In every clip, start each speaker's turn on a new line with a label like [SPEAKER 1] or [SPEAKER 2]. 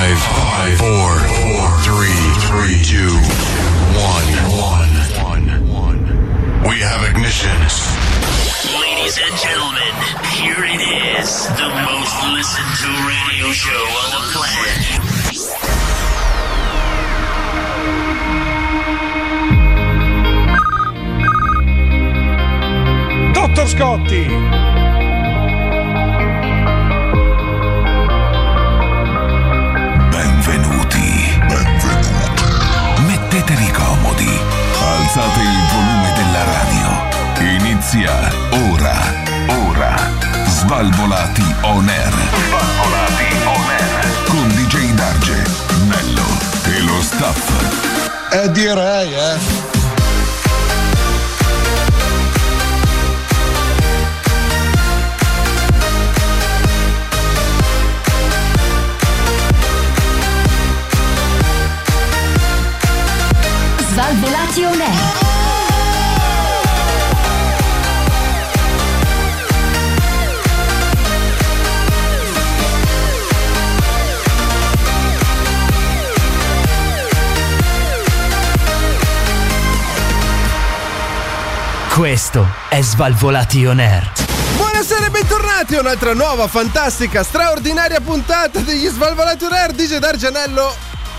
[SPEAKER 1] Five, four, four, three, three, two, one, one, one, one. We have ignition.
[SPEAKER 2] Ladies and gentlemen, here it is, the most listened to radio show on the planet.
[SPEAKER 3] Dottor Scotti!
[SPEAKER 4] Benvenuti. Benvenuti. Mettetevi comodi. Alzate il volume della radio. Inizia ora. Ora. Svalvolati on air. Svalvolati on air. Con DJ Darge, Nello e lo staff.
[SPEAKER 5] Eh direi, eh.
[SPEAKER 6] Svalvolati on air.
[SPEAKER 7] Questo è Svalvolati On Air.
[SPEAKER 8] Buonasera e bentornati a un'altra nuova, fantastica, straordinaria puntata degli Svalvolati on Air DJ D'Argianello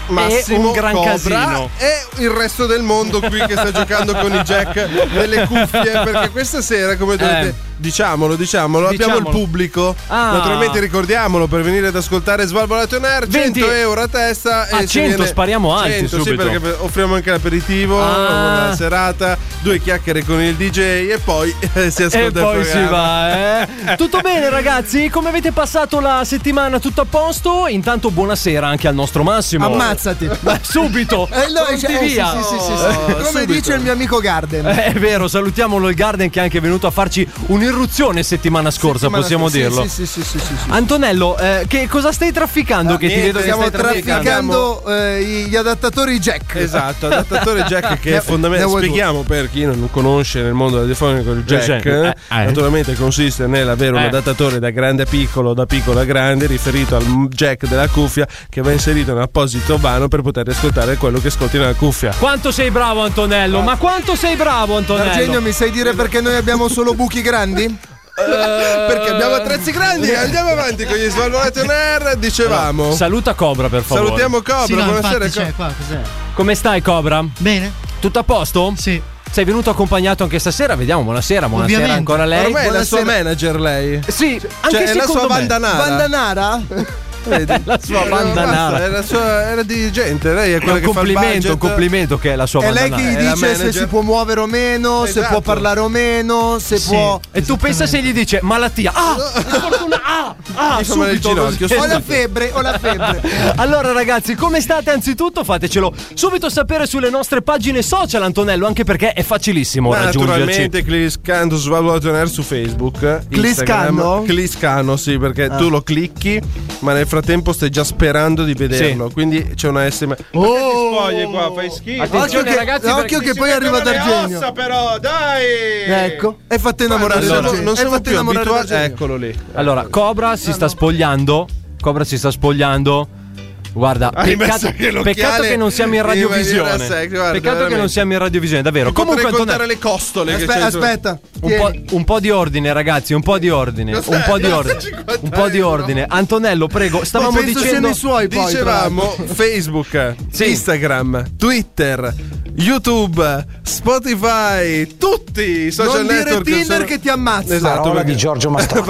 [SPEAKER 8] Massimo
[SPEAKER 9] E un gran
[SPEAKER 8] Cobra
[SPEAKER 9] casino.
[SPEAKER 8] e il resto del mondo qui che sta giocando con i jack delle cuffie perché questa sera come dovete
[SPEAKER 9] Eh.
[SPEAKER 8] diciamolo diciamolo abbiamo il
[SPEAKER 9] Diciamolo.
[SPEAKER 8] pubblico
[SPEAKER 9] Ah.
[SPEAKER 8] naturalmente ricordiamolo per venire ad ascoltare Svalvolati on Air 100
[SPEAKER 9] Venti-
[SPEAKER 8] euro a testa
[SPEAKER 9] Ah,
[SPEAKER 8] eh, si
[SPEAKER 9] 100,
[SPEAKER 8] viene-
[SPEAKER 9] spariamo alti
[SPEAKER 8] 100, sì
[SPEAKER 9] subito.
[SPEAKER 8] perché per- offriamo anche l'aperitivo
[SPEAKER 9] Ah.
[SPEAKER 8] una serata due chiacchiere con il DJ e poi eh, si ascolta
[SPEAKER 9] E
[SPEAKER 8] il
[SPEAKER 9] poi si
[SPEAKER 8] programma.
[SPEAKER 9] va, eh? Tutto bene, ragazzi? Come avete passato la settimana? Tutto a posto? Intanto, buonasera anche al nostro Massimo.
[SPEAKER 10] Ammazzati.
[SPEAKER 9] Beh, subito!
[SPEAKER 10] Eh, no,
[SPEAKER 9] Pronti
[SPEAKER 10] cioè, eh,
[SPEAKER 9] via!
[SPEAKER 10] sì, sì, sì, sì, sì. Come dice il mio amico Garden.
[SPEAKER 9] Eh, È vero, salutiamo il Garden che è anche venuto a farci un'irruzione settimana scorsa,
[SPEAKER 8] Settimana
[SPEAKER 9] possiamo
[SPEAKER 8] scorsa,
[SPEAKER 9] dirlo.
[SPEAKER 10] Sì, sì, sì, sì, sì, sì.
[SPEAKER 9] Antonello, eh, che cosa stai trafficando?
[SPEAKER 8] Ah,
[SPEAKER 9] che
[SPEAKER 8] niente,
[SPEAKER 9] ti vedo che
[SPEAKER 8] stiamo
[SPEAKER 9] stai
[SPEAKER 10] Trafficando eh, gli adattatori jack.
[SPEAKER 8] Esatto, adattatore jack che
[SPEAKER 10] Ne-
[SPEAKER 8] è fondamentale.
[SPEAKER 10] ne vuoi
[SPEAKER 8] Spieghiamo per chi non conosce nel mondo radiofonico il jack.
[SPEAKER 9] jack, eh, eh.
[SPEAKER 8] Naturalmente consiste nell'avere un
[SPEAKER 9] Eh.
[SPEAKER 8] adattatore da grande a piccolo, da piccolo a grande, riferito al jack della cuffia che va inserito in un apposito vano per poter ascoltare quello che ascolti nella cuffia.
[SPEAKER 9] Quanto sei bravo, Antonello? Ma quanto sei bravo, Antonello?
[SPEAKER 10] Argenio, mi sai dire perché noi abbiamo solo buchi grandi?
[SPEAKER 9] Eh,
[SPEAKER 8] Perché abbiamo attrezzi grandi, andiamo avanti con gli svalvolati on air, dicevamo.
[SPEAKER 9] Saluta Cobra, per favore.
[SPEAKER 8] Salutiamo Cobra,
[SPEAKER 11] Sì, no,
[SPEAKER 8] buonasera.
[SPEAKER 11] infatti,
[SPEAKER 8] Co-
[SPEAKER 11] cioè, qua cos'è?
[SPEAKER 9] Come stai, Cobra?
[SPEAKER 11] Bene?
[SPEAKER 9] Tutto a posto?
[SPEAKER 11] Sì.
[SPEAKER 9] Sei venuto accompagnato anche stasera? Vediamo, buonasera, buonasera
[SPEAKER 11] Ovviamente.
[SPEAKER 9] ancora lei.
[SPEAKER 8] Ormai è la sua
[SPEAKER 9] Buonasera.
[SPEAKER 8] manager lei.
[SPEAKER 9] Sì, anche
[SPEAKER 8] Cioè, è la
[SPEAKER 9] secondo
[SPEAKER 8] sua
[SPEAKER 9] me.
[SPEAKER 8] bandanara.
[SPEAKER 10] Bandanara?
[SPEAKER 8] Vedi?
[SPEAKER 9] La sua
[SPEAKER 8] Era- basta,
[SPEAKER 9] bandanara.
[SPEAKER 8] Era, sua- era dirigente, lei è
[SPEAKER 9] È
[SPEAKER 8] quella
[SPEAKER 9] un
[SPEAKER 8] che fa il
[SPEAKER 9] complimento, un
[SPEAKER 8] budget.
[SPEAKER 9] complimento che è la sua
[SPEAKER 10] È lei che
[SPEAKER 9] bandanara.
[SPEAKER 10] gli
[SPEAKER 8] è la
[SPEAKER 10] dice se
[SPEAKER 8] manager.
[SPEAKER 10] si può muovere o meno, se
[SPEAKER 8] Esatto.
[SPEAKER 10] può parlare o meno, se
[SPEAKER 11] Sì.
[SPEAKER 10] può.
[SPEAKER 9] E tu pensa se gli dice malattia. Ah! Fortuna! Ah! Ah!
[SPEAKER 8] Mi fa male il
[SPEAKER 9] Subito!
[SPEAKER 8] ginocchio,
[SPEAKER 9] così.
[SPEAKER 10] Ho la febbre, ho la febbre.
[SPEAKER 9] Allora ragazzi, come state? Anzitutto fatecelo subito sapere sulle nostre pagine social, Antonello, anche perché è facilissimo
[SPEAKER 8] Ma
[SPEAKER 9] raggiungerci.
[SPEAKER 8] naturalmente cliccando su Valvolato Air su Facebook.
[SPEAKER 10] Cliscando?
[SPEAKER 8] Instagram. Cliscano, sì, perché
[SPEAKER 10] Ah.
[SPEAKER 8] tu lo clicchi, ma nel frattempo stai già sperando di vederlo. Quindi c'è una SM. Oh! Spogli qua, fai schifo.
[SPEAKER 10] Occhio che, occhio che poi arriva D'Argenio.
[SPEAKER 8] però, dai!
[SPEAKER 10] Ecco, è fatto
[SPEAKER 8] Non
[SPEAKER 10] innamorare
[SPEAKER 8] sono,
[SPEAKER 10] D'Argenio.
[SPEAKER 8] non
[SPEAKER 10] È
[SPEAKER 8] sono
[SPEAKER 10] fatto
[SPEAKER 8] più
[SPEAKER 10] innamorare
[SPEAKER 8] abituato. ecco.
[SPEAKER 10] D'Argenio.
[SPEAKER 8] Eccolo lì.
[SPEAKER 9] Allora, Cobra si sta spogliando. Cobra si sta spogliando. Guarda,
[SPEAKER 8] Hai messo
[SPEAKER 9] peccato,
[SPEAKER 8] anche l'occhiale
[SPEAKER 9] peccato che non siamo in
[SPEAKER 8] in maniera
[SPEAKER 9] radiovisione.
[SPEAKER 8] sexy, guarda,
[SPEAKER 9] peccato che
[SPEAKER 8] veramente.
[SPEAKER 9] non siamo in radiovisione, davvero.
[SPEAKER 8] Comunque,
[SPEAKER 9] Comunque,
[SPEAKER 8] potrei contare
[SPEAKER 9] Antonello,
[SPEAKER 8] le costole che c'è.
[SPEAKER 10] Aspetta, aspetta.
[SPEAKER 9] un po', un po' di ordine, ragazzi, un po' di ordine.
[SPEAKER 8] Cos'è?
[SPEAKER 9] Un po' di
[SPEAKER 8] Cos'è
[SPEAKER 9] ordine.
[SPEAKER 8] 50
[SPEAKER 9] Un po' di
[SPEAKER 8] euro?
[SPEAKER 9] ordine. Antonello, prego, stavamo
[SPEAKER 10] penso siano
[SPEAKER 9] dicendo.
[SPEAKER 10] i suoi poi.
[SPEAKER 8] Dicevamo Facebook, Instagram, Twitter, YouTube, Spotify, tutti i social
[SPEAKER 10] Non dire
[SPEAKER 8] network.
[SPEAKER 10] Tinder
[SPEAKER 8] sono-
[SPEAKER 10] che ti ammazza.
[SPEAKER 8] Esatto, di Giorgio Mastrota.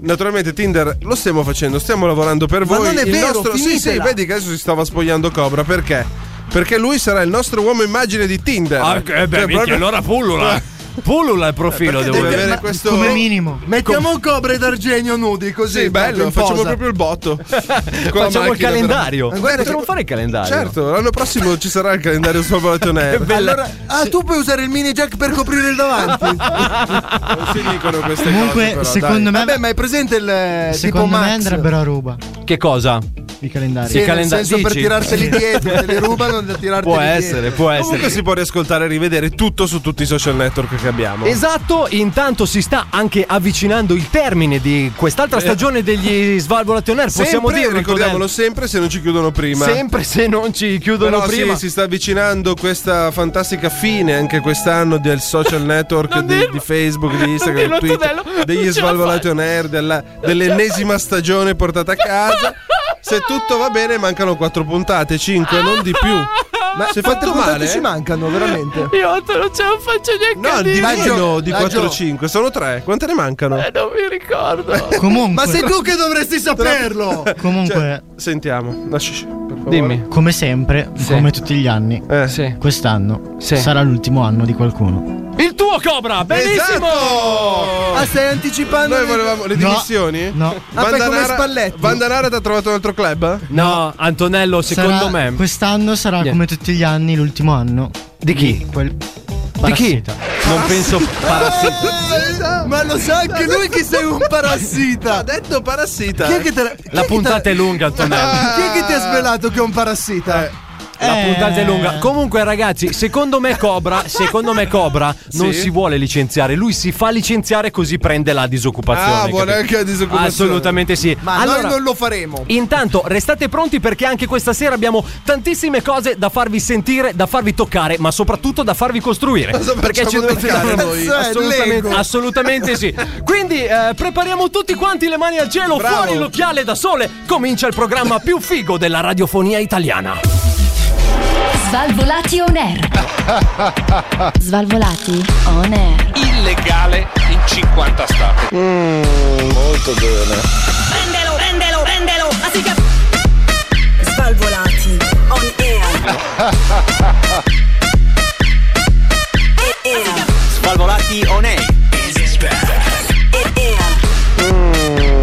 [SPEAKER 8] Naturalmente Tinder lo stiamo facendo, stiamo lavorando per
[SPEAKER 10] Ma
[SPEAKER 8] voi.
[SPEAKER 10] non è
[SPEAKER 8] Il
[SPEAKER 10] vero,
[SPEAKER 8] nostro- Sì, sì,
[SPEAKER 10] finitela.
[SPEAKER 8] vedi che adesso si stava spogliando Cobra, perché? Perché lui sarà il nostro uomo immagine di Tinder.
[SPEAKER 9] Ah, eh, beh,
[SPEAKER 8] Cioè,
[SPEAKER 9] minchia,
[SPEAKER 8] proprio-
[SPEAKER 9] allora pullula. Pullula il profilo, devo
[SPEAKER 8] Devi
[SPEAKER 9] dire.
[SPEAKER 8] avere questo
[SPEAKER 11] Come minimo.
[SPEAKER 10] Mettiamo un Cobra e D'Argenio nudi così.
[SPEAKER 8] Sì, bello,
[SPEAKER 10] in
[SPEAKER 8] facciamo
[SPEAKER 10] posa.
[SPEAKER 8] proprio il botto. Con la
[SPEAKER 9] Facciamo
[SPEAKER 8] macchina,
[SPEAKER 9] il calendario.
[SPEAKER 8] però. Guarda,
[SPEAKER 9] Potremmo fare il calendario.
[SPEAKER 8] Certo, l'anno prossimo ci sarà il calendario Svalvolatonello.
[SPEAKER 9] Bella-
[SPEAKER 10] Allora, ah, tu puoi usare il mini jack per coprire il davanti.
[SPEAKER 8] non si dicono queste cose.
[SPEAKER 11] Comunque,
[SPEAKER 8] però,
[SPEAKER 11] secondo me.
[SPEAKER 10] Vabbè, ma è presente il eh, tipo
[SPEAKER 11] Secondo me
[SPEAKER 10] Max?
[SPEAKER 11] andrebbero a ruba.
[SPEAKER 9] Che cosa?
[SPEAKER 3] di calendario.
[SPEAKER 10] Sì,
[SPEAKER 9] Il
[SPEAKER 10] nel
[SPEAKER 9] calenda-
[SPEAKER 10] senso per
[SPEAKER 9] dici?
[SPEAKER 10] tirarseli dietro, te li rubano da tirarteli
[SPEAKER 9] Può essere,
[SPEAKER 10] dietro.
[SPEAKER 9] può
[SPEAKER 8] Comunque
[SPEAKER 9] essere.
[SPEAKER 8] si può riascoltare e rivedere tutto su tutti i social network che abbiamo.
[SPEAKER 9] Esatto, intanto si sta anche avvicinando il termine di
[SPEAKER 10] Eh.
[SPEAKER 9] quest'altra stagione degli Svalvolation Air, possiamo
[SPEAKER 8] Sempre,
[SPEAKER 9] dire
[SPEAKER 8] ricordiamolo sempre se non ci chiudono prima.
[SPEAKER 9] sempre se non ci chiudono
[SPEAKER 8] Però sì,
[SPEAKER 9] prima.
[SPEAKER 8] si sta avvicinando questa fantastica fine anche quest'anno del social network
[SPEAKER 9] Non
[SPEAKER 8] di,
[SPEAKER 9] dirlo.
[SPEAKER 8] di Facebook, di Instagram,
[SPEAKER 9] dirlo,
[SPEAKER 8] Twitter,
[SPEAKER 9] Antonello, non
[SPEAKER 8] degli
[SPEAKER 9] ce la
[SPEAKER 8] svalvolati on air, della- dell'ennesima stagione portata a casa. Se tutto va bene, mancano quattro puntate, cinque, non di più. Ma se fate
[SPEAKER 10] Quante puntate
[SPEAKER 8] male, eh?
[SPEAKER 10] ci mancano, veramente?
[SPEAKER 11] Io non ce la faccio neanche
[SPEAKER 8] no, di
[SPEAKER 10] Dai,
[SPEAKER 8] meno
[SPEAKER 10] Gio,
[SPEAKER 8] di
[SPEAKER 10] dai,
[SPEAKER 8] 4
[SPEAKER 10] Gio.
[SPEAKER 8] 5, sono tre. Quante ne mancano?
[SPEAKER 9] Eh,
[SPEAKER 11] non mi ricordo.
[SPEAKER 3] Comunque,
[SPEAKER 10] Ma sei tu che dovresti saperlo!
[SPEAKER 3] comunque
[SPEAKER 8] Cioè, sentiamo. No, shh, shh, per favore.
[SPEAKER 9] Dimmi.
[SPEAKER 3] come sempre, come tutti gli anni,
[SPEAKER 8] Eh.
[SPEAKER 9] Sì.
[SPEAKER 3] quest'anno
[SPEAKER 9] Sì.
[SPEAKER 3] sarà l'ultimo anno di qualcuno.
[SPEAKER 9] Il tuo Cobra, benissimo!
[SPEAKER 10] Ah,
[SPEAKER 8] Esatto!
[SPEAKER 10] stai anticipando
[SPEAKER 8] Noi
[SPEAKER 10] le-
[SPEAKER 8] volevamo le
[SPEAKER 3] No.
[SPEAKER 8] dimissioni?
[SPEAKER 3] No,
[SPEAKER 10] Ah, fai come Spalletti.
[SPEAKER 8] Bandanara ti ha trovato un altro club?
[SPEAKER 9] No, Antonello, secondo
[SPEAKER 3] Sarà-
[SPEAKER 9] me.
[SPEAKER 3] Quest'anno sarà
[SPEAKER 9] Niente.
[SPEAKER 3] come tutti gli anni l'ultimo anno.
[SPEAKER 9] Di chi?
[SPEAKER 3] Quel
[SPEAKER 9] Di chi?
[SPEAKER 3] parassita.
[SPEAKER 9] Non penso. Parassita.
[SPEAKER 10] Ma lo sa anche lui che sei un parassita!
[SPEAKER 8] detto parassita. eh.
[SPEAKER 10] Chi è che te la- chi è
[SPEAKER 9] La
[SPEAKER 10] che
[SPEAKER 9] puntata
[SPEAKER 10] te-
[SPEAKER 9] è lunga, Antonello.
[SPEAKER 10] Chi è che ti ha svelato che è un parassita?
[SPEAKER 9] La
[SPEAKER 3] Eh.
[SPEAKER 9] puntata è lunga. Comunque, ragazzi, secondo me Cobra, secondo me Cobra non
[SPEAKER 8] Sì?
[SPEAKER 9] si vuole licenziare. Lui si fa licenziare così prende la disoccupazione.
[SPEAKER 8] Ah, vuole
[SPEAKER 9] capito?
[SPEAKER 8] anche la disoccupazione.
[SPEAKER 9] Assolutamente sì.
[SPEAKER 10] Ma
[SPEAKER 9] allora,
[SPEAKER 10] noi non lo faremo.
[SPEAKER 9] Intanto restate pronti perché anche questa sera abbiamo tantissime cose da farvi sentire, da farvi toccare, ma soprattutto da farvi costruire.
[SPEAKER 8] Cosa
[SPEAKER 9] perché ci
[SPEAKER 8] facciamo toccare noi? Eh,
[SPEAKER 10] Cazzo, è
[SPEAKER 9] Assolutamente,
[SPEAKER 10] Lego.
[SPEAKER 9] assolutamente sì. Quindi eh, prepariamo tutti quanti le mani al cielo,
[SPEAKER 8] Bravo.
[SPEAKER 9] fuori l'occhiale da sole. Comincia il programma più figo della radiofonia italiana.
[SPEAKER 6] Svalvolati on air. Svalvolati on air.
[SPEAKER 11] Illegale in 50 stati.
[SPEAKER 2] Prendelo, prendelo, prendelo. Asica.
[SPEAKER 12] Svalvolati on air. air.
[SPEAKER 11] Svalvolati on air.
[SPEAKER 12] air.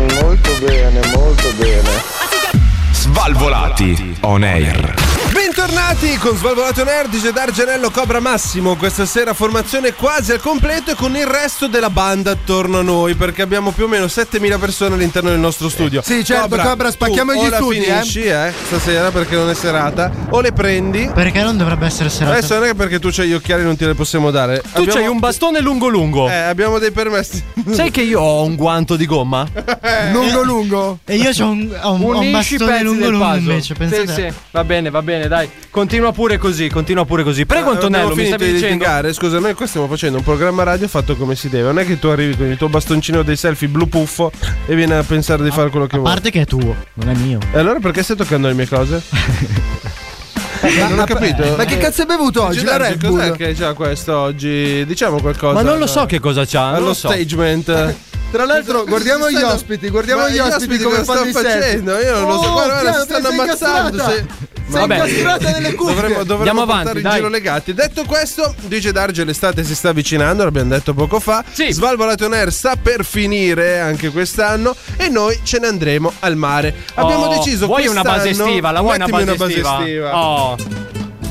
[SPEAKER 4] Svalvolati on air.
[SPEAKER 8] Bentornati con Svalvolato Nerd, DJ Dargenello Cobra Massimo. Questa sera formazione quasi al completo e con il resto della banda attorno a noi perché abbiamo più o meno 7000 persone all'interno del nostro studio.
[SPEAKER 10] Sì, certo, Cobra, spacchiamo
[SPEAKER 8] tu
[SPEAKER 10] gli
[SPEAKER 8] o la
[SPEAKER 10] studi, eh.
[SPEAKER 8] finisci, eh, stasera perché non è serata, o le prendi.
[SPEAKER 3] Perché non dovrebbe essere serata?
[SPEAKER 8] Adesso non è che perché tu c'hai gli occhiali non te le possiamo dare.
[SPEAKER 9] Tu c'hai un bastone lungo lungo.
[SPEAKER 8] Eh, abbiamo dei permessi.
[SPEAKER 9] Sai che io ho un guanto di gomma?
[SPEAKER 8] Eh,
[SPEAKER 10] Lungo lungo.
[SPEAKER 3] Eh, E io ho un, ho un- ho un
[SPEAKER 9] Unisci i
[SPEAKER 3] bastone
[SPEAKER 9] pezzi
[SPEAKER 3] lungo
[SPEAKER 9] del
[SPEAKER 3] lungo
[SPEAKER 9] puzzle.
[SPEAKER 3] invece. Pensate.
[SPEAKER 9] Sì, sì. Va bene, va bene, dai. Continua pure così, continua pure così. Prego,
[SPEAKER 8] Abbiamo
[SPEAKER 9] Antonello, mi
[SPEAKER 8] finito
[SPEAKER 9] stavi
[SPEAKER 8] di
[SPEAKER 9] dicendo.
[SPEAKER 8] litigare. Scusa, noi qua stiamo facendo un programma radio fatto come si deve. Non è che tu arrivi con il tuo bastoncino dei selfie blu puffo e vieni a pensare di fare quello che
[SPEAKER 3] A
[SPEAKER 8] vuoi.
[SPEAKER 3] parte che è tuo, non è mio.
[SPEAKER 8] E allora perché stai toccando le mie cose? ma, non ho capito.
[SPEAKER 10] Ma che cazzo hai bevuto oggi? La
[SPEAKER 8] Gilardi,
[SPEAKER 10] Red
[SPEAKER 8] cos'è
[SPEAKER 10] Bull.
[SPEAKER 8] che c'è questo oggi? Diciamo qualcosa.
[SPEAKER 9] Ma non lo so che cosa c'ha, non
[SPEAKER 8] Allo
[SPEAKER 9] lo so.
[SPEAKER 8] stagement.
[SPEAKER 10] Tra l'altro, guardiamo gli
[SPEAKER 8] Stanno-
[SPEAKER 10] ospiti, guardiamo
[SPEAKER 8] Ma
[SPEAKER 10] gli ospiti come
[SPEAKER 8] cosa
[SPEAKER 10] fanno i
[SPEAKER 8] stanno
[SPEAKER 10] set.
[SPEAKER 8] facendo. Io non lo so.
[SPEAKER 10] Oh,
[SPEAKER 8] Guarda, guarda,
[SPEAKER 10] Piano,
[SPEAKER 8] si stanno
[SPEAKER 10] sei
[SPEAKER 8] ammazzando.
[SPEAKER 10] incastrata.
[SPEAKER 8] se-
[SPEAKER 10] Sei
[SPEAKER 9] Vabbè.
[SPEAKER 10] incastrata nelle cuffie.
[SPEAKER 8] Dovremmo, dovremmo
[SPEAKER 9] Andiamo
[SPEAKER 8] portare
[SPEAKER 9] avanti,
[SPEAKER 8] in
[SPEAKER 9] dai.
[SPEAKER 8] giro legati. Detto questo, dice Darge l'estate si sta avvicinando, l'abbiamo detto poco fa.
[SPEAKER 9] Sì.
[SPEAKER 8] Svalvolato on Air sta per finire anche quest'anno e noi ce ne andremo al mare. abbiamo
[SPEAKER 9] Oh,
[SPEAKER 8] deciso
[SPEAKER 9] Vuoi una base
[SPEAKER 8] quest'anno-
[SPEAKER 9] estiva? La vuoi una
[SPEAKER 8] Mettimi
[SPEAKER 9] base, estiva? Oh.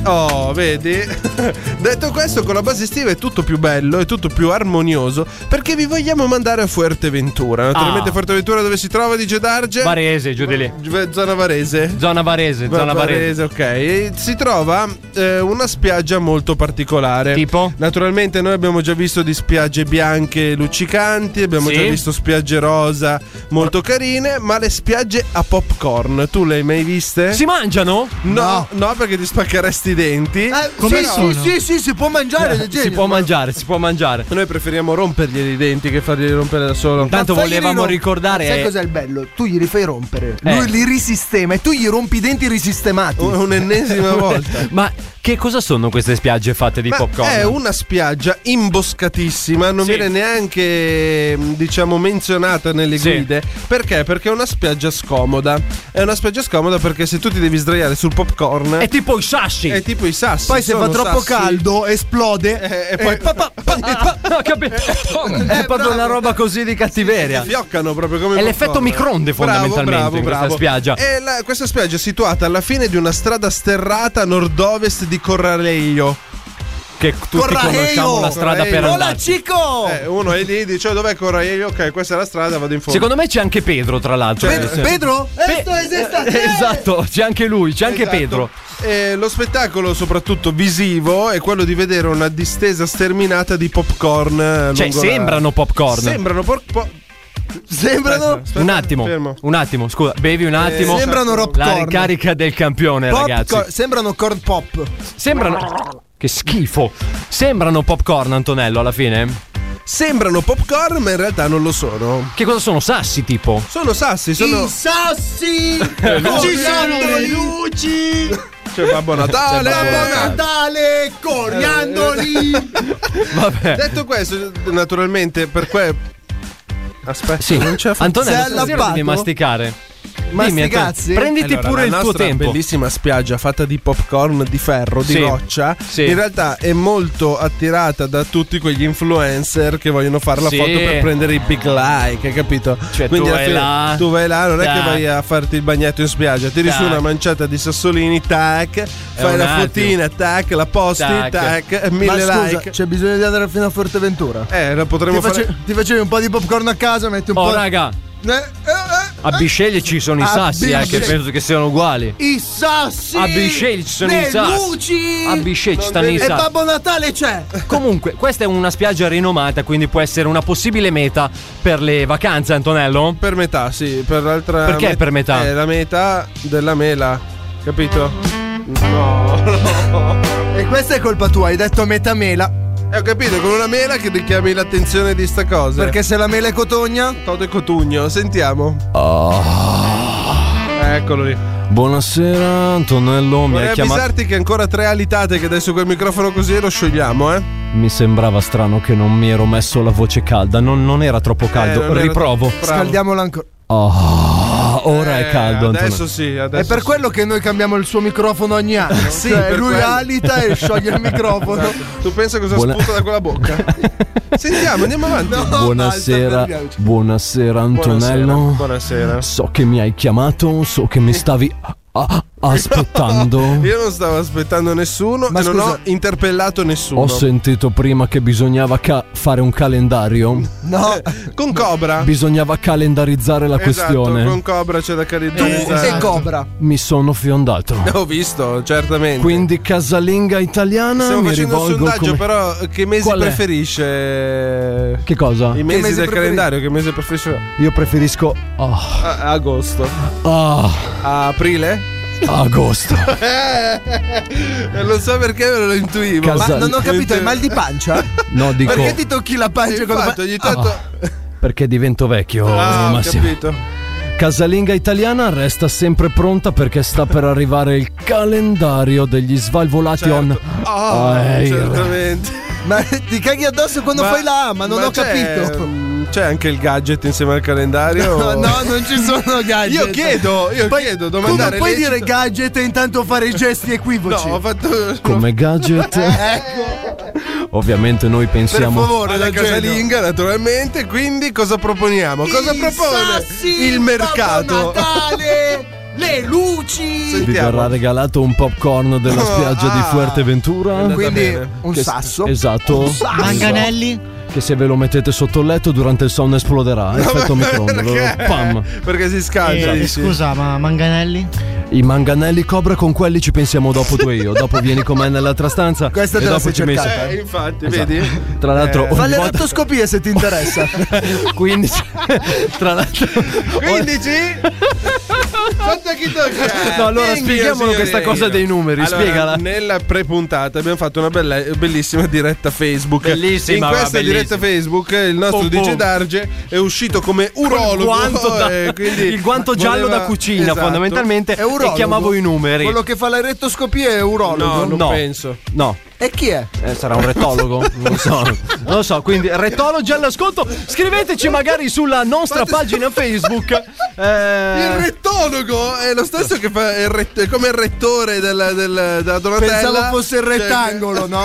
[SPEAKER 8] Oh, vedi? Detto questo, con la base estiva è tutto più bello, è tutto più armonioso, perché vi vogliamo mandare a Fuerteventura. Naturalmente
[SPEAKER 9] Ah.
[SPEAKER 8] Fuerteventura dove si trova di Gedarge?
[SPEAKER 9] Varese, giù di lì.
[SPEAKER 8] Zona Varese.
[SPEAKER 9] Zona Varese, zona Varese.
[SPEAKER 8] ok. E Si trova eh, una spiaggia molto particolare.
[SPEAKER 9] Tipo?
[SPEAKER 8] Naturalmente noi abbiamo già visto di spiagge bianche luccicanti, abbiamo
[SPEAKER 9] Sì.
[SPEAKER 8] già visto spiagge rosa molto carine, ma le spiagge a popcorn, tu le hai mai viste?
[SPEAKER 9] Si mangiano?
[SPEAKER 8] No, no, perché ti spaccheresti i denti.
[SPEAKER 10] Eh,
[SPEAKER 3] Come
[SPEAKER 10] sì,
[SPEAKER 3] sono?
[SPEAKER 10] sì, sì, sì, si può mangiare, leggeri.
[SPEAKER 9] Eh, Si può mangiare, si può mangiare.
[SPEAKER 8] Noi preferiamo rompergli i denti che fargli rompere da solo.
[SPEAKER 9] Tanto
[SPEAKER 10] Fagli
[SPEAKER 9] volevamo
[SPEAKER 10] rom-
[SPEAKER 9] ricordare
[SPEAKER 10] Sai cos'è il bello? Tu gli fai rompere.
[SPEAKER 9] Eh.
[SPEAKER 10] Lui li risistema e tu gli rompi i denti risistemati.
[SPEAKER 8] Un- Un'ennesima volta.
[SPEAKER 9] Ma che cosa sono queste spiagge fatte di
[SPEAKER 8] Ma
[SPEAKER 9] popcorn?
[SPEAKER 8] è una spiaggia imboscatissima, non
[SPEAKER 9] Sì.
[SPEAKER 8] viene neanche mm, diciamo menzionata nelle
[SPEAKER 9] Sì.
[SPEAKER 8] guide. Perché? Perché è una spiaggia scomoda. È una spiaggia scomoda perché se tu ti devi sdraiare sul popcorn
[SPEAKER 9] È tipo i sasci.
[SPEAKER 8] è tipo i sassi.
[SPEAKER 10] Poi se
[SPEAKER 8] sono
[SPEAKER 10] fa troppo
[SPEAKER 8] sassi.
[SPEAKER 10] caldo esplode
[SPEAKER 8] Eh, e poi-
[SPEAKER 10] pa, pa, pa, pa.
[SPEAKER 9] No, capito?
[SPEAKER 8] Eh,
[SPEAKER 9] È proprio una roba così di cattiveria.
[SPEAKER 8] fioccano proprio come
[SPEAKER 9] È
[SPEAKER 8] popcorn.
[SPEAKER 9] l'effetto microonde
[SPEAKER 8] Bravo, Eh,
[SPEAKER 9] fondamentalmente in questa spiaggia.
[SPEAKER 8] E la- questa spiaggia è situata alla fine di una strada sterrata a nord-ovest di Corraleglio.
[SPEAKER 9] che tutti
[SPEAKER 10] Corraeo!
[SPEAKER 9] conosciamo la strada
[SPEAKER 8] Corraeo.
[SPEAKER 9] per
[SPEAKER 8] Hola,
[SPEAKER 9] andare.
[SPEAKER 10] Cico!
[SPEAKER 8] Eh, uno è lì, dice "Oh, dov'è Corraio? Ok, questa è la strada, vado in fondo.
[SPEAKER 9] Secondo me c'è anche Pedro, tra l'altro.
[SPEAKER 8] Cioè,
[SPEAKER 10] Pedro?
[SPEAKER 9] Sì.
[SPEAKER 10] Pedro?
[SPEAKER 9] Pe- eh, esatto, c'è anche lui, c'è anche
[SPEAKER 8] Esatto.
[SPEAKER 9] Pedro.
[SPEAKER 8] Eh, lo spettacolo, soprattutto visivo, è quello di vedere una distesa sterminata di popcorn. eh,
[SPEAKER 9] Cioè,
[SPEAKER 8] lungo la-
[SPEAKER 9] sembrano popcorn.
[SPEAKER 8] Sembrano por- po-
[SPEAKER 10] Sembrano
[SPEAKER 8] Aspetta,
[SPEAKER 9] un attimo,
[SPEAKER 8] fermo. Eh,
[SPEAKER 9] un attimo, scusa, bevi un attimo.
[SPEAKER 10] sembrano rock
[SPEAKER 9] La
[SPEAKER 10] corn.
[SPEAKER 9] ricarica del campione,
[SPEAKER 10] pop
[SPEAKER 9] Eh, ragazzi.
[SPEAKER 10] cor- sembrano corn pop.
[SPEAKER 9] Sembrano. Che schifo. Sembrano popcorn, Antonello, alla fine.
[SPEAKER 8] Sembrano popcorn, ma in realtà non lo sono.
[SPEAKER 9] Che cosa sono? Sassi, tipo.
[SPEAKER 8] Sono sassi, sono.
[SPEAKER 10] I sassi! Ci sono le luci!
[SPEAKER 8] C'è Babbo Natale! eh,
[SPEAKER 10] Natale, coriandoli!
[SPEAKER 9] Vabbè.
[SPEAKER 8] Detto questo, naturalmente, per que... Aspetta,
[SPEAKER 9] Sì.
[SPEAKER 8] non c'è
[SPEAKER 10] Sei
[SPEAKER 9] Antonello, stasera
[SPEAKER 10] allappato?
[SPEAKER 9] devi masticare. Dimmi, Antonello,
[SPEAKER 10] Masticazzi?
[SPEAKER 9] prenditi
[SPEAKER 8] Allora,
[SPEAKER 9] pure
[SPEAKER 8] la
[SPEAKER 9] il tuo
[SPEAKER 8] nostra
[SPEAKER 9] tempo.
[SPEAKER 8] bellissima spiaggia fatta di popcorn di ferro,
[SPEAKER 9] Sì.
[SPEAKER 8] di roccia.
[SPEAKER 9] Sì.
[SPEAKER 8] In realtà è molto attirata da tutti quegli influencer che vogliono fare la
[SPEAKER 9] Sì.
[SPEAKER 8] foto per prendere i big like, hai capito?
[SPEAKER 9] Cioè, tu
[SPEAKER 8] alla
[SPEAKER 9] vai
[SPEAKER 8] fine
[SPEAKER 9] là.
[SPEAKER 8] tu vai là, non è
[SPEAKER 9] Tac.
[SPEAKER 8] che vai a farti il bagnetto in spiaggia, tiri su
[SPEAKER 9] Tac.
[SPEAKER 8] una manciata di sassolini, tac, fai
[SPEAKER 9] Eh, un
[SPEAKER 8] la
[SPEAKER 9] attimo.
[SPEAKER 8] fotina, tac, la posti,
[SPEAKER 9] Tac.
[SPEAKER 8] eh, tac,
[SPEAKER 10] Ma
[SPEAKER 8] mille
[SPEAKER 10] scusa,
[SPEAKER 8] like.
[SPEAKER 10] c'è bisogno di andare fino a Forteventura.
[SPEAKER 8] Eh, la potremmo
[SPEAKER 10] Ti,
[SPEAKER 8] fare
[SPEAKER 10] face- ti facevi un po' di popcorn a casa, metti un
[SPEAKER 9] Oh,
[SPEAKER 10] po'.
[SPEAKER 9] raga,
[SPEAKER 10] Eh, eh, eh.
[SPEAKER 9] a Bisceglie ci sono i
[SPEAKER 10] A
[SPEAKER 9] sassi, eh, che
[SPEAKER 10] Bisceglie.
[SPEAKER 9] penso che siano uguali.
[SPEAKER 10] I sassi!
[SPEAKER 9] A Bisceglie ci sono i
[SPEAKER 10] le
[SPEAKER 9] sassi.
[SPEAKER 10] luci!
[SPEAKER 9] A Bisceglie ci stanno i
[SPEAKER 10] e
[SPEAKER 9] sassi.
[SPEAKER 10] Babbo Natale c'è!
[SPEAKER 9] Comunque, questa è una spiaggia rinomata, quindi può essere una possibile meta per le vacanze, Antonello.
[SPEAKER 8] per metà, sì, per l'altra
[SPEAKER 9] Perché per metà?
[SPEAKER 8] È la metà della mela, capito?
[SPEAKER 10] E questa è colpa tua, hai detto metà mela.
[SPEAKER 8] Eh, ho capito, con una mela che richiami l'attenzione di sta cosa.
[SPEAKER 10] Perché se la mela è cotogna,
[SPEAKER 8] Toto e Cotugno, sentiamo.
[SPEAKER 10] Ah.
[SPEAKER 8] Eccolo lì.
[SPEAKER 9] Buonasera, Antonello. Mi
[SPEAKER 8] Vorrei avvisarti che ancora tre alitate che dai su quel microfono così e lo sciogliamo, eh.
[SPEAKER 9] Mi sembrava strano che non mi ero messo la voce calda. Non, non era troppo caldo.
[SPEAKER 8] Eh, non era-
[SPEAKER 9] Riprovo.
[SPEAKER 8] Bravo.
[SPEAKER 10] scaldiamola ancora.
[SPEAKER 9] Ah, ora
[SPEAKER 8] Eh,
[SPEAKER 9] è caldo,
[SPEAKER 8] Adesso
[SPEAKER 9] Antonello.
[SPEAKER 8] sì, adesso.
[SPEAKER 10] È per
[SPEAKER 8] sì.
[SPEAKER 10] quello che noi cambiamo il suo microfono ogni anno.
[SPEAKER 8] Sì,
[SPEAKER 10] Cioè,
[SPEAKER 8] per
[SPEAKER 10] lui
[SPEAKER 8] quello.
[SPEAKER 10] alita e scioglie il microfono.
[SPEAKER 8] esatto. Tu pensa cosa
[SPEAKER 9] Buona-
[SPEAKER 8] sputa da quella bocca? sentiamo, andiamo avanti.
[SPEAKER 9] Buonasera,
[SPEAKER 10] Alza, fermiamoci.
[SPEAKER 9] buonasera Antonello.
[SPEAKER 8] Buonasera.
[SPEAKER 9] So che mi hai chiamato, so che mi stavi a- aspettando.
[SPEAKER 8] Io non stavo aspettando nessuno
[SPEAKER 10] Ma
[SPEAKER 8] e non ho
[SPEAKER 10] scusa-
[SPEAKER 8] interpellato nessuno.
[SPEAKER 9] Ho sentito prima che bisognava ca- fare un calendario.
[SPEAKER 10] No,
[SPEAKER 8] Eh, con Cobra.
[SPEAKER 9] Bisognava calendarizzare la questione.
[SPEAKER 8] Esatto, con Esatto. Cobra c'è da
[SPEAKER 10] tu
[SPEAKER 8] calendarizzare.
[SPEAKER 10] Eh, e Cobra.
[SPEAKER 9] Mi sono fiondato.
[SPEAKER 8] Ho visto, certamente.
[SPEAKER 9] Quindi casalinga italiana
[SPEAKER 8] Stiamo
[SPEAKER 9] mi
[SPEAKER 8] facendo un
[SPEAKER 9] rivolgo come-
[SPEAKER 8] sondaggio, però che mesi
[SPEAKER 9] Qual è?
[SPEAKER 8] preferisce?
[SPEAKER 9] Che cosa?
[SPEAKER 8] I mesi,
[SPEAKER 10] mese
[SPEAKER 8] del
[SPEAKER 10] preferi-
[SPEAKER 8] calendario, che mese preferisce?
[SPEAKER 9] Io preferisco Ah,
[SPEAKER 8] A- agosto.
[SPEAKER 9] ah,
[SPEAKER 8] A aprile?
[SPEAKER 9] agosto.
[SPEAKER 8] Eh, non so perché me lo intuivo.
[SPEAKER 10] Ma
[SPEAKER 9] Casa-
[SPEAKER 10] non ho capito, hai mal di pancia?
[SPEAKER 9] No, dico
[SPEAKER 10] Perché ti tocchi la pancia con la
[SPEAKER 8] Infatti,
[SPEAKER 10] pancia?
[SPEAKER 8] ogni tanto.
[SPEAKER 9] perché divento vecchio,
[SPEAKER 8] Ah, ho
[SPEAKER 9] Massimo.
[SPEAKER 8] capito.
[SPEAKER 9] Casalinga italiana resta sempre pronta perché sta per arrivare il calendario degli svalvolati on
[SPEAKER 10] Certo. Ah,
[SPEAKER 8] Oh,
[SPEAKER 9] air.
[SPEAKER 8] certamente.
[SPEAKER 10] Ma ti caghi addosso quando fai la A, ma non
[SPEAKER 8] ma
[SPEAKER 10] ho
[SPEAKER 8] c'è- mm,
[SPEAKER 10] capito.
[SPEAKER 8] C'è anche il gadget insieme al calendario?
[SPEAKER 10] No, no, non ci sono gadget.
[SPEAKER 8] Io chiedo, io
[SPEAKER 10] Poi-
[SPEAKER 8] chiedo,
[SPEAKER 10] Tu non
[SPEAKER 8] domandare.
[SPEAKER 10] puoi
[SPEAKER 8] lecito-
[SPEAKER 10] dire gadget e intanto fare gesti
[SPEAKER 8] No,
[SPEAKER 10] equivoci.
[SPEAKER 8] ho fatto.
[SPEAKER 9] Come gadget. Ovviamente noi
[SPEAKER 10] per
[SPEAKER 9] pensiamo
[SPEAKER 10] favore,
[SPEAKER 8] alla
[SPEAKER 10] la casalinga.
[SPEAKER 8] casalinga, naturalmente. Quindi, cosa proponiamo? Cosa
[SPEAKER 10] I
[SPEAKER 8] propone
[SPEAKER 10] sassi,
[SPEAKER 8] il
[SPEAKER 10] Babbo
[SPEAKER 8] mercato?
[SPEAKER 10] Natale, le luci.
[SPEAKER 9] vi
[SPEAKER 8] Sentiamo.
[SPEAKER 9] verrà regalato un popcorn della spiaggia di
[SPEAKER 8] ah.
[SPEAKER 9] Fuerteventura.
[SPEAKER 10] Quindi
[SPEAKER 8] bene.
[SPEAKER 10] un
[SPEAKER 9] Che-
[SPEAKER 10] sasso.
[SPEAKER 9] Esatto.
[SPEAKER 3] Manganelli?
[SPEAKER 9] Che se ve lo mettete sotto il letto durante il sonno esploderà. Effetto microonde.
[SPEAKER 8] Perché?
[SPEAKER 9] Pam.
[SPEAKER 8] Perché si scalda.
[SPEAKER 3] Eh,
[SPEAKER 8] dici.
[SPEAKER 3] scusa, ma Manganelli?
[SPEAKER 9] I manganelli cobra con quelli ci pensiamo dopo tu e io. Dopo vieni con me nell'altra stanza.
[SPEAKER 10] Questa
[SPEAKER 9] e
[SPEAKER 10] te la
[SPEAKER 9] dopo
[SPEAKER 10] sei
[SPEAKER 9] ci
[SPEAKER 10] cercata.
[SPEAKER 9] pensi.
[SPEAKER 8] Eh, infatti,
[SPEAKER 9] Esatto.
[SPEAKER 8] vedi?
[SPEAKER 9] Tra l'altro, ogni
[SPEAKER 10] Falle
[SPEAKER 9] volta-
[SPEAKER 10] l'attoscopia se ti interessa.
[SPEAKER 9] 15. Tra l'altro,
[SPEAKER 8] 15 Sotto chi tocca?
[SPEAKER 9] No, allora spieghiamolo
[SPEAKER 8] Ah, signori.
[SPEAKER 9] questa cosa dei numeri,
[SPEAKER 8] Allora,
[SPEAKER 9] spiegala.
[SPEAKER 8] Nella pre-puntata abbiamo fatto una bella- bellissima diretta Facebook.
[SPEAKER 9] Bellissima,
[SPEAKER 8] In
[SPEAKER 9] va,
[SPEAKER 8] questa diretta
[SPEAKER 9] bellissima.
[SPEAKER 8] Facebook il nostro
[SPEAKER 9] Boom, boom.
[SPEAKER 8] DJ Darge è uscito come urologo.
[SPEAKER 9] il guanto, da-
[SPEAKER 8] eh, quindi
[SPEAKER 9] il guanto giallo
[SPEAKER 8] voleva-
[SPEAKER 9] da cucina,
[SPEAKER 8] esatto.
[SPEAKER 9] fondamentalmente.
[SPEAKER 10] È urologo?
[SPEAKER 9] E chiamavo i numeri.
[SPEAKER 10] Quello che fa la rettoscopia è urologo.
[SPEAKER 8] No, non
[SPEAKER 9] No.
[SPEAKER 8] penso.
[SPEAKER 9] No,
[SPEAKER 10] E chi è?
[SPEAKER 9] eh, sarà un retologo? non lo so. Non lo so. Quindi, retologi all'ascolto. Scriveteci magari sulla nostra pagina Facebook.
[SPEAKER 8] Il
[SPEAKER 9] Eh,
[SPEAKER 8] rettologo è lo stesso che fa il ret- è come il rettore della, della, della Donatella. Cioè,
[SPEAKER 10] Pensavo fosse il rettangolo, no?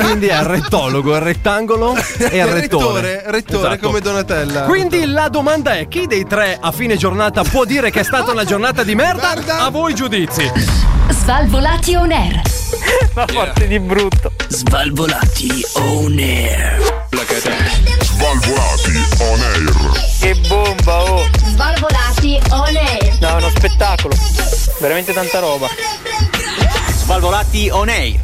[SPEAKER 9] quindi è il rettologo, il rettangolo e il
[SPEAKER 8] Cioè,
[SPEAKER 9] rettore.
[SPEAKER 8] rettore, rettore
[SPEAKER 9] Esatto.
[SPEAKER 8] come Donatella.
[SPEAKER 9] Quindi la domanda è: chi dei tre a fine giornata può dire che è stata una giornata di merda? A voi giudizi.
[SPEAKER 6] Svalvolati on air.
[SPEAKER 11] Forti di brutto.
[SPEAKER 2] Svalvolati on air.
[SPEAKER 1] Svalvolati on air.
[SPEAKER 12] Che bomba, oh!
[SPEAKER 6] Svalvolati on air.
[SPEAKER 12] No, è uno spettacolo. Veramente tanta roba.
[SPEAKER 11] Svalvolati on air.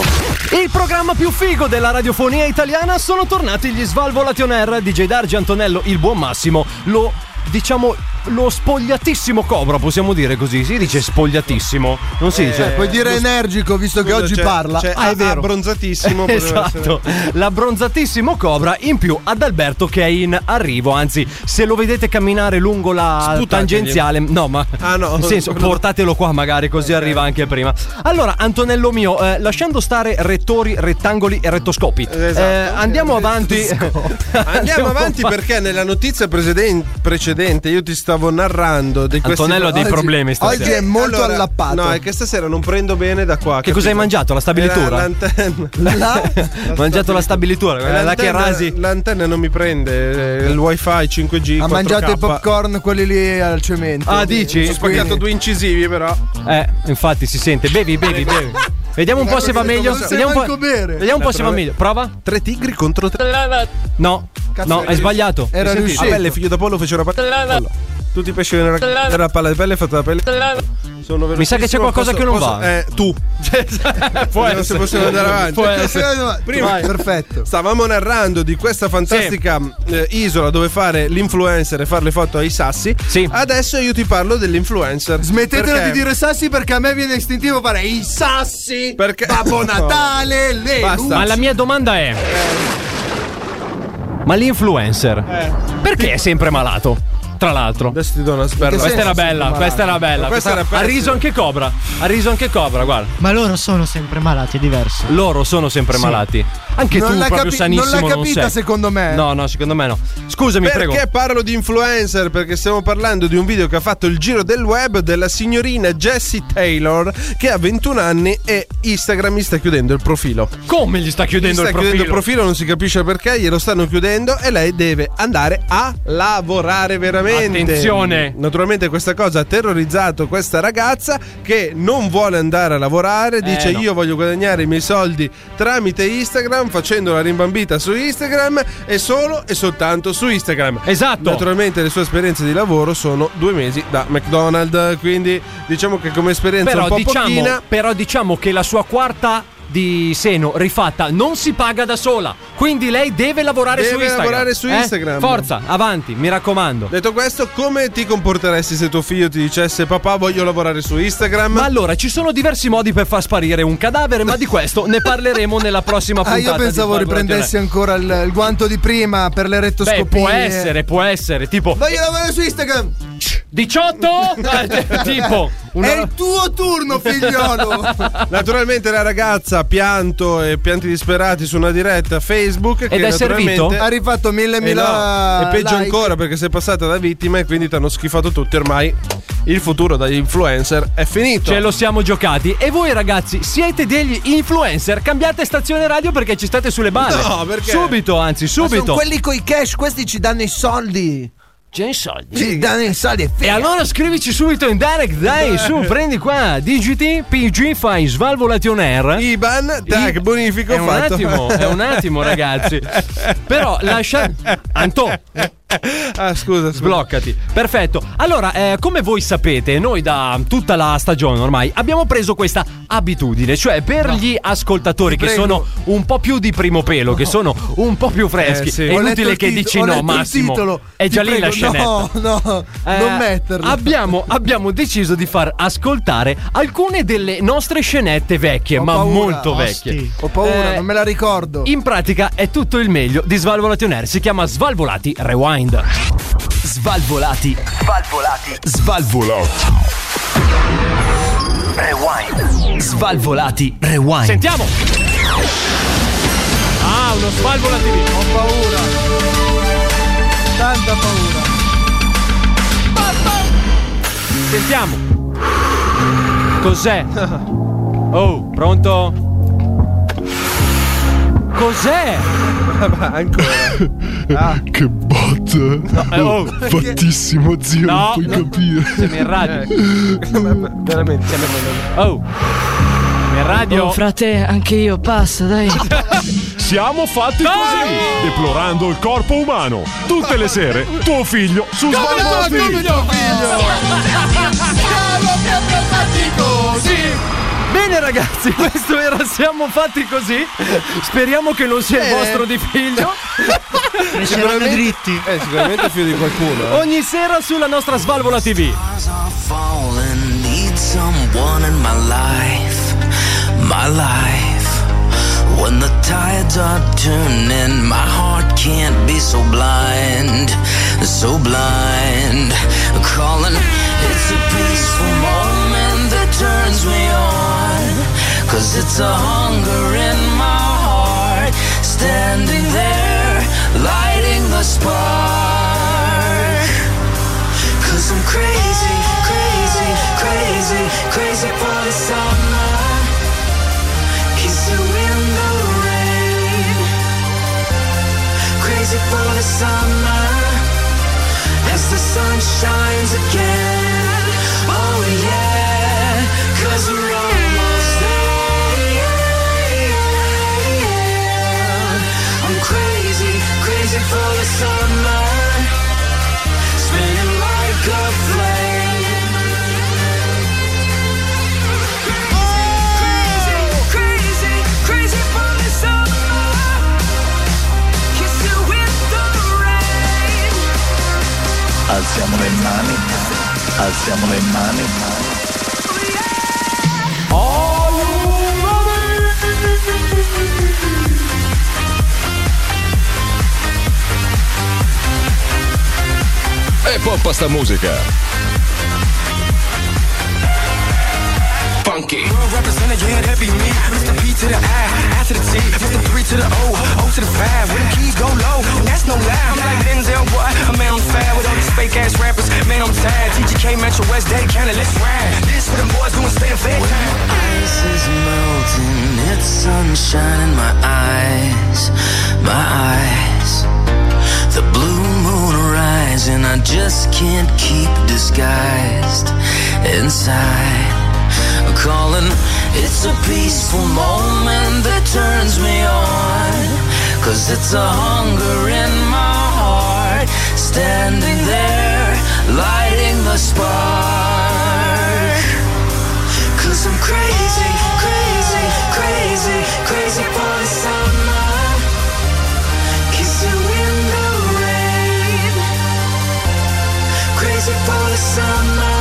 [SPEAKER 9] Il programma più figo della radiofonia italiana sono tornati gli Svalvolati on air. DJ Dargi Antonello, il buon Massimo, lo diciamo lo spogliatissimo Cobra, possiamo dire così. Si dice spogliatissimo, non si dice.
[SPEAKER 10] Eh, puoi
[SPEAKER 8] Eh,
[SPEAKER 10] dire energico visto che
[SPEAKER 8] Scusa,
[SPEAKER 10] oggi
[SPEAKER 8] c'è-
[SPEAKER 10] parla.
[SPEAKER 8] c'è
[SPEAKER 10] Ah,
[SPEAKER 8] a- abbronzatissimo, poteva
[SPEAKER 9] Esatto, l'abbronzatissimo Cobra in più ad Alberto che è in arrivo, anzi se lo vedete camminare lungo la
[SPEAKER 8] Sputateli.
[SPEAKER 9] tangenziale, no ma
[SPEAKER 8] Ah, no. Eh.
[SPEAKER 9] nel senso portatelo qua magari così arriva anche prima. Allora Antonello mio, eh, lasciando stare rettori, rettangoli e rettoscopi,
[SPEAKER 10] Esatto.
[SPEAKER 9] eh, andiamo avanti.
[SPEAKER 8] Andiamo avanti perché nella notizia preceden- precedente io ti stavo narrando di questi
[SPEAKER 9] Antonello ha dei
[SPEAKER 8] Oggi-
[SPEAKER 9] problemi stasera.
[SPEAKER 10] Oggi è molto
[SPEAKER 8] Allora,
[SPEAKER 10] allappato.
[SPEAKER 8] No, è che stasera non prendo bene da qua. Eh,
[SPEAKER 9] Che cosa hai mangiato? La stabilitura?
[SPEAKER 8] l'antenna.
[SPEAKER 9] Ha mangiato la stabilitura, guarda, la che rasi.
[SPEAKER 8] L'antenna non mi prende, eh, il wifi 5G.
[SPEAKER 10] Ha
[SPEAKER 8] 4K.
[SPEAKER 10] mangiato i Ah, popcorn quelli lì al cemento.
[SPEAKER 9] Ah, dici?
[SPEAKER 8] Ho spaccato due incisivi, però.
[SPEAKER 9] Eh, infatti si sente. Bevi, bevi, bevi. Vediamo un po' se va
[SPEAKER 8] Ecco,
[SPEAKER 9] meglio.
[SPEAKER 10] Non sai
[SPEAKER 9] Vediamo un po',
[SPEAKER 10] manco bere.
[SPEAKER 9] vediamo un po' se va meglio. Prova.
[SPEAKER 8] Tre tigri contro tre.
[SPEAKER 9] No, no, hai sbagliato.
[SPEAKER 10] Era
[SPEAKER 9] Hai
[SPEAKER 10] riuscito.
[SPEAKER 9] sentito?
[SPEAKER 8] La Ah, pelle, figlio d'Apollo, fece una palla. Tutti i pesci vennero a era la palla di pelle, fatta la pelle. Sono
[SPEAKER 9] Mi sa che c'è
[SPEAKER 8] velocissimo,
[SPEAKER 9] qualcosa
[SPEAKER 8] posso-
[SPEAKER 9] che non
[SPEAKER 8] posso-
[SPEAKER 9] va.
[SPEAKER 8] Eh, tu.
[SPEAKER 9] Può
[SPEAKER 8] Vediamo se
[SPEAKER 9] essere.
[SPEAKER 8] possiamo andare avanti.
[SPEAKER 9] Può essere.
[SPEAKER 8] Prima-
[SPEAKER 10] Vai. perfetto.
[SPEAKER 8] Stavamo narrando di questa fantastica eh, isola dove fare l'influencer e fare le foto ai sassi.
[SPEAKER 9] Sì.
[SPEAKER 8] Adesso io ti parlo dell'influencer.
[SPEAKER 10] Smettetela
[SPEAKER 8] Perché-
[SPEAKER 10] di dire sassi perché a me viene istintivo fare i sassi.
[SPEAKER 8] Perché-
[SPEAKER 10] Babbo
[SPEAKER 8] No.
[SPEAKER 10] Natale, le
[SPEAKER 8] Basta.
[SPEAKER 10] luci.
[SPEAKER 9] Ma la mia domanda è. Ma l'influencer? Perché è sempre malato? Tra l'altro.
[SPEAKER 8] Adesso ti do una sperma.
[SPEAKER 9] Questa era bella,
[SPEAKER 8] Ma-
[SPEAKER 9] questa era bella.
[SPEAKER 8] Ma questa era
[SPEAKER 9] ha
[SPEAKER 8] pessima.
[SPEAKER 9] riso anche Cobra. Ha riso anche Cobra, guarda.
[SPEAKER 3] Ma loro sono sempre malati, è diverso.
[SPEAKER 9] Loro sono sempre malati. Anche tu,
[SPEAKER 10] non l'ha,
[SPEAKER 9] proprio
[SPEAKER 10] capi- non l'ha
[SPEAKER 9] sanissimo. Non
[SPEAKER 10] capita
[SPEAKER 9] sei.
[SPEAKER 10] secondo me.
[SPEAKER 9] No, no, secondo me no. Scusami,
[SPEAKER 8] Perché
[SPEAKER 9] prego.
[SPEAKER 8] parlo di influencer? Perché stiamo parlando di un video che ha fatto il giro del web della signorina Jessie Taylor che ha 21 anni e Instagram mi sta chiudendo il profilo.
[SPEAKER 9] Come gli sta
[SPEAKER 8] Gli
[SPEAKER 9] chiudendo
[SPEAKER 8] sta
[SPEAKER 9] il
[SPEAKER 8] chiudendo il
[SPEAKER 9] profilo?
[SPEAKER 8] profilo, non si capisce perché, glielo stanno chiudendo e lei deve andare a lavorare veramente.
[SPEAKER 9] Attenzione.
[SPEAKER 8] Naturalmente questa cosa ha terrorizzato questa ragazza che non vuole andare a lavorare, dice
[SPEAKER 9] Eh, no.
[SPEAKER 8] io voglio guadagnare i miei soldi tramite Instagram facendo la rimbambita su Instagram e solo e soltanto su Instagram.
[SPEAKER 9] Esatto.
[SPEAKER 8] Naturalmente le sue esperienze di lavoro sono due mesi da McDonald's, quindi diciamo che come esperienza un
[SPEAKER 9] Però
[SPEAKER 8] po'
[SPEAKER 9] diciamo,
[SPEAKER 8] pochina...
[SPEAKER 9] però diciamo che la sua quarta di seno rifatta non si paga da sola. Quindi lei deve lavorare
[SPEAKER 8] Deve
[SPEAKER 9] su Instagram.
[SPEAKER 8] lavorare su
[SPEAKER 9] Eh?
[SPEAKER 8] Instagram.
[SPEAKER 9] Forza, avanti, mi raccomando.
[SPEAKER 8] Detto questo, come ti comporteresti se tuo figlio ti dicesse papà voglio lavorare su Instagram?
[SPEAKER 9] Ma allora, ci sono diversi modi per far sparire un cadavere, ma di questo ne parleremo nella prossima
[SPEAKER 10] Ah,
[SPEAKER 9] puntata.
[SPEAKER 10] io
[SPEAKER 9] di
[SPEAKER 10] pensavo
[SPEAKER 9] Barbarotti
[SPEAKER 10] riprendessi ancora il, il guanto di prima per le
[SPEAKER 9] Online.
[SPEAKER 10] rettoscopie.
[SPEAKER 9] Beh, può essere, può essere. Tipo,
[SPEAKER 10] Voglio lavorare su Instagram.
[SPEAKER 9] 18? Eh, tipo, una-
[SPEAKER 10] È il tuo turno, figliolo.
[SPEAKER 8] Naturalmente la ragazza ha pianto e pianti disperati su una diretta Facebook.
[SPEAKER 9] Ed è servito?
[SPEAKER 10] ha rifatto mille
[SPEAKER 8] E,
[SPEAKER 9] Eh
[SPEAKER 10] mila.
[SPEAKER 8] no, e peggio
[SPEAKER 10] like.
[SPEAKER 8] ancora perché sei passata da vittima e quindi ti hanno schifato tutti ormai. Il futuro dagli influencer è finito.
[SPEAKER 9] Ce lo siamo giocati. E voi, ragazzi, siete degli influencer. Cambiate stazione radio perché ci state sulle balle.
[SPEAKER 8] No, perché?
[SPEAKER 9] Subito, anzi, subito.
[SPEAKER 10] coi cash, questi ci danno i soldi.
[SPEAKER 9] C'è i soldi.
[SPEAKER 10] Ci danno i soldi.
[SPEAKER 9] E allora scrivici subito in direct, dai, su, prendi qua, digiti, PG, fai Svalvolati on air.
[SPEAKER 8] Iban, tag,
[SPEAKER 9] I-
[SPEAKER 8] bonifico
[SPEAKER 9] è un
[SPEAKER 8] fatto.
[SPEAKER 9] attimo, è un attimo, ragazzi. Però lascia. Anto,
[SPEAKER 8] ah, scusa, scusa.
[SPEAKER 9] sbloccati. Perfetto. Allora, eh, come voi sapete, noi da tutta la stagione ormai abbiamo preso questa abitudine, cioè per gli ascoltatori che
[SPEAKER 10] prego.
[SPEAKER 9] sono un po' più di primo pelo, che sono un po' più freschi.
[SPEAKER 8] Eh, sì.
[SPEAKER 9] È
[SPEAKER 10] Ho letto
[SPEAKER 9] inutile
[SPEAKER 10] il
[SPEAKER 9] che
[SPEAKER 10] tit-
[SPEAKER 9] dici
[SPEAKER 10] ho
[SPEAKER 9] no,
[SPEAKER 10] letto il
[SPEAKER 9] Massimo.
[SPEAKER 10] titolo.
[SPEAKER 9] È
[SPEAKER 10] Ti
[SPEAKER 9] già lì
[SPEAKER 10] prego,
[SPEAKER 9] la scenetta.
[SPEAKER 10] No, no,
[SPEAKER 9] Eh,
[SPEAKER 10] non metterlo.
[SPEAKER 9] Abbiamo, abbiamo deciso di far ascoltare alcune delle nostre scenette vecchie,
[SPEAKER 10] Ho
[SPEAKER 9] ma
[SPEAKER 10] paura, Ah,
[SPEAKER 9] molto
[SPEAKER 3] osti.
[SPEAKER 9] vecchie.
[SPEAKER 10] Ho paura,
[SPEAKER 9] Eh,
[SPEAKER 10] non me la ricordo.
[SPEAKER 9] In pratica è tutto il meglio di Svalvolati on Air. Si chiama Svalvolati Rewind.
[SPEAKER 7] Svalvolati. Svalvolati. Svalvolati. Rewind. Svalvolati. Rewind.
[SPEAKER 9] Sentiamo! Ah, uno Svalvolati.
[SPEAKER 10] Ho paura. Tanta paura.
[SPEAKER 9] Sentiamo. Cos'è? Oh, pronto? Cos'è?
[SPEAKER 8] Ancora.
[SPEAKER 1] Che botte!
[SPEAKER 9] Eh, oh,
[SPEAKER 1] Fattissimo zio,
[SPEAKER 9] No,
[SPEAKER 1] non puoi Eh.
[SPEAKER 9] no.
[SPEAKER 1] capire.
[SPEAKER 9] siamo in radio.
[SPEAKER 8] Veramente.
[SPEAKER 9] Oh.
[SPEAKER 13] Nel radio.
[SPEAKER 14] Oh, frate, anche io passo, dai.
[SPEAKER 15] Siamo fatti così, deplorando il corpo umano. Tutte le sere, tuo figlio su
[SPEAKER 10] Come no,
[SPEAKER 15] Svalvolati.
[SPEAKER 10] come no, figlio? Siamo sempre fatti così.
[SPEAKER 9] Bene ragazzi, questo era Siamo fatti così. Speriamo che non sia il
[SPEAKER 10] Eh.
[SPEAKER 9] vostro di figlio.
[SPEAKER 8] Sicuramente- Eh, sicuramente è figlio di qualcuno. eh.
[SPEAKER 9] Ogni sera sulla nostra Svalvola TV.
[SPEAKER 2] falling, need someone in my life, my life. When the tides are turning, my heart can't be so blind, so blind. Calling, it's a peaceful moment that turns me on, cause it's a hunger in my heart, standing there, lighting the spark. Cause I'm crazy, crazy, crazy, crazy for the summer. Kiss you in the rain. Crazy for the summer. As the sun shines again. Oh yeah. Cause we're almost there. Yeah, yeah, yeah. I'm crazy, crazy for the summer spinning like a flame. Oh! Crazy, crazy, crazy for the summer. Kiss you in the rain.
[SPEAKER 16] Alziamo le mani, alziamo le mani.
[SPEAKER 2] Oh,
[SPEAKER 17] E poppa Eh, sta musica. Funky.
[SPEAKER 16] World represented, yeah, that be me. Mr. P to the I, I to the T, Mr. 3 to the O, O to the 5. When the keys go low, and that's no lie. I'm like Denzel, boy, a man on fire with all these fake ass rappers. Man, I'm tired. TGK Metro West, Day County, let's ride. This for the boys doing stay in fair time.
[SPEAKER 2] Ice is melting, it's sunshine in my eyes, my eyes. The blue moon rising, I just can't keep disguised inside. Calling, it's a peaceful moment that turns me on. Cause it's a hunger in my heart, standing there, lighting the spark. Cause I'm crazy, crazy, crazy, crazy for the summer. Kiss you in the rain. Crazy for the summer.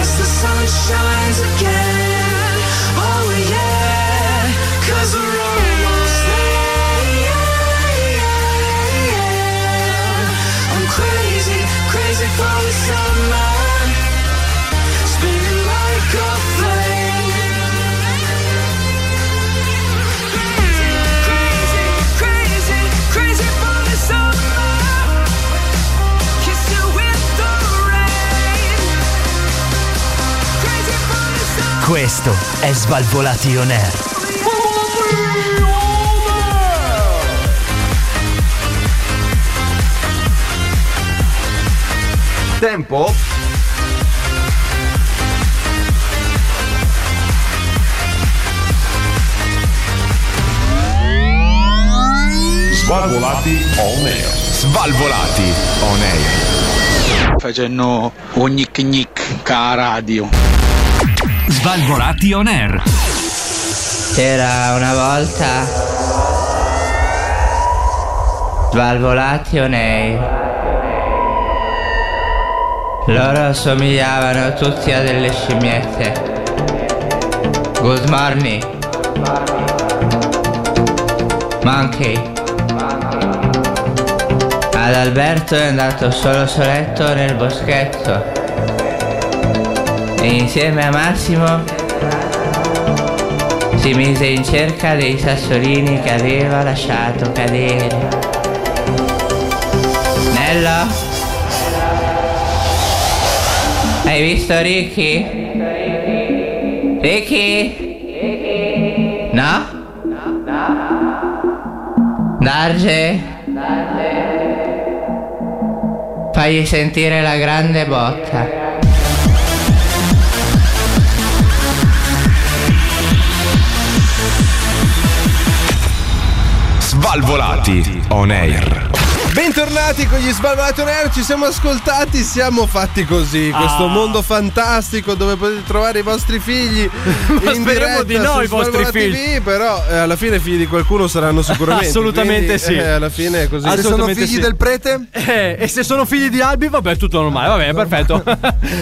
[SPEAKER 2] As the sun shines again. Oh yeah. Cause we're almost there. Yeah, yeah, yeah. I'm crazy, crazy for the summer. Spinning like a flame. Crazy, crazy, crazy for the summer. Kiss you with the rain. Crazy for the summer.
[SPEAKER 7] Questo è Svalvolati On Air.
[SPEAKER 18] Tempo?
[SPEAKER 4] Svalvolati on air. Svalvolati on air.
[SPEAKER 12] Facendo ogni gnic ca radio.
[SPEAKER 7] Svalvolati On Air.
[SPEAKER 19] C'era una volta Svalvolati o nei Loro somigliavano tutti a delle scimmiette Good morning Monkey Ad Alberto è andato solo soletto nel boschetto E insieme a Massimo si mise in cerca dei sassolini che aveva lasciato cadere. Nello? Hai visto Ricky? Ricky? No? Darge? Fagli sentire la grande botta.
[SPEAKER 4] Svalvolati on air.
[SPEAKER 8] Bentornati con gli Svalvolati on air, ci siamo ascoltati, siamo fatti così, questo
[SPEAKER 9] Ah.
[SPEAKER 8] mondo fantastico dove potete trovare i vostri figli
[SPEAKER 9] Ma
[SPEAKER 8] in
[SPEAKER 9] speriamo
[SPEAKER 8] diretta
[SPEAKER 9] di no,
[SPEAKER 8] su
[SPEAKER 9] i vostri
[SPEAKER 8] Svalvolati
[SPEAKER 9] figli.
[SPEAKER 8] TV, però eh, alla fine figli di qualcuno saranno sicuramente.
[SPEAKER 9] Assolutamente
[SPEAKER 8] quindi,
[SPEAKER 9] sì.
[SPEAKER 8] eh, alla fine è
[SPEAKER 10] Ah,
[SPEAKER 8] così.
[SPEAKER 9] Assolutamente sì.
[SPEAKER 10] prete?
[SPEAKER 9] Eh, e se sono figli di Albi, vabbè, tutto normale, vabbè, perfetto.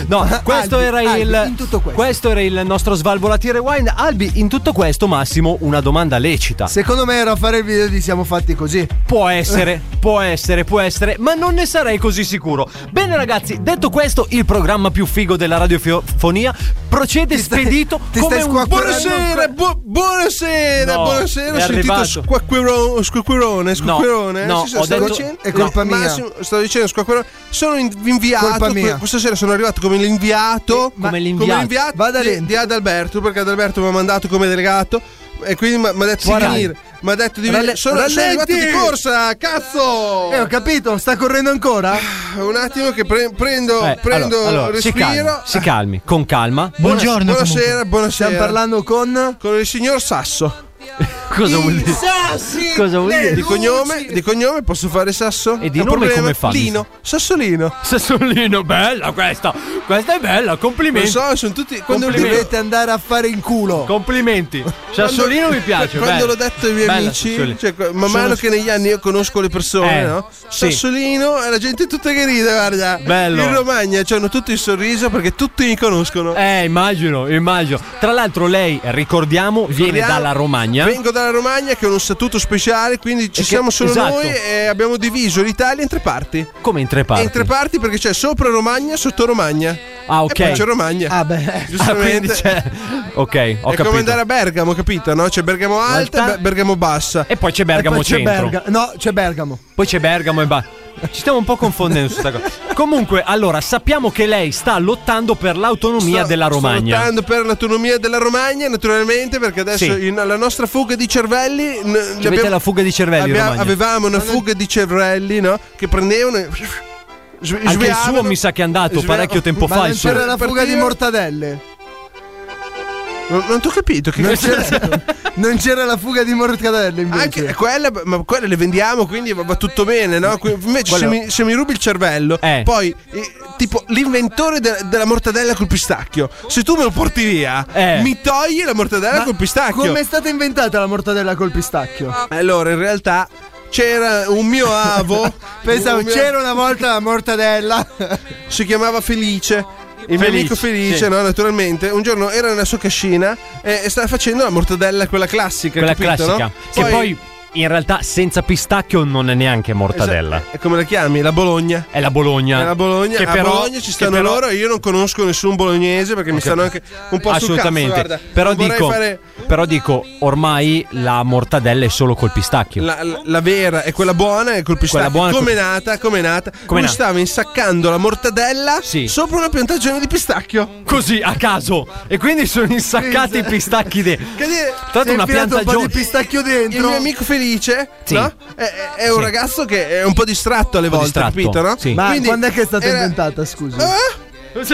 [SPEAKER 9] No, questo era
[SPEAKER 10] Ah, Albi,
[SPEAKER 9] il.
[SPEAKER 10] in tutto questo.
[SPEAKER 9] era il nostro svalvolati rewind. Albi, in tutto questo, Massimo, una domanda lecita.
[SPEAKER 10] Secondo me era fare il video di siamo fatti così.
[SPEAKER 9] Può essere, può essere, può essere, ma non ne sarei così sicuro. Bene, ragazzi, detto questo, il programma più figo della radiofonia procede spedito
[SPEAKER 10] ti
[SPEAKER 9] come
[SPEAKER 10] stai
[SPEAKER 9] un
[SPEAKER 10] squacquerando
[SPEAKER 8] Buonasera, bu- buonasera,
[SPEAKER 9] No,
[SPEAKER 8] buonasera.
[SPEAKER 9] è
[SPEAKER 8] Ho sentito
[SPEAKER 9] arrivato.
[SPEAKER 8] squacquerone, squacquerone, squacquerone.
[SPEAKER 9] no,
[SPEAKER 8] Sì, sì,
[SPEAKER 9] ho
[SPEAKER 8] stavo
[SPEAKER 9] detto-
[SPEAKER 8] dicendo-
[SPEAKER 10] è colpa
[SPEAKER 8] no,
[SPEAKER 10] mia.
[SPEAKER 8] Massimo, stavo dicendo squacquerone. Sono in- inviato.
[SPEAKER 10] Colpa mia.
[SPEAKER 8] Questa sera sono arrivato come l'inviato.
[SPEAKER 9] ma- Eh, come l'inviato.
[SPEAKER 10] Vada
[SPEAKER 8] di,
[SPEAKER 10] lento.
[SPEAKER 8] di Adalberto, perché Adalberto mi ha mandato come delegato. E quindi mi mi ha detto
[SPEAKER 10] Guarda.
[SPEAKER 8] di venire. Mi ha detto di
[SPEAKER 10] Ralle-
[SPEAKER 8] venire. Sono, sono arrivato
[SPEAKER 10] rallenti!
[SPEAKER 8] di corsa, cazzo! Ah,
[SPEAKER 10] Eh, ho capito, sta correndo ancora?
[SPEAKER 8] Un attimo che pre- prendo,
[SPEAKER 9] Eh,
[SPEAKER 8] prendo
[SPEAKER 9] allora, allora, si
[SPEAKER 8] respiro.
[SPEAKER 9] calmi, si calmi, con calma.
[SPEAKER 3] Buongiorno.
[SPEAKER 8] Buonasera, buonasera.
[SPEAKER 10] Stiamo parlando con.
[SPEAKER 8] con il signor Sasso.
[SPEAKER 9] Cosa vuol dire? Cosa vuol dire?
[SPEAKER 8] Di cognome, di cognome posso fare Sasso?
[SPEAKER 9] E di
[SPEAKER 8] È un
[SPEAKER 9] nome
[SPEAKER 8] problema?
[SPEAKER 9] come fa?
[SPEAKER 8] Lino, Sassolino.
[SPEAKER 9] Sassolino, bella questa. Questa è bella,
[SPEAKER 8] Lo
[SPEAKER 9] complimenti.
[SPEAKER 8] so, sono tutti. Quando,
[SPEAKER 9] Complimenti.
[SPEAKER 8] quando-
[SPEAKER 10] Dovete andare a fare in culo.
[SPEAKER 9] Complimenti. Sassolino mi piace.
[SPEAKER 8] Quando
[SPEAKER 9] bello.
[SPEAKER 8] l'ho detto ai miei
[SPEAKER 9] Bella
[SPEAKER 8] amici,
[SPEAKER 9] Sassolino.
[SPEAKER 8] cioè, man mano che negli anni io conosco le persone,
[SPEAKER 9] Eh,
[SPEAKER 8] no?
[SPEAKER 9] sì.
[SPEAKER 8] Sassolino e la gente tutta che ride, guarda.
[SPEAKER 9] Bello.
[SPEAKER 8] In Romagna cioè, hanno tutti il sorriso perché tutti mi conoscono.
[SPEAKER 9] Eh, immagino, immagino. Tra l'altro lei, ricordiamo, viene
[SPEAKER 8] Torniamo-
[SPEAKER 9] dalla Romagna.
[SPEAKER 8] Vengo dalla Romagna che è uno statuto speciale, quindi ci
[SPEAKER 9] E che-
[SPEAKER 8] siamo solo
[SPEAKER 9] esatto.
[SPEAKER 8] noi e abbiamo diviso l'Italia in tre parti.
[SPEAKER 9] Come in tre parti.
[SPEAKER 8] In tre parti perché c'è sopra Romagna, sotto Romagna.
[SPEAKER 9] Ah, ok.
[SPEAKER 8] E poi c'è Romagna.
[SPEAKER 10] Ah, beh.
[SPEAKER 9] Ah,
[SPEAKER 8] Giustamente.
[SPEAKER 9] quindi c'è... Ok, ho
[SPEAKER 8] è
[SPEAKER 9] capito.
[SPEAKER 8] come andare a Bergamo, capito? No? C'è Bergamo Alta e
[SPEAKER 9] Alta.
[SPEAKER 8] Be- Bergamo Bassa.
[SPEAKER 9] E poi c'è
[SPEAKER 10] E
[SPEAKER 9] Bergamo
[SPEAKER 10] poi c'è
[SPEAKER 9] Centro.
[SPEAKER 10] Berga- No, c'è Bergamo.
[SPEAKER 9] Poi c'è Bergamo e Ba. Ci stiamo un po' confondendo su sta cosa. Comunque, allora, sappiamo che lei sta lottando per l'autonomia
[SPEAKER 8] Sto-
[SPEAKER 9] della Romagna.
[SPEAKER 8] Sto lottando per l'autonomia della Romagna, naturalmente, perché adesso
[SPEAKER 9] Sì.
[SPEAKER 8] in- la nostra fuga di cervelli. n- ne
[SPEAKER 9] Ci avete
[SPEAKER 8] abbiamo-
[SPEAKER 9] la fuga di cervelli,
[SPEAKER 8] abbia-
[SPEAKER 9] Romagna.
[SPEAKER 8] Avevamo una fuga di cervelli, no? Che prendevano. e- s-
[SPEAKER 9] Anche il
[SPEAKER 8] sviavano.
[SPEAKER 9] suo mi sa che è andato
[SPEAKER 8] Svea-
[SPEAKER 9] parecchio tempo
[SPEAKER 8] Ma
[SPEAKER 9] fa.
[SPEAKER 8] non
[SPEAKER 9] il suo.
[SPEAKER 10] C'era la fuga
[SPEAKER 8] Partire-
[SPEAKER 10] di mortadelle.
[SPEAKER 8] Non, non ti ho capito. Che
[SPEAKER 10] Non
[SPEAKER 8] cazzo-
[SPEAKER 10] c'era, non c'era la fuga di mortadelle invece.
[SPEAKER 8] Anche eh, quella, ma quelle le vendiamo, quindi va, va tutto bene, no? Que- Invece se
[SPEAKER 9] Quello-
[SPEAKER 8] mi, se mi rubi il cervello,
[SPEAKER 9] Eh.
[SPEAKER 8] poi eh, tipo l'inventore de- della mortadella col pistacchio, se tu me lo porti via,
[SPEAKER 9] Eh.
[SPEAKER 8] mi togli la mortadella col pistacchio.
[SPEAKER 10] Come è stata inventata la mortadella col pistacchio?
[SPEAKER 8] Allora, in realtà c'era un mio avo.
[SPEAKER 10] Pensavo
[SPEAKER 8] un mio-
[SPEAKER 10] c'era una volta la mortadella.
[SPEAKER 8] Si chiamava Felice. Il mio
[SPEAKER 9] Felice,
[SPEAKER 8] amico Felice,
[SPEAKER 9] sì.
[SPEAKER 8] no, naturalmente, un giorno era nella sua cascina e, e stava facendo la mortadella, quella classica.
[SPEAKER 9] Quella
[SPEAKER 8] capito,
[SPEAKER 9] classica.
[SPEAKER 8] no?
[SPEAKER 9] Che poi... in realtà senza pistacchio non è neanche mortadella.
[SPEAKER 8] E come la chiami? La Bologna.
[SPEAKER 9] È la Bologna.
[SPEAKER 8] È la Bologna,
[SPEAKER 9] Che
[SPEAKER 8] a
[SPEAKER 9] però,
[SPEAKER 8] Bologna ci
[SPEAKER 9] che
[SPEAKER 8] stanno
[SPEAKER 9] però-
[SPEAKER 8] loro e io non conosco nessun bolognese perché mi stanno anche un po' sul cazzo,
[SPEAKER 9] Assolutamente.
[SPEAKER 8] guarda.
[SPEAKER 9] però,
[SPEAKER 8] Non vorrei
[SPEAKER 9] dico,
[SPEAKER 8] fare
[SPEAKER 9] però dico, ormai la mortadella è solo col pistacchio.
[SPEAKER 8] la, la- la vera e quella buona è col pistacchio.
[SPEAKER 9] buona
[SPEAKER 8] come
[SPEAKER 9] col-
[SPEAKER 8] nata, come nata.
[SPEAKER 9] Come
[SPEAKER 8] Lui
[SPEAKER 9] nata.
[SPEAKER 8] stava insaccando la mortadella
[SPEAKER 9] Sì.
[SPEAKER 8] sopra una piantagione di pistacchio.
[SPEAKER 9] Così a caso. E quindi sono insaccati i pistacchi de...
[SPEAKER 8] Che dire,
[SPEAKER 9] Tra l'altro
[SPEAKER 10] Si è infilato
[SPEAKER 9] una
[SPEAKER 10] un po' di
[SPEAKER 9] piantagione.
[SPEAKER 10] pistacchio
[SPEAKER 8] Il
[SPEAKER 10] dentro.
[SPEAKER 8] mio amico Felice
[SPEAKER 9] Sì.
[SPEAKER 8] no? è, è- Eh, è un
[SPEAKER 9] Sì.
[SPEAKER 8] ragazzo che è un po' distratto alle
[SPEAKER 9] po'
[SPEAKER 8] volte,
[SPEAKER 9] distratto,
[SPEAKER 8] capito? No?
[SPEAKER 9] sì.
[SPEAKER 10] Ma
[SPEAKER 8] Quindi
[SPEAKER 10] quando è che è stata
[SPEAKER 8] era-
[SPEAKER 10] inventata, scusa?
[SPEAKER 8] Eh?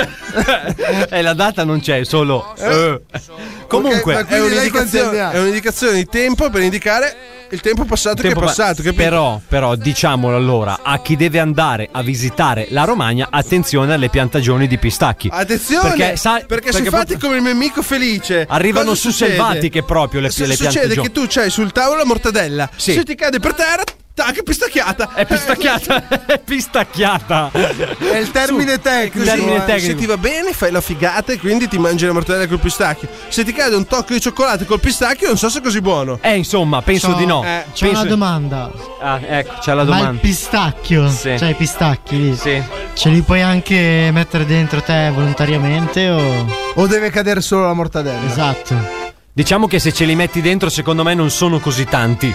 [SPEAKER 9] e Eh, la data non c'è, solo. eh. Comunque,
[SPEAKER 8] Ok, ma
[SPEAKER 10] è
[SPEAKER 8] quindi
[SPEAKER 10] un'indicazione-
[SPEAKER 8] lei quanti anni ha? è un'indicazione di tempo per indicare il tempo passato
[SPEAKER 9] tempo
[SPEAKER 8] che è
[SPEAKER 9] fa-
[SPEAKER 8] passato. capito?
[SPEAKER 9] però, però, diciamolo allora, a chi deve andare a visitare la Romagna, attenzione alle piantagioni di pistacchi.
[SPEAKER 8] Attenzione!
[SPEAKER 9] Perché,
[SPEAKER 8] Perché,
[SPEAKER 9] sai-
[SPEAKER 8] se
[SPEAKER 9] perché
[SPEAKER 8] fate
[SPEAKER 9] proprio-
[SPEAKER 8] come il mio amico felice,
[SPEAKER 9] Arrivano
[SPEAKER 8] cosa
[SPEAKER 9] su
[SPEAKER 8] succede?
[SPEAKER 9] selvatiche proprio le-
[SPEAKER 8] Se
[SPEAKER 9] le
[SPEAKER 8] Succede
[SPEAKER 9] piantagioni.
[SPEAKER 8] che tu c'hai sul tavolo la mortadella,
[SPEAKER 9] Sì.
[SPEAKER 8] se ti cade per terra, tac, pistacchiata.
[SPEAKER 9] È pistacchiata, è pistacchiata.
[SPEAKER 10] È il termine tecnico.
[SPEAKER 9] termine
[SPEAKER 10] eh.
[SPEAKER 8] Eh, Se
[SPEAKER 9] tecnico.
[SPEAKER 8] ti va bene, fai la figata e quindi ti mangi la mortadella col pistacchio. Se ti cade un tocco di cioccolato col pistacchio, non so se è così buono.
[SPEAKER 9] Eh, insomma, penso
[SPEAKER 3] Ciao.
[SPEAKER 9] di no.
[SPEAKER 8] Eh,
[SPEAKER 3] C'è
[SPEAKER 9] Penso-
[SPEAKER 3] una domanda.
[SPEAKER 9] Ah, ecco, c'è la
[SPEAKER 3] Ma il
[SPEAKER 9] domanda.
[SPEAKER 3] pistacchio,
[SPEAKER 9] Sì.
[SPEAKER 3] cioè i pistacchi lì,
[SPEAKER 9] Sì.
[SPEAKER 3] ce li puoi anche mettere dentro te volontariamente o...
[SPEAKER 10] O deve cadere solo la mortadella?
[SPEAKER 3] Esatto.
[SPEAKER 9] Diciamo che se ce li metti dentro, secondo me non sono così tanti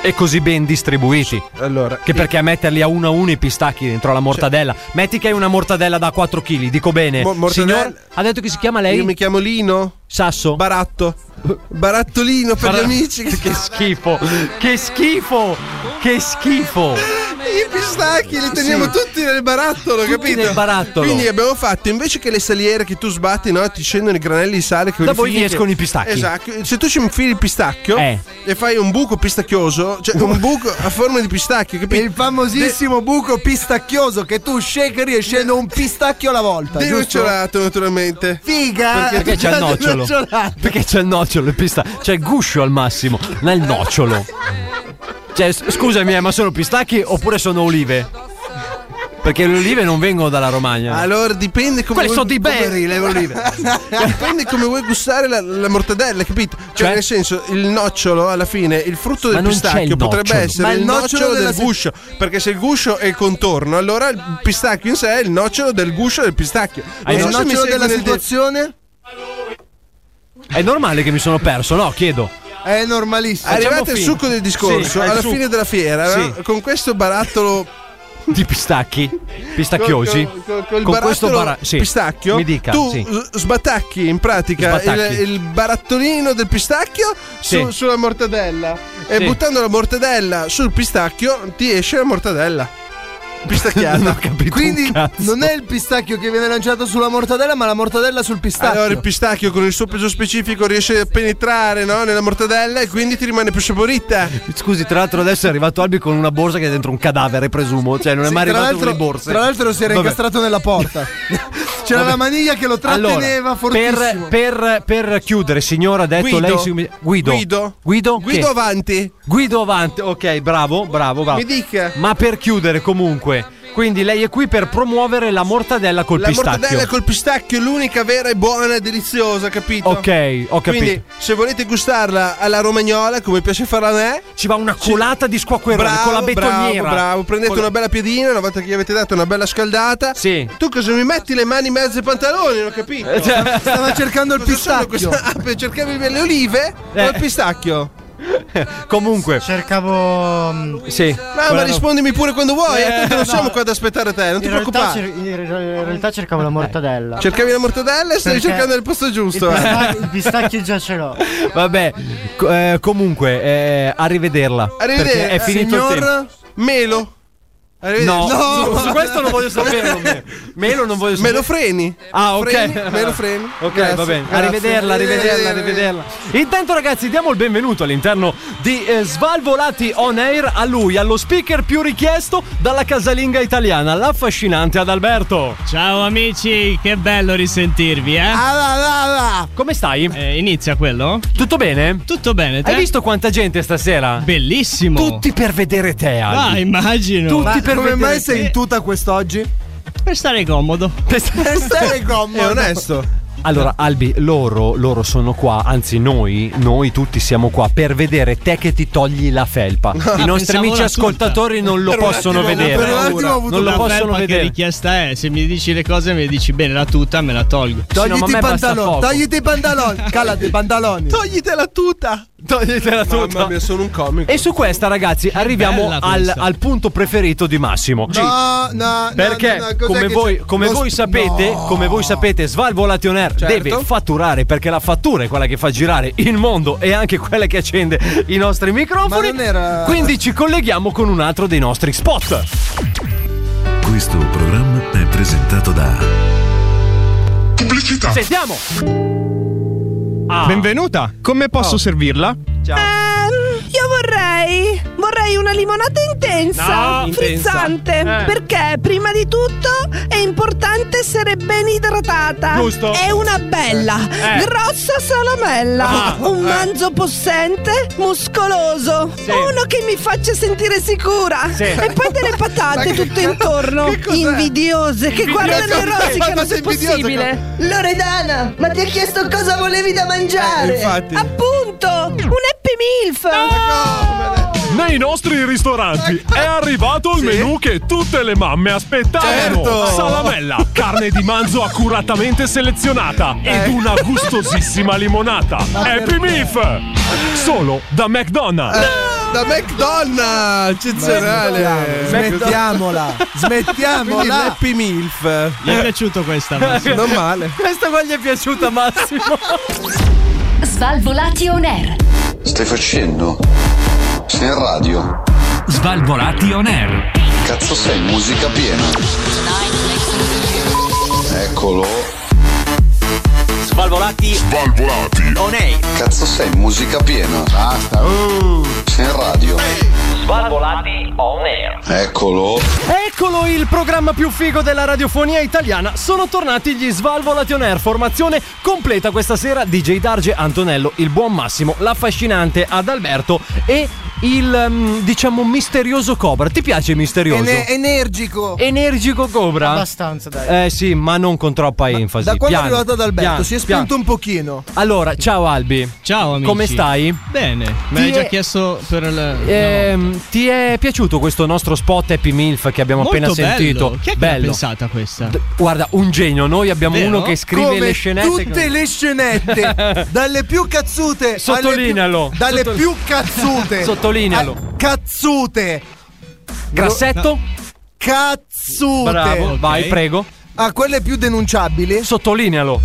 [SPEAKER 9] e così ben distribuiti.
[SPEAKER 8] Allora, Cioè-
[SPEAKER 9] Che perché a metterli a uno a uno i pistacchi dentro la mortadella? Metti che hai una mortadella da 4 kg, dico bene.
[SPEAKER 8] Mo- mortadella-
[SPEAKER 9] Signor, ha detto che si chiama lei?
[SPEAKER 8] io mi chiamo Lino
[SPEAKER 9] Sasso?
[SPEAKER 8] Baratto. Barattolino per
[SPEAKER 9] Barra-
[SPEAKER 8] gli amici.
[SPEAKER 9] Che schifo! Che schifo! Che schifo!
[SPEAKER 8] i pistacchi li teniamo tutti nel barattolo, capito?
[SPEAKER 9] nel barattolo.
[SPEAKER 8] Quindi abbiamo fatto invece che le saliere che tu sbatti, no, ti scendono i granelli di sale che
[SPEAKER 9] Da
[SPEAKER 8] quelli
[SPEAKER 9] voi
[SPEAKER 8] fini
[SPEAKER 9] gli
[SPEAKER 8] che-
[SPEAKER 9] escono i pistacchi. Eh.
[SPEAKER 8] Esatto. Se tu ci infili il pistacchio e fai un buco pistacchioso, cioè un buco a forma di pistacchio, capito?
[SPEAKER 10] Il famosissimo buco pistacchioso che tu shakeri e scende un pistacchio alla volta.
[SPEAKER 8] De-
[SPEAKER 10] giusto?
[SPEAKER 8] denocciolato, naturalmente.
[SPEAKER 10] Figa!
[SPEAKER 9] Perché c'è il nocciolo? Perché c'è il nocciolo, il pistacchio. C'è il guscio al massimo, non è il nocciolo. Cioè, s- scusami, eh, ma sono pistacchi oppure sono olive? Perché le olive non vengono dalla Romagna.
[SPEAKER 8] Allora dipende come
[SPEAKER 9] Quelle
[SPEAKER 8] vuoi-
[SPEAKER 9] sono di
[SPEAKER 8] come-
[SPEAKER 9] berry, le olive.
[SPEAKER 8] dipende come vuoi gustare la, la mortadella, capito? Cioè, nel senso, il nocciolo alla fine, il frutto
[SPEAKER 9] Ma
[SPEAKER 8] del
[SPEAKER 9] non c'è
[SPEAKER 8] pistacchio
[SPEAKER 9] il
[SPEAKER 8] potrebbe
[SPEAKER 9] nocciolo.
[SPEAKER 8] essere
[SPEAKER 9] Ma
[SPEAKER 8] il nocciolo, del
[SPEAKER 9] se-
[SPEAKER 8] guscio, perché se il guscio è il contorno, allora il pistacchio in sé è il nocciolo del guscio del pistacchio.
[SPEAKER 9] Hai
[SPEAKER 8] Non
[SPEAKER 9] il
[SPEAKER 8] so se mi
[SPEAKER 9] nocciolo
[SPEAKER 8] segui
[SPEAKER 9] della
[SPEAKER 8] nel dire-
[SPEAKER 10] Situazione?
[SPEAKER 9] È normale che mi sono perso, no? Chiedo.
[SPEAKER 10] È normalissimo.
[SPEAKER 8] Arrivate
[SPEAKER 9] Facciamo
[SPEAKER 8] al
[SPEAKER 9] finta.
[SPEAKER 8] succo del discorso,
[SPEAKER 9] Sì, al
[SPEAKER 8] alla
[SPEAKER 9] succo.
[SPEAKER 8] fine della fiera,
[SPEAKER 9] Sì.
[SPEAKER 8] no? con questo barattolo
[SPEAKER 9] Di pistacchi? Pistacchiosi?
[SPEAKER 8] Col- col- col
[SPEAKER 9] Con questo
[SPEAKER 8] barattolo
[SPEAKER 9] bara- sì.
[SPEAKER 8] pistacchio,
[SPEAKER 9] Mi dica,
[SPEAKER 8] tu
[SPEAKER 9] sì.
[SPEAKER 8] s- sbatacchi in pratica
[SPEAKER 9] Sbatacchi.
[SPEAKER 8] Il, il barattolino del pistacchio
[SPEAKER 9] Sì.
[SPEAKER 8] su- sulla mortadella e
[SPEAKER 9] Sì.
[SPEAKER 8] buttando la mortadella sul pistacchio ti esce la mortadella. Pistacchiata.
[SPEAKER 9] Non ho capito
[SPEAKER 10] Quindi non è il pistacchio che viene lanciato sulla mortadella, ma la mortadella sul pistacchio.
[SPEAKER 8] Allora il pistacchio con il suo peso specifico riesce a penetrare no, nella mortadella e quindi ti rimane più saporita.
[SPEAKER 9] Scusi, tra l'altro adesso è arrivato Albi con una borsa che è dentro un cadavere, presumo. Cioè, non è
[SPEAKER 10] Sì,
[SPEAKER 9] mai
[SPEAKER 10] tra
[SPEAKER 9] arrivato con le
[SPEAKER 10] l'altro-
[SPEAKER 9] borse.
[SPEAKER 10] Tra l'altro si era
[SPEAKER 9] Vabbè.
[SPEAKER 10] incastrato nella porta. C'era
[SPEAKER 9] Vabbè.
[SPEAKER 10] la maniglia che lo tratteneva
[SPEAKER 9] Allora,
[SPEAKER 10] fortissimo.
[SPEAKER 9] Per, per- per chiudere, signora, ha detto
[SPEAKER 10] Guido.
[SPEAKER 9] lei. si- Guido.
[SPEAKER 10] Guido.
[SPEAKER 9] Guido.
[SPEAKER 10] Guido
[SPEAKER 9] che?
[SPEAKER 8] avanti.
[SPEAKER 9] Guido avanti. Ok, bravo, bravo, bravo.
[SPEAKER 8] Mi dica.
[SPEAKER 9] Ma per chiudere, comunque. Quindi lei è qui per promuovere la mortadella col
[SPEAKER 8] La
[SPEAKER 9] pistacchio.
[SPEAKER 8] mortadella col pistacchio è l'unica vera e buona e deliziosa, capito?
[SPEAKER 9] Ok, ho capito.
[SPEAKER 8] Quindi, se volete gustarla alla romagnola, come piace fare a me,
[SPEAKER 9] ci va una colata di squacquerone
[SPEAKER 8] bravo,
[SPEAKER 9] con la betoniera.
[SPEAKER 8] Bravo, bravo. prendete
[SPEAKER 9] Con-
[SPEAKER 8] una bella piedina, una volta che gli avete dato una bella scaldata.
[SPEAKER 9] Sì.
[SPEAKER 8] Tu cosa mi metti le mani in mezzo ai pantaloni? Non ho capito.
[SPEAKER 9] Eh, cioè-
[SPEAKER 10] Stava cercando il
[SPEAKER 8] Cosa sono
[SPEAKER 10] pistacchio.
[SPEAKER 8] questa- Ah, per cercare le olive o il pistacchio?
[SPEAKER 9] Eh. Comunque.
[SPEAKER 3] Cercavo. mm,
[SPEAKER 9] Sì.
[SPEAKER 8] No, ma rispondimi pure quando vuoi. eh, tanto non siamo qua ad aspettare te, non ti
[SPEAKER 3] in realtà,
[SPEAKER 8] preoccupare. Eh,
[SPEAKER 3] cer- in in realtà cercavo la mortadella.
[SPEAKER 8] Cercavi la mortadella e stavi
[SPEAKER 3] Perché
[SPEAKER 8] cercando il posto giusto.
[SPEAKER 3] il
[SPEAKER 8] eh.
[SPEAKER 3] pistacchio- il pistacchio già ce l'ho.
[SPEAKER 9] Vabbè, co- eh, comunque, eh, arrivederla.
[SPEAKER 8] Arrivederci.
[SPEAKER 9] Perché è finito il tempo.
[SPEAKER 8] Signor Melo.
[SPEAKER 9] No,
[SPEAKER 8] Arrivederci.
[SPEAKER 9] Su, su questo non voglio saperlo. me. Melo non voglio
[SPEAKER 8] Me
[SPEAKER 9] saperlo.
[SPEAKER 8] lo freni?
[SPEAKER 9] Ah, ok.
[SPEAKER 8] Freni, me lo freni.
[SPEAKER 9] Ok,
[SPEAKER 8] Grazie,
[SPEAKER 9] va bene.
[SPEAKER 8] grazie. Eh,
[SPEAKER 9] Arrivederla, arrivederla,
[SPEAKER 8] Arrivederci.
[SPEAKER 9] arrivederla. Intanto, ragazzi, diamo il benvenuto all'interno di eh, Svalvolati On Air a lui, allo speaker più richiesto dalla casalinga italiana, l'affascinante Adalberto. Ah,
[SPEAKER 13] Ciao amici, che bello risentirvi, eh?
[SPEAKER 9] Come stai?
[SPEAKER 13] Eh, inizia quello?
[SPEAKER 9] Tutto bene?
[SPEAKER 13] Tutto bene, te?
[SPEAKER 9] Hai visto quanta gente stasera?
[SPEAKER 13] Bellissimo!
[SPEAKER 9] Tutti per vedere te,
[SPEAKER 13] Ah,
[SPEAKER 9] Ali.
[SPEAKER 13] immagino!
[SPEAKER 9] Tutti per
[SPEAKER 10] Come
[SPEAKER 9] vedere
[SPEAKER 10] mai sei in tuta quest'oggi?
[SPEAKER 13] Per stare comodo.
[SPEAKER 9] Per
[SPEAKER 10] stare comodo.
[SPEAKER 8] È onesto.
[SPEAKER 9] Allora, Albi, loro, loro sono qua, anzi noi, noi tutti siamo qua per vedere te che ti togli la felpa. I nostri
[SPEAKER 13] pensavo
[SPEAKER 9] amici
[SPEAKER 13] la
[SPEAKER 9] ascoltatori
[SPEAKER 13] tuta.
[SPEAKER 9] non lo
[SPEAKER 13] Per un
[SPEAKER 9] possono
[SPEAKER 13] attimo,
[SPEAKER 9] vedere.
[SPEAKER 13] per un attimo ho
[SPEAKER 10] avuto
[SPEAKER 9] non lo
[SPEAKER 13] la
[SPEAKER 9] possono
[SPEAKER 13] felpa Che
[SPEAKER 9] vedere.
[SPEAKER 13] richiesta è? Se mi dici le cose, mi dici bene la tuta, me la tolgo.
[SPEAKER 9] Sì, no, ma a
[SPEAKER 10] Togliti
[SPEAKER 9] me
[SPEAKER 10] i
[SPEAKER 9] basta
[SPEAKER 10] pantaloni,
[SPEAKER 9] poco.
[SPEAKER 10] togliti i pantaloni, calati i pantaloni.
[SPEAKER 8] Toglitela tutta.
[SPEAKER 9] Toglitela
[SPEAKER 8] Mamma
[SPEAKER 9] tutta.
[SPEAKER 8] mia, sono un comico.
[SPEAKER 9] E su questa, ragazzi, arriviamo
[SPEAKER 13] bella
[SPEAKER 9] al,
[SPEAKER 13] questa.
[SPEAKER 9] al punto preferito di Massimo.
[SPEAKER 10] No, no, no,
[SPEAKER 9] Perché,
[SPEAKER 10] no, no, cos'è
[SPEAKER 9] come,
[SPEAKER 10] che
[SPEAKER 9] voi,
[SPEAKER 10] c'è?
[SPEAKER 9] come
[SPEAKER 10] Lo
[SPEAKER 9] voi
[SPEAKER 10] sp-
[SPEAKER 9] sapete,
[SPEAKER 10] no. Certo.
[SPEAKER 9] come voi sapete, Svalvolation Air deve fatturare perché la fattura è quella che fa girare il mondo e anche quella che accende i nostri
[SPEAKER 10] Ma
[SPEAKER 9] microfoni.
[SPEAKER 10] non era-
[SPEAKER 9] Quindi ci colleghiamo con un altro dei nostri spot.
[SPEAKER 17] Questo programma è presentato da
[SPEAKER 18] Pubblicità.
[SPEAKER 9] Sentiamo!
[SPEAKER 18] Benvenuta, come posso servirla?
[SPEAKER 20] Ehm, Io vorrei. Vorrei una limonata intensa,
[SPEAKER 18] No, intensa.
[SPEAKER 20] frizzante.
[SPEAKER 18] Eh.
[SPEAKER 20] Perché prima di tutto è importante essere ben idratata.
[SPEAKER 18] Giusto.
[SPEAKER 20] E una bella,
[SPEAKER 18] Eh.
[SPEAKER 20] grossa salamella.
[SPEAKER 18] Ah,
[SPEAKER 20] Un
[SPEAKER 18] eh.
[SPEAKER 20] manzo possente, muscoloso. Uno che mi faccia sentire sicura. E poi delle patate tutto intorno. invidiose, che
[SPEAKER 18] Invidiose.
[SPEAKER 20] guardano e rosicano
[SPEAKER 18] Patate
[SPEAKER 20] se
[SPEAKER 18] invidiose,
[SPEAKER 20] possibile. Loredana, ma ti ha chiesto cosa volevi da mangiare?
[SPEAKER 18] Eh, infatti.
[SPEAKER 20] Appunto, un Happy Milf.
[SPEAKER 15] Nei nostri ristoranti è arrivato il menù che tutte le mamme aspettavano:
[SPEAKER 18] Certo.
[SPEAKER 15] salamella, carne di manzo accuratamente selezionata
[SPEAKER 8] Eh.
[SPEAKER 15] ed una gustosissima limonata. Happy Mif! Solo da McDonald's.
[SPEAKER 8] Eh, Da McDonald's, eccezionale.
[SPEAKER 10] Smettiamola,
[SPEAKER 8] Quindi
[SPEAKER 10] smettiamola.
[SPEAKER 8] l'Happy Milf.
[SPEAKER 13] Gli è piaciuto questa? Massimo?
[SPEAKER 8] Non male.
[SPEAKER 9] Questa qua gli è piaciuta Massimo.
[SPEAKER 6] Svalvolati on air.
[SPEAKER 21] Stai facendo? Sei in radio?
[SPEAKER 7] Svalvolati on air.
[SPEAKER 1] cazzo sei? Musica piena. Eccolo.
[SPEAKER 11] Svalvolati.
[SPEAKER 1] Svalvolati.
[SPEAKER 11] On air.
[SPEAKER 1] Cazzo sei? Musica piena. Basta. Uh, sei in radio.
[SPEAKER 11] Svalvolati on air.
[SPEAKER 1] Eccolo.
[SPEAKER 9] Eccolo il programma più figo della radiofonia italiana. Sono tornati gli Svalvolati On Air. Formazione completa questa sera DJ Darge, Antonello, il buon Massimo, l'affascinante Adalberto e il mm, diciamo misterioso Cobra. Ti piace il misterioso?
[SPEAKER 10] Ene- energico.
[SPEAKER 9] Energico Cobra?
[SPEAKER 3] Abbastanza, dai.
[SPEAKER 9] Eh sì, ma non con troppa enfasi.
[SPEAKER 10] Da quando
[SPEAKER 9] Piano,
[SPEAKER 10] è arrivato ad Alberto
[SPEAKER 9] piano,
[SPEAKER 10] si è
[SPEAKER 9] piano.
[SPEAKER 10] spento un pochino.
[SPEAKER 9] Allora, ciao Albi.
[SPEAKER 13] Ciao amici.
[SPEAKER 9] Come stai?
[SPEAKER 13] Bene. Mi
[SPEAKER 9] Ti
[SPEAKER 13] hai già
[SPEAKER 9] è-
[SPEAKER 13] chiesto per il...
[SPEAKER 9] Ehm, Ti è piaciuto questo nostro spot Happy Milf che abbiamo
[SPEAKER 13] Molto
[SPEAKER 9] appena
[SPEAKER 13] bello.
[SPEAKER 9] sentito?
[SPEAKER 13] Chi è che l'ha
[SPEAKER 9] bello.
[SPEAKER 13] pensata questa?
[SPEAKER 9] D- Guarda, un genio. Noi abbiamo
[SPEAKER 13] Vero?
[SPEAKER 9] uno che scrive
[SPEAKER 10] Come
[SPEAKER 9] le scenette.
[SPEAKER 10] Tutte le scenette, dalle più cazzute. alle
[SPEAKER 9] Sottolinealo.
[SPEAKER 10] più- Dalle
[SPEAKER 9] Sottol-
[SPEAKER 10] più cazzute.
[SPEAKER 9] Sottolinealo.
[SPEAKER 10] a- cazzute.
[SPEAKER 9] Grassetto?
[SPEAKER 10] Cazzute.
[SPEAKER 9] Bravo, vai, prego.
[SPEAKER 10] A quelle più denunciabili.
[SPEAKER 9] Sottolinealo.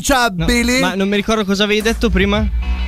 [SPEAKER 10] Denunciabili.
[SPEAKER 13] ma non mi ricordo cosa avevi detto prima.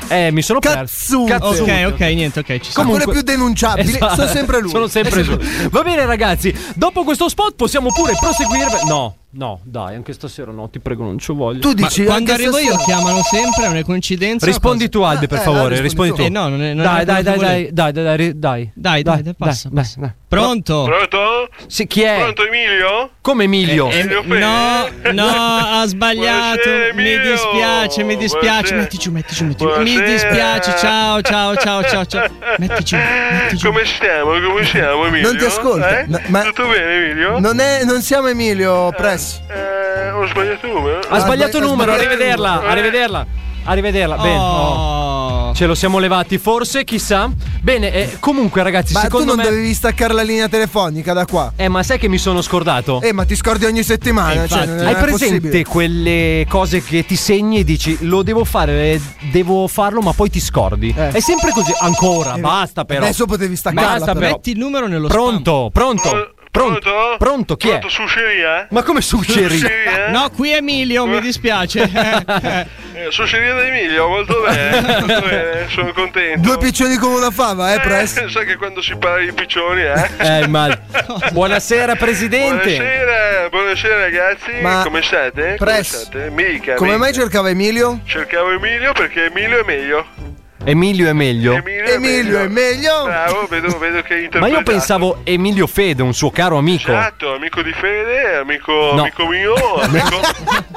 [SPEAKER 9] Eh, mi sono perso. Cazzute.
[SPEAKER 13] Ok, ok, niente, ok, ci
[SPEAKER 10] A
[SPEAKER 13] sono.
[SPEAKER 10] quelle più denunciabili.
[SPEAKER 9] Esatto.
[SPEAKER 10] Sono sempre lui.
[SPEAKER 9] Sono sempre lui. Esatto. Va bene, ragazzi. Dopo questo spot possiamo pure proseguire. No, no, dai, anche stasera no, ti prego, non ci voglio.
[SPEAKER 10] Tu
[SPEAKER 13] Ma
[SPEAKER 10] dici
[SPEAKER 13] quando
[SPEAKER 10] anche
[SPEAKER 13] arrivo io
[SPEAKER 10] stasera-
[SPEAKER 13] chiamano sempre, è una coincidenza.
[SPEAKER 9] Rispondi tu, Ah, Albi, per
[SPEAKER 10] Eh, eh,
[SPEAKER 9] favore.
[SPEAKER 10] rispondi
[SPEAKER 9] rispondi
[SPEAKER 10] tu.
[SPEAKER 9] tu.
[SPEAKER 13] Eh, no, non è- non
[SPEAKER 9] dai,
[SPEAKER 13] è quello
[SPEAKER 9] dai, dai,
[SPEAKER 13] che
[SPEAKER 9] dai, dai, dai, dai, dai.
[SPEAKER 13] Dai, dai, dai, passa,
[SPEAKER 9] dai,
[SPEAKER 13] passa.
[SPEAKER 9] dai.
[SPEAKER 13] Pronto?
[SPEAKER 21] Pronto?
[SPEAKER 9] Sì, chi è?
[SPEAKER 21] Pronto Emilio?
[SPEAKER 9] Come Emilio?
[SPEAKER 13] Eh,
[SPEAKER 21] Emilio Pe-
[SPEAKER 13] no, no, ha sbagliato.
[SPEAKER 21] Buonasera,
[SPEAKER 13] Mi
[SPEAKER 21] Emilio.
[SPEAKER 13] dispiace, mi dispiace.
[SPEAKER 21] Buonasera.
[SPEAKER 13] Metti giù, metti giù, metti giù. Mi
[SPEAKER 21] Buonasera.
[SPEAKER 13] dispiace. Ciao, ciao, ciao, ciao, ciao. Metti giù, metti giù.
[SPEAKER 21] Come stiamo? Come stiamo Emilio?
[SPEAKER 10] Non ti ascolta.
[SPEAKER 21] Eh?
[SPEAKER 10] No, ma-
[SPEAKER 21] Tutto bene Emilio?
[SPEAKER 10] Non, è, non siamo Emilio Press. Ah,
[SPEAKER 21] Eh, ho sbagliato il numero?
[SPEAKER 9] Ha Ah, sbagliato
[SPEAKER 10] ha
[SPEAKER 9] numero,
[SPEAKER 10] sbagliato
[SPEAKER 9] arrivederla,
[SPEAKER 21] numero.
[SPEAKER 9] arrivederla. Arrivederla, bene. Eh. oh.
[SPEAKER 13] Oh.
[SPEAKER 9] Ce lo siamo levati, forse, chissà. Bene, eh, comunque, ragazzi,
[SPEAKER 10] Ma tu
[SPEAKER 9] secondo
[SPEAKER 10] non
[SPEAKER 9] me.
[SPEAKER 10] dovevi staccare la linea telefonica da qua.
[SPEAKER 9] Eh, ma sai che mi sono scordato?
[SPEAKER 10] Eh, ma ti scordi ogni settimana. cioè, non
[SPEAKER 9] Eh, Hai
[SPEAKER 10] è
[SPEAKER 9] presente
[SPEAKER 10] possibile.
[SPEAKER 9] quelle cose che ti segni e dici lo devo fare, eh, devo farlo, ma poi ti scordi?
[SPEAKER 10] Eh.
[SPEAKER 9] È sempre così. Ancora,
[SPEAKER 10] Eh,
[SPEAKER 9] basta però.
[SPEAKER 10] Adesso potevi staccarla.
[SPEAKER 9] Basta
[SPEAKER 10] però.
[SPEAKER 9] però.
[SPEAKER 13] Metti il numero nello
[SPEAKER 9] Pronto, pronto,
[SPEAKER 21] Pronto?
[SPEAKER 9] pronto, pronto, chi è?
[SPEAKER 21] Pronto eh? Susceria?
[SPEAKER 9] Ma come succede?
[SPEAKER 13] spam.
[SPEAKER 21] Susceria?
[SPEAKER 13] No, qui è Emilio, mi dispiace.
[SPEAKER 21] Eh, Susceria da Emilio, molto bene. molto bene, sono contento.
[SPEAKER 10] Due piccioni con una fava, eh, Press?
[SPEAKER 21] Sai che quando si parla di piccioni, eh?
[SPEAKER 9] Eh, ma... Buonasera presidente.
[SPEAKER 21] Buonasera, buonasera ragazzi,
[SPEAKER 10] Ma-
[SPEAKER 21] come state?
[SPEAKER 10] Press.
[SPEAKER 21] Come state? Mica,
[SPEAKER 10] Come
[SPEAKER 21] mica.
[SPEAKER 10] mai cercava Emilio?
[SPEAKER 21] Cercavo Emilio perché Emilio è meglio.
[SPEAKER 9] Emilio è meglio.
[SPEAKER 21] Emilio,
[SPEAKER 10] Emilio è meglio.
[SPEAKER 21] Bravo, vedo, vedo che hai
[SPEAKER 9] Ma io
[SPEAKER 21] interpretato.
[SPEAKER 9] pensavo Emilio Fede, un suo caro amico.
[SPEAKER 21] Esatto, amico di Fede, amico,
[SPEAKER 9] No.
[SPEAKER 21] amico mio, amico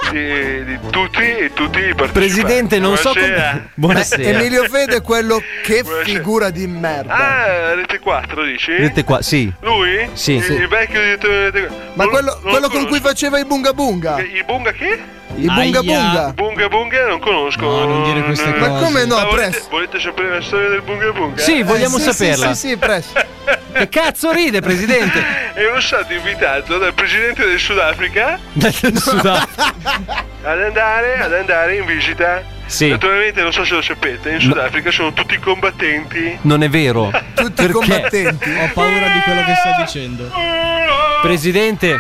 [SPEAKER 21] di, di tutti e tutti i partecipanti.
[SPEAKER 9] Presidente, non so
[SPEAKER 21] Buonasera.
[SPEAKER 9] come. Buonasera.
[SPEAKER 10] Emilio Fede è quello che
[SPEAKER 21] Buonasera.
[SPEAKER 10] figura di merda.
[SPEAKER 21] Ah, Rete 4 dici?
[SPEAKER 9] Vedete qua, sì.
[SPEAKER 21] Lui?
[SPEAKER 9] Sì.
[SPEAKER 21] Il,
[SPEAKER 9] Sì.
[SPEAKER 21] il vecchio direttore di Rete 4.
[SPEAKER 10] Ma quello, quello con cui faceva i bunga bunga. I
[SPEAKER 21] Il bunga che?
[SPEAKER 10] bunga
[SPEAKER 13] Aia.
[SPEAKER 10] bunga.
[SPEAKER 21] Bunga bunga non conosco.
[SPEAKER 13] No, non dire queste
[SPEAKER 10] Ma
[SPEAKER 13] cose.
[SPEAKER 10] come no,
[SPEAKER 21] Ma volete,
[SPEAKER 10] Press?
[SPEAKER 21] volete sapere la storia del bunga bunga?
[SPEAKER 9] Sì, vogliamo
[SPEAKER 10] Eh, sì,
[SPEAKER 9] saperla.
[SPEAKER 10] Sì, sì, sì, Press.
[SPEAKER 9] Che cazzo ride, presidente?
[SPEAKER 21] Ero stato invitato dal presidente del Sudafrica
[SPEAKER 9] Sudafrica.
[SPEAKER 21] ad andare, ad andare in visita.
[SPEAKER 9] Sì.
[SPEAKER 21] Naturalmente non so se lo sapete, in Sudafrica sono tutti combattenti.
[SPEAKER 9] Non è vero.
[SPEAKER 10] Tutti i
[SPEAKER 9] Perché?
[SPEAKER 10] combattenti.
[SPEAKER 13] Ho paura di quello che stai dicendo.
[SPEAKER 9] Presidente.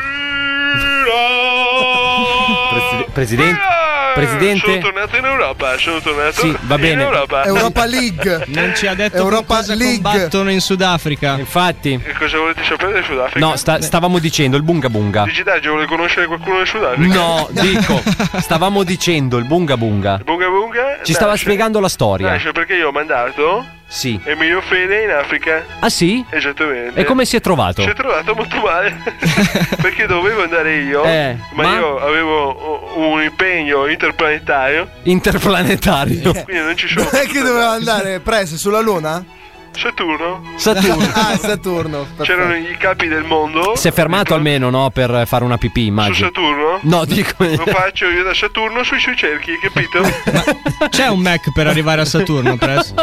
[SPEAKER 9] Preside- presidente.
[SPEAKER 21] Eh,
[SPEAKER 9] Presidente.
[SPEAKER 21] Sono tornato in Europa, sono tornato
[SPEAKER 9] Sì, va
[SPEAKER 21] in
[SPEAKER 9] bene.
[SPEAKER 21] Europa.
[SPEAKER 10] Europa League.
[SPEAKER 13] Non ci ha detto con
[SPEAKER 10] Europa
[SPEAKER 13] cosa
[SPEAKER 10] League.
[SPEAKER 13] combattono in Sudafrica.
[SPEAKER 9] Infatti.
[SPEAKER 21] E cosa volete sapere del Sudafrica?
[SPEAKER 9] No, sta- stavamo dicendo il bunga bunga.
[SPEAKER 21] Digitaggio, vuole conoscere qualcuno del Sudafrica?
[SPEAKER 9] No, dico, stavamo dicendo il bunga bunga.
[SPEAKER 21] Bunga Bunga?
[SPEAKER 9] Ci stava
[SPEAKER 21] nasce-
[SPEAKER 9] spiegando la storia.
[SPEAKER 21] Nasce cioè, perché io ho mandato
[SPEAKER 9] Sì.
[SPEAKER 21] Emilio Fede in Africa.
[SPEAKER 9] Ah sì?
[SPEAKER 21] Esattamente.
[SPEAKER 9] E come si è trovato?
[SPEAKER 21] Ci ho trovato molto male perché dovevo andare io,
[SPEAKER 9] Eh,
[SPEAKER 21] ma,
[SPEAKER 9] ma-
[SPEAKER 21] io avevo un impegno interplanetario,
[SPEAKER 9] Interplanetario.
[SPEAKER 21] quindi non ci sono.
[SPEAKER 10] Non è che doveva andare Press sulla luna?
[SPEAKER 21] Saturno? Cioè,
[SPEAKER 9] Saturno.
[SPEAKER 10] Ah, Saturno.
[SPEAKER 21] C'erano
[SPEAKER 10] perfetto.
[SPEAKER 21] i capi del mondo.
[SPEAKER 9] Si è fermato almeno, no? Per fare una pipì,
[SPEAKER 21] Su
[SPEAKER 9] immagino.
[SPEAKER 21] Saturno?
[SPEAKER 9] No, dico.
[SPEAKER 21] Lo faccio io da Saturno sui suoi cerchi, capito?
[SPEAKER 13] C'è un Mac per arrivare a Saturno, presto.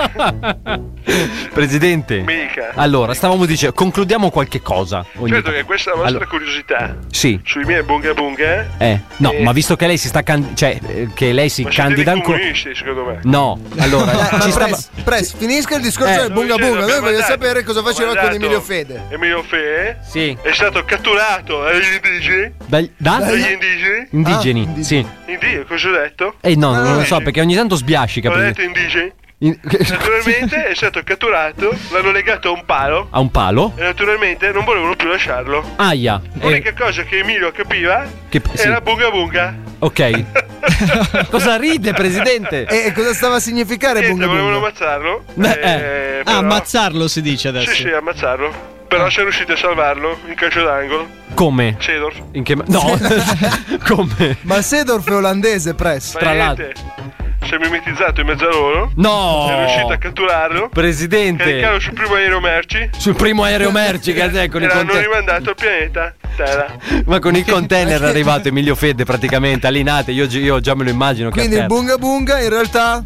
[SPEAKER 9] Presidente.
[SPEAKER 21] Mica.
[SPEAKER 9] Allora, stavamo dicendo, concludiamo qualche cosa. ogni
[SPEAKER 21] Certo
[SPEAKER 9] tanto.
[SPEAKER 21] che questa è la vostra
[SPEAKER 9] Allora-
[SPEAKER 21] curiosità
[SPEAKER 9] Sì.
[SPEAKER 21] sui miei bunga bunga.
[SPEAKER 9] Eh, no,
[SPEAKER 21] Eh.
[SPEAKER 9] ma visto che lei si sta can- cioè eh, che lei si
[SPEAKER 21] ma siete dei
[SPEAKER 9] candida ancora
[SPEAKER 21] comunisti, secondo me. Ah,
[SPEAKER 9] No, allora
[SPEAKER 10] Eh, Ma
[SPEAKER 9] ci stava
[SPEAKER 10] Press, Press, finisca il discorso
[SPEAKER 9] Eh.
[SPEAKER 10] del bunga bunga. Noi
[SPEAKER 21] Sto dicendo, abbiamo
[SPEAKER 10] vogliamo
[SPEAKER 21] mandato-
[SPEAKER 10] sapere cosa faceva
[SPEAKER 21] abbiamo
[SPEAKER 10] con Emilio
[SPEAKER 21] mandato
[SPEAKER 10] Fede.
[SPEAKER 21] Emilio Fede
[SPEAKER 9] Sì.
[SPEAKER 21] è stato catturato dagli indigeni.
[SPEAKER 9] Dal- da
[SPEAKER 21] Dagli indigeni?
[SPEAKER 9] indigeni,
[SPEAKER 10] Ah,
[SPEAKER 9] sì.
[SPEAKER 21] Indigeni, cosa ho detto?
[SPEAKER 9] E no, non lo
[SPEAKER 21] Ah, indigeni.
[SPEAKER 9] so perché ogni tanto sbiascica
[SPEAKER 21] Ho
[SPEAKER 9] perché-
[SPEAKER 21] detto indigeni?
[SPEAKER 9] In-
[SPEAKER 21] Naturalmente è stato catturato, l'hanno legato a un palo
[SPEAKER 9] A un palo?
[SPEAKER 21] e naturalmente non volevano più lasciarlo.
[SPEAKER 9] Aia. Eh,
[SPEAKER 21] L'unica cosa che Emilio capiva
[SPEAKER 9] Che- sì.
[SPEAKER 21] era bunga bunga.
[SPEAKER 9] ok. Cosa ride, presidente?
[SPEAKER 10] Eh, E cosa stava a significare
[SPEAKER 21] Niente,
[SPEAKER 10] Bunga
[SPEAKER 21] volevano
[SPEAKER 10] Bunga?
[SPEAKER 21] ammazzarlo.
[SPEAKER 13] Eh,
[SPEAKER 21] eh,
[SPEAKER 13] ah,
[SPEAKER 21] però-
[SPEAKER 13] ammazzarlo si dice adesso.
[SPEAKER 21] Sì, sì, ammazzarlo. Però sono riusciti a salvarlo in calcio d'angolo.
[SPEAKER 9] Ah. Come?
[SPEAKER 21] Cedor.
[SPEAKER 9] In che ma- No. Come?
[SPEAKER 10] Ma Sedorf è olandese, press.
[SPEAKER 21] Ma niente, Si è mimetizzato in mezzo a loro.
[SPEAKER 9] No!
[SPEAKER 21] È riuscito a catturarlo.
[SPEAKER 9] Presidente.
[SPEAKER 21] Caricarlo sul primo aereo merci.
[SPEAKER 9] Sul primo aereo merci che è con
[SPEAKER 21] e
[SPEAKER 9] i
[SPEAKER 21] l'hanno
[SPEAKER 9] container.
[SPEAKER 21] rimandato al pianeta Terra.
[SPEAKER 9] Ma con i container è arrivato Emilio Fede praticamente allinate. Io, io già me lo immagino. che
[SPEAKER 10] Quindi il
[SPEAKER 9] afferra.
[SPEAKER 10] Bunga Bunga in realtà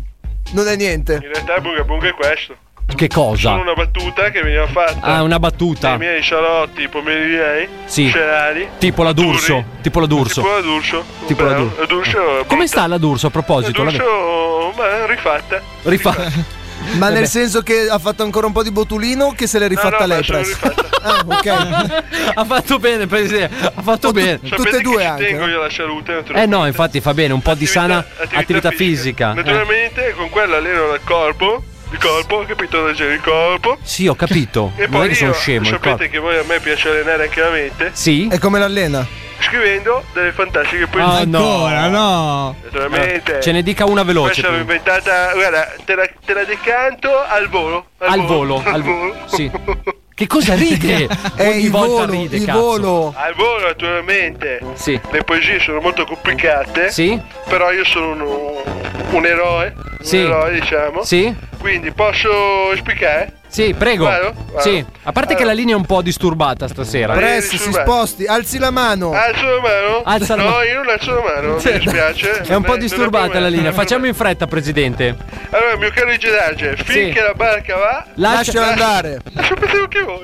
[SPEAKER 10] non è
[SPEAKER 21] In
[SPEAKER 10] niente.
[SPEAKER 21] realtà Bunga Bunga è questo.
[SPEAKER 9] Che cosa?
[SPEAKER 21] Solo una battuta che veniva fatta.
[SPEAKER 9] Ah, una
[SPEAKER 21] Nei
[SPEAKER 9] battuta.
[SPEAKER 21] miei salotti pomeridiani.
[SPEAKER 9] Sì.
[SPEAKER 21] Cerari.
[SPEAKER 9] Tipo la D'Urso. Tipo la D'Urso.
[SPEAKER 21] Tipo la D'Urso.
[SPEAKER 9] Tipo la
[SPEAKER 21] Bravo.
[SPEAKER 9] D'Urso.
[SPEAKER 21] La D'Urso. è
[SPEAKER 9] Come
[SPEAKER 21] brutta.
[SPEAKER 9] sta la D'Urso a
[SPEAKER 21] La
[SPEAKER 9] proposito? La-
[SPEAKER 21] D'Urso, beh, rifatta.
[SPEAKER 9] Rifa-
[SPEAKER 10] Ma
[SPEAKER 9] Vabbè.
[SPEAKER 10] nel senso che ha fatto ancora un po' di botulino o che se l'è rifatta
[SPEAKER 21] no,
[SPEAKER 10] lei,
[SPEAKER 21] ma sono
[SPEAKER 10] press? Ah, ok.
[SPEAKER 9] ha fatto bene, presidente. Ha fatto bene.
[SPEAKER 21] Sapete Cioè, che ci tengo io alla salute.
[SPEAKER 9] Eh
[SPEAKER 21] naturalmente.
[SPEAKER 9] no, infatti fa bene, un po' di sana attività,
[SPEAKER 21] attività
[SPEAKER 9] fisica. Eh.
[SPEAKER 21] Naturalmente con quella alleno il corpo, il corpo, capito? Leggere il corpo.
[SPEAKER 9] Sì, ho capito.
[SPEAKER 21] E
[SPEAKER 9] Oh, non è
[SPEAKER 21] poi
[SPEAKER 9] che
[SPEAKER 21] io,
[SPEAKER 9] sono scemo. il
[SPEAKER 21] sapete che voi a me piace allenare anche la mente,
[SPEAKER 9] corpo. Sì?
[SPEAKER 10] E come l'allena?
[SPEAKER 21] scrivendo delle fantastiche poesie.
[SPEAKER 9] Ah, no.
[SPEAKER 13] no.
[SPEAKER 21] Naturalmente.
[SPEAKER 9] Ce ne dica una veloce.
[SPEAKER 21] Questa l'ho
[SPEAKER 9] prima.
[SPEAKER 21] inventata, guarda, te la, te la decanto al volo.
[SPEAKER 9] Al volo. Al volo. Sì. Che cosa ride?
[SPEAKER 10] È
[SPEAKER 9] Ogni
[SPEAKER 10] il
[SPEAKER 9] volta
[SPEAKER 10] volo,
[SPEAKER 9] ride,
[SPEAKER 10] il
[SPEAKER 9] cazzo.
[SPEAKER 10] volo.
[SPEAKER 21] Al volo, naturalmente.
[SPEAKER 9] Sì.
[SPEAKER 21] Le poesie sono molto complicate.
[SPEAKER 9] Sì?
[SPEAKER 21] Però io sono un, un eroe.
[SPEAKER 9] Sì.
[SPEAKER 21] Un eroe, diciamo.
[SPEAKER 9] Sì?
[SPEAKER 21] Quindi posso spiegare?
[SPEAKER 9] Sì, prego.
[SPEAKER 21] Vado? Vado.
[SPEAKER 9] Sì. A parte che la linea è un po' disturbata stasera.
[SPEAKER 21] Pre-
[SPEAKER 10] Press, si sposti, alzi la mano.
[SPEAKER 21] Alzo la mano?
[SPEAKER 9] Alza la
[SPEAKER 21] no,
[SPEAKER 9] mano.
[SPEAKER 21] io non alzo la mano, mi dispiace.
[SPEAKER 9] È un po'
[SPEAKER 21] Non
[SPEAKER 9] disturbata
[SPEAKER 21] non
[SPEAKER 9] la linea.
[SPEAKER 21] non è per
[SPEAKER 9] Facciamo in fretta, presidente.
[SPEAKER 21] me. Allora, mio caro Igedarge, finché la barca va,
[SPEAKER 10] Lasciala andare.
[SPEAKER 21] sapete anche voi.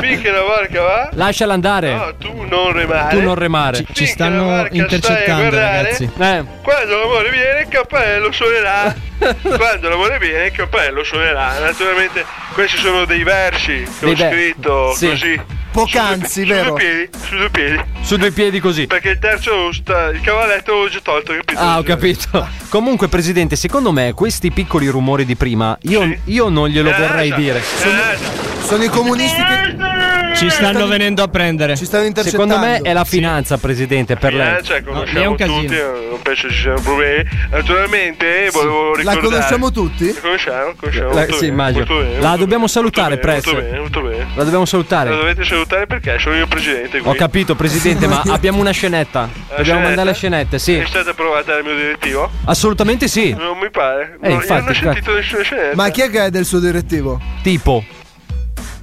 [SPEAKER 21] finché la barca va,
[SPEAKER 9] Lasciala andare.
[SPEAKER 21] no, tu non remare.
[SPEAKER 9] Tu non remare.
[SPEAKER 13] Ci, ci
[SPEAKER 21] Finché la
[SPEAKER 13] stanno
[SPEAKER 21] barca stai a
[SPEAKER 13] intercettando,
[SPEAKER 21] guardare,
[SPEAKER 13] ragazzi.
[SPEAKER 9] Eh.
[SPEAKER 21] Quando l'amore viene, il cappello suonerà. Quando l'amore viene, il cappello suonerà. Naturalmente, questi sono dei versi che
[SPEAKER 9] Dei
[SPEAKER 21] ho
[SPEAKER 9] ver-
[SPEAKER 21] scritto
[SPEAKER 9] sì.
[SPEAKER 21] così.
[SPEAKER 10] Poc'anzi,
[SPEAKER 21] Su due
[SPEAKER 10] vero?
[SPEAKER 21] piedi, su due piedi.
[SPEAKER 9] Su due piedi così.
[SPEAKER 21] Perché il terzo, sta- il cavalletto l'ho già tolto, capito?
[SPEAKER 9] Ah, ho capito. Comunque, presidente, secondo me questi piccoli rumori di prima io, io non glielo vorrei dire.
[SPEAKER 10] Sono i comunisti che
[SPEAKER 13] Ci stanno venendo a prendere.
[SPEAKER 10] ci stanno intercettando.
[SPEAKER 9] Secondo me è la finanza, presidente, per lei.
[SPEAKER 21] Eh, cioè,
[SPEAKER 13] lì è
[SPEAKER 21] conosciamo
[SPEAKER 13] un casino.
[SPEAKER 21] tutti, eh, non penso ci siano problemi. Naturalmente, eh, volevo
[SPEAKER 10] La
[SPEAKER 21] ricordare.
[SPEAKER 10] conosciamo tutti?
[SPEAKER 21] La conosciamo, conosciamo.
[SPEAKER 9] La-
[SPEAKER 21] molto
[SPEAKER 9] sì,
[SPEAKER 21] bene,
[SPEAKER 9] immagino.
[SPEAKER 21] molto bene,
[SPEAKER 9] La
[SPEAKER 21] molto
[SPEAKER 9] dobbiamo
[SPEAKER 21] bene,
[SPEAKER 9] salutare,
[SPEAKER 21] molto bene,
[SPEAKER 9] Prezzo.
[SPEAKER 21] Molto bene, molto bene.
[SPEAKER 9] La dobbiamo
[SPEAKER 21] La
[SPEAKER 9] salutare.
[SPEAKER 21] dovete salutare perché sono io il presidente qui.
[SPEAKER 9] Ho capito, presidente, ma abbiamo una scenetta. Dobbiamo mandare le scenette, sì.
[SPEAKER 21] È stata approvata dal mio direttivo?
[SPEAKER 9] Assolutamente sì.
[SPEAKER 21] Non mi pare.
[SPEAKER 9] Eh,
[SPEAKER 21] No, io
[SPEAKER 9] infatti,
[SPEAKER 21] non ho sentito nessuna scenetta.
[SPEAKER 10] Ma chi è che è del suo direttivo?
[SPEAKER 9] Tipo.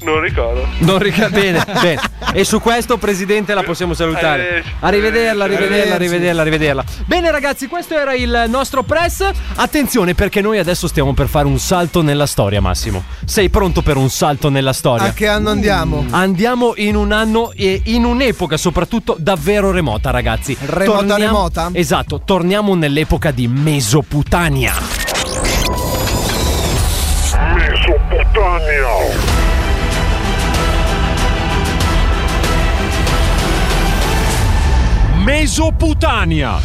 [SPEAKER 21] Non ricordo.
[SPEAKER 9] Non rica bene, bene. E su questo, presidente, la possiamo salutare. Arrivederla,
[SPEAKER 21] Arrivederci.
[SPEAKER 9] arrivederla, arrivederla, arrivederla. Bene, ragazzi, questo era il nostro press. Ah, Attenzione, perché noi adesso stiamo per fare un salto nella storia, Massimo. Sei pronto per un salto nella
[SPEAKER 10] A
[SPEAKER 9] storia?
[SPEAKER 10] che anno andiamo?
[SPEAKER 9] Andiamo in un anno e in un'epoca soprattutto davvero remota, ragazzi.
[SPEAKER 10] Remota, remota?
[SPEAKER 9] Esatto, torniamo nell'epoca di Mesopotania.
[SPEAKER 1] Mesopotamia.
[SPEAKER 15] Mesoputania.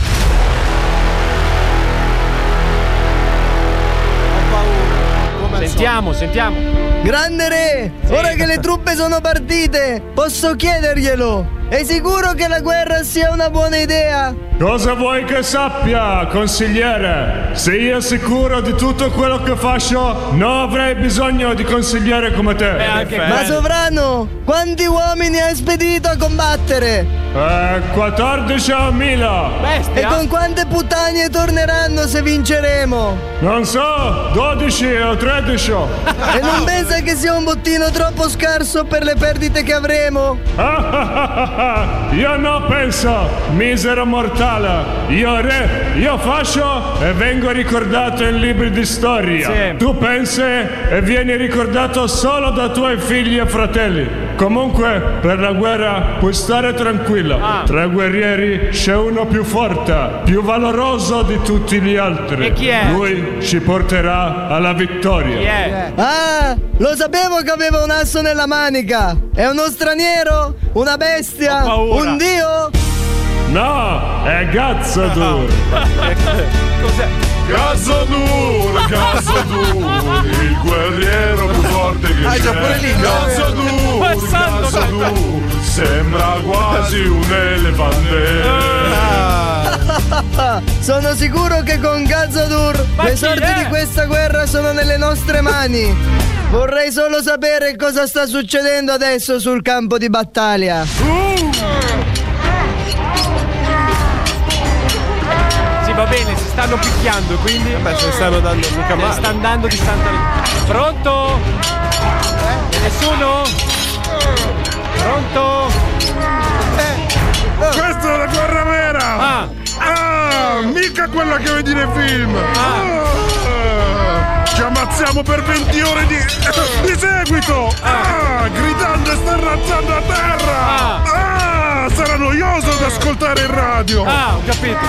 [SPEAKER 9] Sentiamo, sentiamo.
[SPEAKER 5] Grande re, ora che le truppe sono partite, posso chiederglielo. È sicuro che la guerra sia una buona idea?
[SPEAKER 15] Cosa vuoi che sappia, consigliere? Se io sicuro di tutto quello che faccio, non avrei bisogno di consigliere come te.
[SPEAKER 5] Ma sovrano, quanti uomini hai spedito a combattere?
[SPEAKER 15] Eh, 14.000.
[SPEAKER 5] E con quante puttane torneranno se vinceremo?
[SPEAKER 15] Non so, 12 o 13.
[SPEAKER 5] E non pensa che sia un bottino troppo scarso per le perdite che avremo?
[SPEAKER 15] Ah, ah, ah, ah, Io no penso, misero mortale. Io re, io faccio e vengo ricordato in libri di storia. Tu pensi e vieni ricordato solo da tuoi figli e fratelli. Comunque, per la guerra puoi stare tranquillo. Tra guerrieri c'è uno più forte, più valoroso di tutti gli altri. E chi è? Lui ci porterà alla
[SPEAKER 22] eh.
[SPEAKER 15] vittoria.
[SPEAKER 5] Ah, lo sapevo che aveva un asso nella manica! È uno straniero? Una bestia? Un dio?
[SPEAKER 15] No, è gazzo duro. Cos'è? Cazzo duro, cazzo duro, il guerriero più forte che
[SPEAKER 14] Ah,
[SPEAKER 15] c'è.
[SPEAKER 14] già pure lì, no?
[SPEAKER 15] Cazzo duro,
[SPEAKER 14] Passando,
[SPEAKER 15] cazzo
[SPEAKER 14] guarda.
[SPEAKER 15] duro, sembra quasi un
[SPEAKER 8] Eh.
[SPEAKER 15] elefante.
[SPEAKER 5] Sono sicuro che con Gazzadur
[SPEAKER 22] Ma
[SPEAKER 5] le
[SPEAKER 22] chi
[SPEAKER 5] sorti
[SPEAKER 22] è?
[SPEAKER 5] di questa guerra sono nelle nostre mani. Vorrei solo sapere cosa sta succedendo adesso sul campo di battaglia.
[SPEAKER 22] Uh.
[SPEAKER 23] Sì, va bene, si stanno picchiando, quindi. Vabbè, se ne stanno dando mica
[SPEAKER 14] male.
[SPEAKER 23] sta andando di Santa Ri- Pronto? C'è nessuno? Pronto?
[SPEAKER 15] Questa è la guerra vera! Eh, Ah! mica quella che vedi nei film! Ah. Ci ammazziamo per 20 ore di, di seguito! Ah, Gridando e sterrazzando a terra! Ah, Sarà noioso ad ascoltare in radio! Ah, ho capito!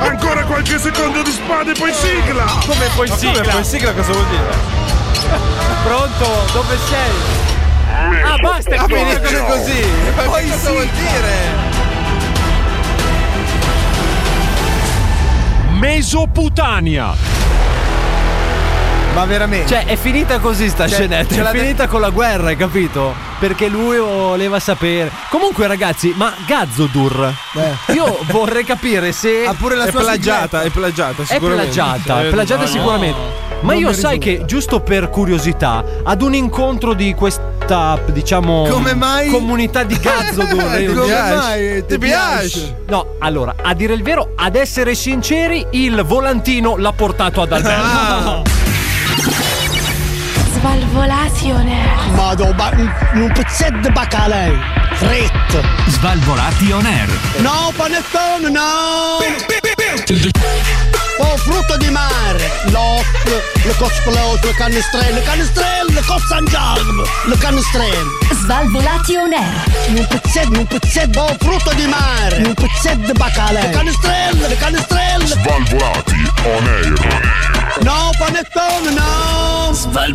[SPEAKER 15] Ancora qualche secondo di spada e poi sigla! Come
[SPEAKER 23] poi Ma come sigla? poi sigla
[SPEAKER 15] cosa vuol dire?
[SPEAKER 23] Pronto? Dove sei? Ah, basta, è
[SPEAKER 14] Ah,
[SPEAKER 23] finita
[SPEAKER 14] finisce così. Ma poi cosa vuol dire?
[SPEAKER 9] Mesoputania.
[SPEAKER 10] Ma veramente?
[SPEAKER 9] Cioè, è finita così sta
[SPEAKER 10] Cioè,
[SPEAKER 9] scenetta.
[SPEAKER 10] ce l'ha
[SPEAKER 9] È
[SPEAKER 10] de-
[SPEAKER 9] finita con la guerra, hai capito? Perché lui voleva sapere. Comunque, ragazzi, ma Gazzodur. Io vorrei capire se. Ha
[SPEAKER 10] Eh. pure la
[SPEAKER 9] è
[SPEAKER 10] sua
[SPEAKER 9] plagiata,
[SPEAKER 10] sigletta.
[SPEAKER 9] è plagiata,
[SPEAKER 10] sicuramente.
[SPEAKER 9] È plagiata,
[SPEAKER 10] Cioè,
[SPEAKER 9] è plagiata
[SPEAKER 10] no.
[SPEAKER 9] sicuramente. Ma
[SPEAKER 10] Non
[SPEAKER 9] io
[SPEAKER 10] mi
[SPEAKER 9] sai che, giusto per curiosità, ad un incontro di questa, diciamo.
[SPEAKER 10] Come mai?
[SPEAKER 9] Comunità di Gazzodur.
[SPEAKER 10] Ti
[SPEAKER 9] io-
[SPEAKER 10] Come piace? mai? Ti piace?
[SPEAKER 9] No, allora, a dire il vero, ad essere sinceri, il volantino l'ha portato ad Alberto.
[SPEAKER 24] Svalvolazione. Vado, ba- un, un pezzetto di bacalè. Fritto.
[SPEAKER 7] Svalvolati on air.
[SPEAKER 24] No, panettone, no. Oh, frutto di mare. L'op, le cosplot, le canestrelle, le canestrelle, le cozzangiarme, le canestrelle. Svalvolati on air. Un pezzetto, un pezzetto. Oh, frutto di mare. Un pezzetto di bacalè. Le canestrelle, le canestrelle.
[SPEAKER 1] Svalvolati on air.
[SPEAKER 24] No, panettone, no.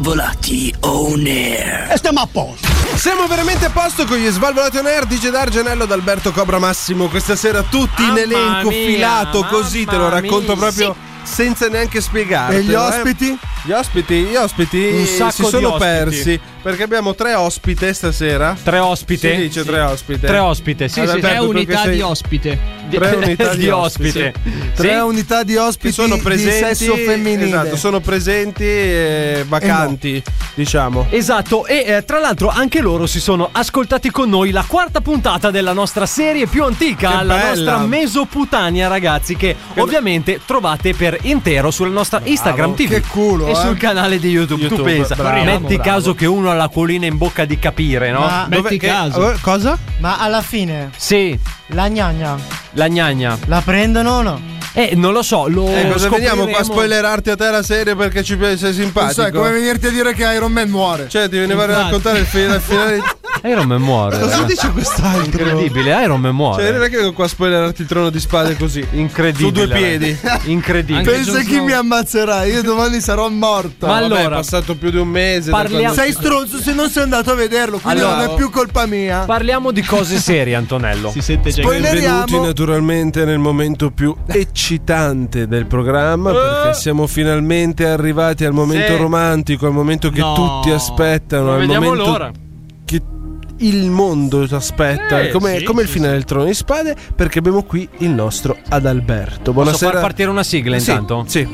[SPEAKER 24] Svalvolati on air. E stiamo a posto.
[SPEAKER 8] Siamo veramente a posto con gli Svalvolati on Air, dice D'Argenello ad Alberto Cobra Massimo. Questa sera tutti in
[SPEAKER 10] Mamma
[SPEAKER 8] elenco
[SPEAKER 10] mia,
[SPEAKER 8] filato così, te lo
[SPEAKER 10] mamma
[SPEAKER 8] racconto
[SPEAKER 10] mia.
[SPEAKER 8] proprio senza neanche spiegartelo. eh.
[SPEAKER 10] E gli ospiti?
[SPEAKER 8] Gli ospiti, gli ospiti
[SPEAKER 10] Un sacco
[SPEAKER 8] si
[SPEAKER 10] di
[SPEAKER 8] sono
[SPEAKER 10] ospiti.
[SPEAKER 8] persi perché abbiamo tre ospite stasera.
[SPEAKER 9] Tre ospite?
[SPEAKER 8] Si dice
[SPEAKER 9] Sì.
[SPEAKER 8] tre ospite.
[SPEAKER 9] Tre ospite, sì, sì. Tre
[SPEAKER 8] tu che
[SPEAKER 9] unità di ospite.
[SPEAKER 8] Tre unità
[SPEAKER 9] Di
[SPEAKER 8] di
[SPEAKER 9] ospite.
[SPEAKER 8] ospite.
[SPEAKER 9] Sì.
[SPEAKER 10] Tre unità di ospiti
[SPEAKER 8] Che sono
[SPEAKER 10] di
[SPEAKER 8] presenti,
[SPEAKER 10] sesso femminile.
[SPEAKER 8] Esatto, sono presenti eh, e vacanti, diciamo.
[SPEAKER 9] Eh Esatto, e eh, tra l'altro anche loro si sono ascoltati con noi la quarta puntata della nostra serie più antica,
[SPEAKER 10] Che
[SPEAKER 9] la
[SPEAKER 10] bella.
[SPEAKER 9] nostra Mesoputania, ragazzi, che, ovviamente trovate per intero sulla nostra Instagram TV.
[SPEAKER 10] Che culo,
[SPEAKER 9] E
[SPEAKER 10] eh.
[SPEAKER 9] sul canale di YouTube. tu
[SPEAKER 10] YouTube,
[SPEAKER 9] pensa,
[SPEAKER 10] bravo,
[SPEAKER 9] metti
[SPEAKER 10] bravo.
[SPEAKER 9] caso che uno ha la colina in bocca di capire, no?
[SPEAKER 3] Ma- Metti
[SPEAKER 9] che-
[SPEAKER 8] oh,
[SPEAKER 3] caso.
[SPEAKER 9] eh, cosa?
[SPEAKER 3] Ma alla fine,
[SPEAKER 9] Sì, Oh,
[SPEAKER 3] la gnagna,
[SPEAKER 9] la gnagna.
[SPEAKER 3] la prendono o no?
[SPEAKER 9] Eh, non lo so, lo
[SPEAKER 8] Eh, cosa veniamo qua
[SPEAKER 3] scopriremo.
[SPEAKER 8] a spoilerarti a te la serie perché ci pi- sei simpatico?
[SPEAKER 10] Non sai come venirti a dire che Iron Man muore.
[SPEAKER 8] Cioè, ti veniva a raccontare il fi- il finale.
[SPEAKER 9] Iron Man muore.
[SPEAKER 8] Cosa
[SPEAKER 9] eh.
[SPEAKER 8] dice quest'altro?
[SPEAKER 9] Incredibile, Iron Man muore.
[SPEAKER 8] Cioè, non è che vengo qua a spoilerarti il trono di spade così.
[SPEAKER 9] Incredibile.
[SPEAKER 8] Su due piedi.
[SPEAKER 9] Incredibile.
[SPEAKER 10] Pensa chi mi ammazzerà, io domani sarò morto.
[SPEAKER 8] Ma allora, è passato più di un mese. da quando-
[SPEAKER 10] Sei stronzo se non sei andato a vederlo, quindi
[SPEAKER 9] Allora-
[SPEAKER 10] non è più colpa mia.
[SPEAKER 9] Parliamo di cose serie, Antonello. Si sente
[SPEAKER 8] Benvenuti naturalmente nel momento più eccitante del programma perché siamo finalmente arrivati al momento
[SPEAKER 10] Eh? Sì.
[SPEAKER 8] romantico, al momento che
[SPEAKER 10] No.
[SPEAKER 8] tutti aspettano,
[SPEAKER 10] Non
[SPEAKER 8] al
[SPEAKER 10] vediamo
[SPEAKER 8] momento
[SPEAKER 10] l'ora.
[SPEAKER 8] che il mondo ci aspetta,
[SPEAKER 10] Eh,
[SPEAKER 8] come,
[SPEAKER 10] sì,
[SPEAKER 8] come il finale del trono di spade perché abbiamo qui il nostro Adalberto.
[SPEAKER 9] Posso
[SPEAKER 8] Buonasera.
[SPEAKER 9] far partire una sigla
[SPEAKER 8] Sì,
[SPEAKER 9] intanto?
[SPEAKER 8] Sì.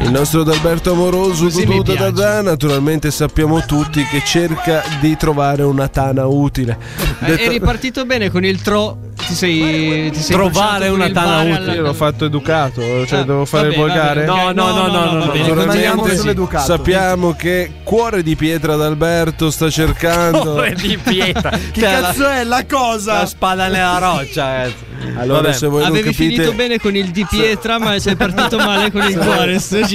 [SPEAKER 8] Il nostro Adalberto Amoroso,
[SPEAKER 9] Così mi
[SPEAKER 8] goduto da da, naturalmente sappiamo tutti che cerca di trovare una tana utile.
[SPEAKER 13] Eh, Eri partito bene con il tro. Ti sei. Ti sei
[SPEAKER 8] Trovare
[SPEAKER 13] bruciato con
[SPEAKER 8] una
[SPEAKER 13] il
[SPEAKER 8] tana
[SPEAKER 13] bar
[SPEAKER 8] utile.
[SPEAKER 13] alla-
[SPEAKER 8] Io l'ho fatto educato, cioè
[SPEAKER 13] Ah,
[SPEAKER 8] devo fare
[SPEAKER 13] vabbè,
[SPEAKER 8] il volgare.
[SPEAKER 13] vabbè, ok. No, no, no, no, no, va bene, continuiamo
[SPEAKER 8] Naturalmente
[SPEAKER 13] sull'educato.
[SPEAKER 8] sappiamo che cuore di pietra d'Alberto sta cercando.
[SPEAKER 9] Cuore di pietra.
[SPEAKER 10] Chi cazzo è la cosa?
[SPEAKER 9] La spada nella roccia. eh.
[SPEAKER 8] Allora,
[SPEAKER 9] Vabbè.
[SPEAKER 8] se voi non
[SPEAKER 13] Avevi
[SPEAKER 8] capite-
[SPEAKER 13] finito bene con il di pietra, ma sei partito male con il cuore. Sto giro.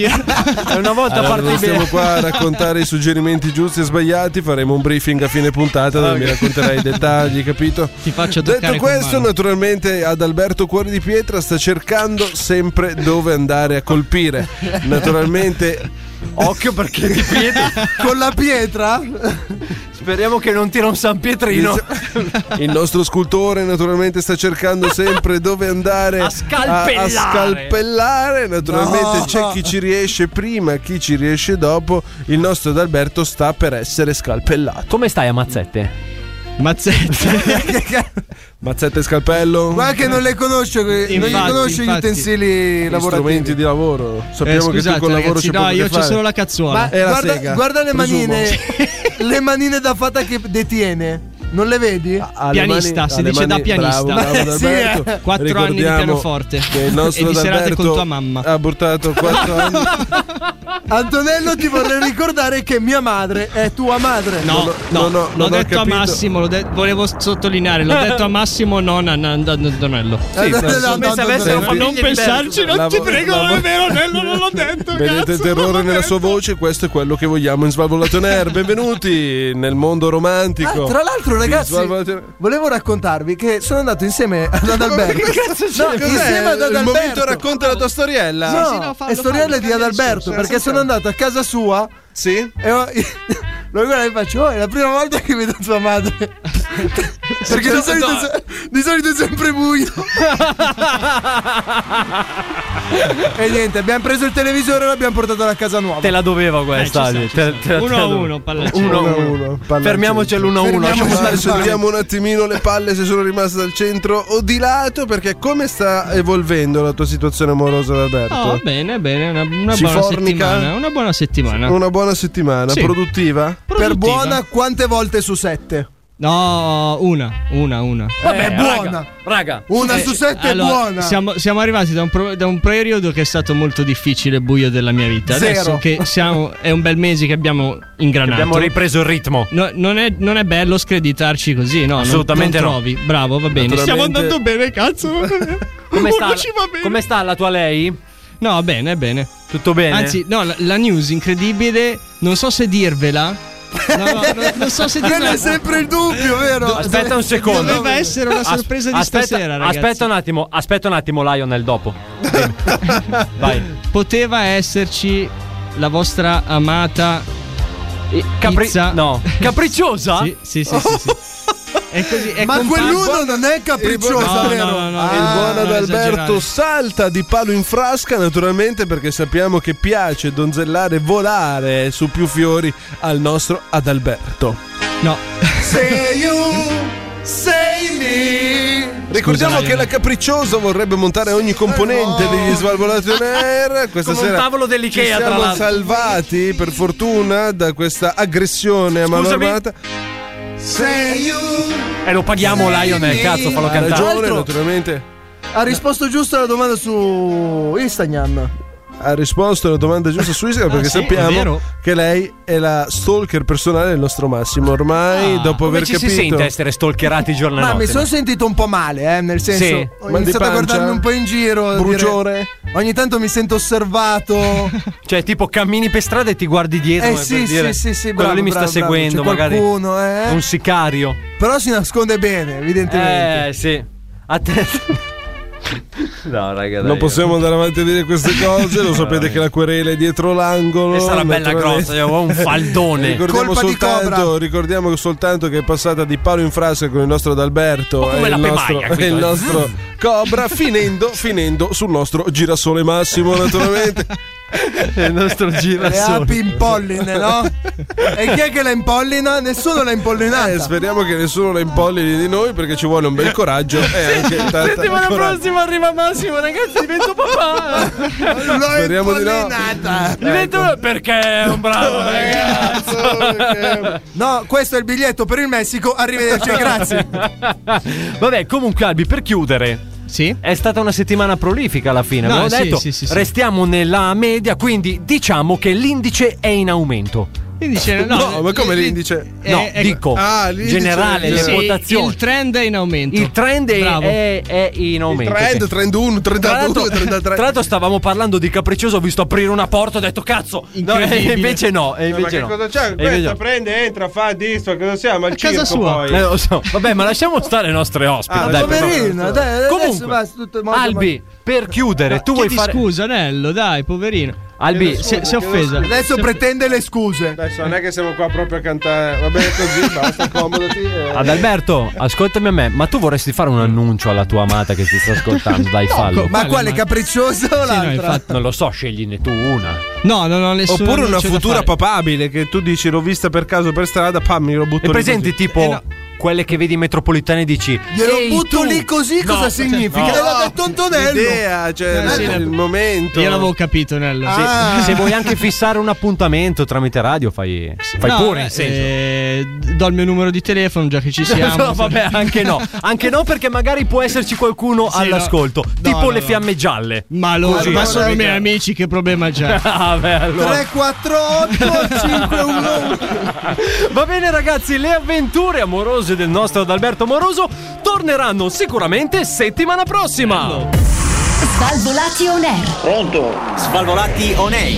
[SPEAKER 9] Una volta
[SPEAKER 8] Allora,
[SPEAKER 9] parti
[SPEAKER 8] non stiamo
[SPEAKER 9] bene.
[SPEAKER 8] qua a raccontare i suggerimenti giusti e sbagliati, faremo un briefing a fine puntata dove
[SPEAKER 13] Ok.
[SPEAKER 8] mi racconterai i dettagli, capito? Ti
[SPEAKER 13] faccio
[SPEAKER 8] Detto
[SPEAKER 13] toccare con
[SPEAKER 8] questo,
[SPEAKER 13] mano.
[SPEAKER 8] naturalmente ad Alberto Cuore di Pietra sta cercando sempre dove andare a colpire. Naturalmente
[SPEAKER 9] Occhio perché ti pietra.
[SPEAKER 10] Con la pietra?
[SPEAKER 9] Speriamo che non tira un San Pietrino.
[SPEAKER 8] Il nostro scultore naturalmente sta cercando sempre dove andare
[SPEAKER 9] A scalpellare.
[SPEAKER 8] a- a scalpellare. Naturalmente
[SPEAKER 9] No.
[SPEAKER 8] c'è chi ci riesce prima, chi ci riesce dopo. Il nostro Adalberto sta per essere scalpellato.
[SPEAKER 9] Come stai a mazzette?
[SPEAKER 8] Mazzette. mazzette e scalpello.
[SPEAKER 10] Guarda che non le conosce, que- non li
[SPEAKER 13] Infatti,
[SPEAKER 10] conosce gli
[SPEAKER 13] infatti.
[SPEAKER 10] utensili
[SPEAKER 8] Gli
[SPEAKER 10] lavorativi.
[SPEAKER 8] strumenti di lavoro.
[SPEAKER 13] Eh,
[SPEAKER 8] Sappiamo
[SPEAKER 13] scusate,
[SPEAKER 8] che tu col lavoro
[SPEAKER 13] ragazzi,
[SPEAKER 8] ci
[SPEAKER 13] no,
[SPEAKER 8] poco
[SPEAKER 13] io
[SPEAKER 8] che
[SPEAKER 13] c'ho
[SPEAKER 8] fare.
[SPEAKER 13] solo la cazzuola.
[SPEAKER 10] Ma
[SPEAKER 8] E eh, la
[SPEAKER 10] guarda,
[SPEAKER 8] sega,
[SPEAKER 10] guarda le
[SPEAKER 8] presumo.
[SPEAKER 10] manine, le manine da fata che detiene. Non le vedi?
[SPEAKER 8] alle
[SPEAKER 13] Pianista,
[SPEAKER 8] Ah, mani-
[SPEAKER 13] si
[SPEAKER 8] alle
[SPEAKER 13] dice da
[SPEAKER 8] mani-
[SPEAKER 13] pianista.
[SPEAKER 8] Bravo, bravo,
[SPEAKER 13] Sì, eh.
[SPEAKER 8] Adalberto.
[SPEAKER 13] Quattro
[SPEAKER 8] Ricordiamo
[SPEAKER 13] anni di pianoforte.
[SPEAKER 8] che il nostro
[SPEAKER 13] E di serate
[SPEAKER 8] Adalberto
[SPEAKER 13] con tua mamma.
[SPEAKER 8] Ha buttato quattro anni.
[SPEAKER 10] Antonello, ti vorrei ricordare che mia madre è tua madre.
[SPEAKER 13] No, no,
[SPEAKER 8] non ho- non
[SPEAKER 13] l'ho
[SPEAKER 8] ho
[SPEAKER 13] detto a
[SPEAKER 8] capito.
[SPEAKER 13] Massimo, l'ho de- volevo sottolineare, l'ho detto a Massimo, non a Nan- Nan- Nan- Antonello.
[SPEAKER 8] Sì, no, no, no, no, no, no,
[SPEAKER 13] non
[SPEAKER 8] no,
[SPEAKER 13] pensarci,
[SPEAKER 8] no,
[SPEAKER 13] non ti
[SPEAKER 8] no,
[SPEAKER 13] prego,
[SPEAKER 8] no,
[SPEAKER 13] non è vero,
[SPEAKER 8] no,
[SPEAKER 13] Antonello, non l'ho detto.
[SPEAKER 8] Vedete il terrore nella sua voce, questo è quello che vogliamo in Svalvolato Nair. Benvenuti nel mondo romantico.
[SPEAKER 10] Ah, tra l'altro,
[SPEAKER 8] di
[SPEAKER 10] ragazzi,
[SPEAKER 8] Svalvolato Nair.
[SPEAKER 10] volevo raccontarvi che sono andato insieme ad Adalberto.
[SPEAKER 8] Che cazzo c'è?
[SPEAKER 10] No,
[SPEAKER 8] Cos'è?
[SPEAKER 10] insieme ad
[SPEAKER 8] Il
[SPEAKER 10] Adalberto.
[SPEAKER 8] momento racconta la tua storiella?
[SPEAKER 10] No,
[SPEAKER 8] Sì, no, fallo,
[SPEAKER 10] è storiella di Adalberto perché sono andato a casa sua.
[SPEAKER 8] Sì.
[SPEAKER 10] E ho- lo guardo e faccio, "Oh, è la prima volta che vedo tua madre. perché
[SPEAKER 8] Cioè,
[SPEAKER 10] di solito, di solito è sempre buio. e niente, abbiamo preso il televisore e l'abbiamo portato alla casa nuova.
[SPEAKER 9] Te la doveva questa.
[SPEAKER 10] Eh, ci sta, ci
[SPEAKER 9] te-
[SPEAKER 10] sta.
[SPEAKER 9] te la-
[SPEAKER 10] Uno
[SPEAKER 9] te la
[SPEAKER 10] a
[SPEAKER 9] doveva.
[SPEAKER 10] uno,
[SPEAKER 13] pallaccio.
[SPEAKER 9] Uno a
[SPEAKER 10] Uno a
[SPEAKER 9] uno.
[SPEAKER 10] uno, pallaccio.
[SPEAKER 9] Fermiamoci all'uno a uno.
[SPEAKER 8] Fermiamoci,
[SPEAKER 9] lasciamo
[SPEAKER 8] dai,
[SPEAKER 9] stare.
[SPEAKER 8] solleviamo un attimino le palle se sono rimaste al centro o di lato perché come sta evolvendo la tua situazione amorosa Adalberto?
[SPEAKER 13] Oh, bene, bene, una, una
[SPEAKER 8] Si
[SPEAKER 13] buona
[SPEAKER 8] fornica?
[SPEAKER 13] settimana. Una buona settimana.
[SPEAKER 8] Una buona settimana,
[SPEAKER 13] Sì.
[SPEAKER 8] produttiva?
[SPEAKER 10] Per buona quante volte su sette?
[SPEAKER 13] No, una, una, una.
[SPEAKER 10] Vabbè,
[SPEAKER 13] Eh,
[SPEAKER 10] buona.
[SPEAKER 9] Raga,
[SPEAKER 10] una
[SPEAKER 13] Eh,
[SPEAKER 10] su sette è
[SPEAKER 13] allora,
[SPEAKER 10] buona.
[SPEAKER 13] Siamo, siamo arrivati da un, pro- da un periodo che è stato molto difficile e buio della mia vita.
[SPEAKER 9] Zero.
[SPEAKER 13] Adesso che siamo, è un bel mese che abbiamo ingranato.
[SPEAKER 9] Abbiamo ripreso il ritmo.
[SPEAKER 13] No, non, è, non è bello screditarci così, no? non-
[SPEAKER 9] Assolutamente
[SPEAKER 13] non
[SPEAKER 9] no.
[SPEAKER 13] trovi. Bravo, va bene. Stiamo
[SPEAKER 9] Naturalmente-
[SPEAKER 13] andando bene, cazzo.
[SPEAKER 9] Come sta,
[SPEAKER 13] Uno ci va bene.
[SPEAKER 9] come sta la tua lei?
[SPEAKER 13] No, bene, bene.
[SPEAKER 9] Tutto bene?
[SPEAKER 13] Anzi, no, la, la news incredibile, non so se dirvela. No, no,
[SPEAKER 9] Eh,
[SPEAKER 13] no, non so se dirvela.
[SPEAKER 10] Viene sempre il dubbio, vero?
[SPEAKER 9] aspetta un secondo.
[SPEAKER 13] Doveva essere una
[SPEAKER 9] As-
[SPEAKER 13] sorpresa di stasera, ragazzi.
[SPEAKER 9] Aspetta un attimo, aspetta un attimo, Lionel, dopo. Dimmi. Vai.
[SPEAKER 13] Poteva esserci la vostra amata
[SPEAKER 9] Capri-
[SPEAKER 13] pizza.
[SPEAKER 9] No. Capricciosa?
[SPEAKER 13] Sì, sì, sì, sì, sì. È così, è
[SPEAKER 10] Ma
[SPEAKER 13] compa-
[SPEAKER 10] quell'uno non è capriccioso,
[SPEAKER 13] Il buon- no,
[SPEAKER 10] vero?
[SPEAKER 13] no, no, no,
[SPEAKER 10] Ah,
[SPEAKER 8] Il buon
[SPEAKER 13] non
[SPEAKER 8] Adalberto
[SPEAKER 13] esagerare.
[SPEAKER 8] salta di palo in frasca naturalmente perché sappiamo che piace donzellare, volare su più fiori al nostro Adalberto.
[SPEAKER 13] No.
[SPEAKER 10] Say you, say me.
[SPEAKER 8] Ricordiamo
[SPEAKER 9] Scusa,
[SPEAKER 8] che la capricciosa vorrebbe montare ogni componente degli Svalvolati on Air. Questa
[SPEAKER 9] Eh, Ah, Come un
[SPEAKER 8] sera
[SPEAKER 9] tavolo dell'Ikea,
[SPEAKER 8] ci
[SPEAKER 9] tra
[SPEAKER 8] siamo
[SPEAKER 9] l'altro.
[SPEAKER 8] salvati per fortuna da questa aggressione a mano
[SPEAKER 9] Scusami.
[SPEAKER 8] armata.
[SPEAKER 10] Say you.
[SPEAKER 9] E lo paghiamo, Lionel,
[SPEAKER 10] Sì.
[SPEAKER 9] cazzo, fallo
[SPEAKER 10] Ha
[SPEAKER 8] Ha
[SPEAKER 9] cantare.
[SPEAKER 8] ragione,
[SPEAKER 10] Altro.
[SPEAKER 8] naturalmente.
[SPEAKER 10] Ha risposto giusto alla domanda su Instagram.
[SPEAKER 8] Ha risposto alla domanda giusta su Instagram
[SPEAKER 9] Ah,
[SPEAKER 8] perché
[SPEAKER 13] sì, è
[SPEAKER 8] sappiamo
[SPEAKER 13] vero.
[SPEAKER 8] che lei è la stalker personale del nostro Massimo. Ormai,
[SPEAKER 9] Ah,
[SPEAKER 8] dopo
[SPEAKER 9] come
[SPEAKER 8] aver
[SPEAKER 9] ci
[SPEAKER 8] capito.
[SPEAKER 9] si sente essere stalkerati giorno e
[SPEAKER 10] Ma
[SPEAKER 9] notte?
[SPEAKER 10] mi sono sentito un po' male, eh, nel senso.
[SPEAKER 9] Sì.
[SPEAKER 10] Ho
[SPEAKER 8] Mal di
[SPEAKER 10] iniziato a
[SPEAKER 8] pancia?
[SPEAKER 10] guardarmi un po' in giro. dire-
[SPEAKER 8] Bruciore?
[SPEAKER 10] ogni tanto mi sento osservato.
[SPEAKER 9] Cioè, tipo, cammini per strada e ti guardi dietro.
[SPEAKER 10] Eh,
[SPEAKER 9] come
[SPEAKER 10] sì,
[SPEAKER 9] per
[SPEAKER 10] sì,
[SPEAKER 9] dire,
[SPEAKER 10] sì, sì,
[SPEAKER 9] Quello
[SPEAKER 10] bravo,
[SPEAKER 9] lì mi
[SPEAKER 10] bravo,
[SPEAKER 9] sta
[SPEAKER 10] bravo,
[SPEAKER 9] seguendo,
[SPEAKER 10] c'è
[SPEAKER 9] magari.
[SPEAKER 10] qualcuno, eh?
[SPEAKER 9] Un sicario.
[SPEAKER 10] Però si nasconde bene, evidentemente.
[SPEAKER 9] Eh, sì. Attenzione. no, raga, dai.
[SPEAKER 8] Non possiamo andare avanti a dire queste cose, lo sapete che la querela è dietro l'angolo.
[SPEAKER 9] E sarà bella
[SPEAKER 8] naturalmente.
[SPEAKER 9] grossa, avevo un faldone.
[SPEAKER 8] Ricordiamo
[SPEAKER 10] Colpa di
[SPEAKER 8] soltanto,
[SPEAKER 10] Cobra.
[SPEAKER 8] ricordiamo soltanto che è passata di palo in frasca con il nostro
[SPEAKER 9] Un
[SPEAKER 8] Adalberto
[SPEAKER 9] po' come
[SPEAKER 8] e il
[SPEAKER 9] la
[SPEAKER 8] nostro,
[SPEAKER 9] Pemaia, qui,
[SPEAKER 8] e il
[SPEAKER 9] dai.
[SPEAKER 8] nostro Cobra, finendo, finendo sul nostro girasole massimo, naturalmente.
[SPEAKER 9] Il nostro
[SPEAKER 10] Le api impolline, no? e chi è che la impollina? Nessuno l'ha impollinata.
[SPEAKER 8] Eh, speriamo che nessuno la impollini di noi perché ci vuole un bel coraggio. E anche tanta
[SPEAKER 9] Settimana
[SPEAKER 8] coraggio.
[SPEAKER 9] prossima arriva Massimo, ragazzi, divento papà.
[SPEAKER 10] L'ho
[SPEAKER 8] speriamo di no.
[SPEAKER 10] impollinata.
[SPEAKER 9] Divento perché è un bravo ragazzo.
[SPEAKER 10] No, questo è il biglietto per il Messico. Arrivederci, grazie.
[SPEAKER 9] Vabbè, comunque Albi, per chiudere,
[SPEAKER 13] Sì?
[SPEAKER 9] è stata una settimana prolifica alla fine,
[SPEAKER 13] No,
[SPEAKER 9] abbiamo
[SPEAKER 13] sì,
[SPEAKER 9] detto.
[SPEAKER 13] sì, sì, sì.
[SPEAKER 9] Restiamo nella media, quindi diciamo che l'indice è in aumento.
[SPEAKER 13] L'indice no.
[SPEAKER 8] No, ma come l'indice?
[SPEAKER 13] Eh,
[SPEAKER 9] no,
[SPEAKER 13] ecco.
[SPEAKER 9] dico,
[SPEAKER 8] Ah, l'indice-
[SPEAKER 9] generale, le
[SPEAKER 13] Sì,
[SPEAKER 9] quotazioni.
[SPEAKER 13] il trend è in aumento.
[SPEAKER 9] Il trend è,
[SPEAKER 13] Bravo.
[SPEAKER 9] è- è in aumento.
[SPEAKER 8] Trend,
[SPEAKER 9] sì.
[SPEAKER 8] 31,
[SPEAKER 9] Tra
[SPEAKER 8] 32,
[SPEAKER 9] l'altro,
[SPEAKER 8] 33.
[SPEAKER 9] tra l'altro stavamo parlando di capriccioso, ho visto aprire una porta, ho detto cazzo. No, e
[SPEAKER 13] Incredibile.
[SPEAKER 9] invece no, e
[SPEAKER 14] Eh, Ma che
[SPEAKER 9] invece no.
[SPEAKER 14] cosa c'è?
[SPEAKER 9] E invece
[SPEAKER 14] Questa
[SPEAKER 9] no.
[SPEAKER 14] prende, entra, fa, disfa, cosa siamo? Al circo
[SPEAKER 13] casa sua.
[SPEAKER 14] poi.
[SPEAKER 9] Eh, lo so. Vabbè, ma lasciamo stare le nostre ospiti.
[SPEAKER 14] Ah,
[SPEAKER 9] dai, per favore.
[SPEAKER 10] Poverino, dai, adesso
[SPEAKER 9] Comunque,
[SPEAKER 10] basta tutto in modo-
[SPEAKER 9] Albi, per chiudere, tu vuoi
[SPEAKER 13] Chiedi
[SPEAKER 9] fare.
[SPEAKER 13] scusa, Nello, dai, poverino. Eh, Albi, si è offesa.
[SPEAKER 10] Adesso pretende le scuse.
[SPEAKER 14] Adesso non è che siamo qua proprio a cantare. Va bene così, basta, accomodati. eh.
[SPEAKER 9] Adalberto, ascoltami a me, ma tu vorresti fare un annuncio alla tua amata che ti sta ascoltando? Dai, fallo.
[SPEAKER 10] ma quale capriccioso o l'altra?
[SPEAKER 9] Non lo so, scegline tu una.
[SPEAKER 13] No, no, no,
[SPEAKER 8] Oppure una futura papabile che tu dici l'ho vista per caso per strada, pam, mi lo butto
[SPEAKER 9] E
[SPEAKER 8] lì
[SPEAKER 9] presenti
[SPEAKER 8] così.
[SPEAKER 13] Eh,
[SPEAKER 9] tipo quelle che vedi in metropolitane e dici
[SPEAKER 10] Glielo
[SPEAKER 9] "Ehi,
[SPEAKER 10] butto
[SPEAKER 9] tu!"
[SPEAKER 10] lì così,
[SPEAKER 9] No,
[SPEAKER 10] cosa
[SPEAKER 9] cioè,
[SPEAKER 10] significa?
[SPEAKER 9] no.
[SPEAKER 10] L'ha detto Antonello.
[SPEAKER 8] L'idea, cioè,
[SPEAKER 13] Eh, sì,
[SPEAKER 8] il
[SPEAKER 13] la-
[SPEAKER 8] momento.
[SPEAKER 13] Io l'avevo capito, Nello.
[SPEAKER 9] Se,
[SPEAKER 13] Ah.
[SPEAKER 9] se vuoi anche fissare un appuntamento tramite radio, fai, fai
[SPEAKER 13] No,
[SPEAKER 9] pure. in
[SPEAKER 13] eh,
[SPEAKER 9] senso.
[SPEAKER 13] do il mio numero di telefono, già che ci siamo.
[SPEAKER 9] No, vabbè, anche no. Anche no, perché magari può esserci qualcuno
[SPEAKER 13] Sì,
[SPEAKER 9] all'ascolto.
[SPEAKER 13] no.
[SPEAKER 9] tipo
[SPEAKER 13] No,
[SPEAKER 9] le
[SPEAKER 13] no,
[SPEAKER 9] fiamme gialle.
[SPEAKER 13] Ma, lo-
[SPEAKER 9] Così.
[SPEAKER 13] ma sono i miei amici, che problema c'è?
[SPEAKER 9] Vabbè, allora.
[SPEAKER 10] 348 511
[SPEAKER 9] Va bene, ragazzi, le avventure amorose del nostro Adalberto Moroso torneranno sicuramente settimana prossima.
[SPEAKER 2] Svalvolati on air.
[SPEAKER 11] Pronto? Svalvolati on air.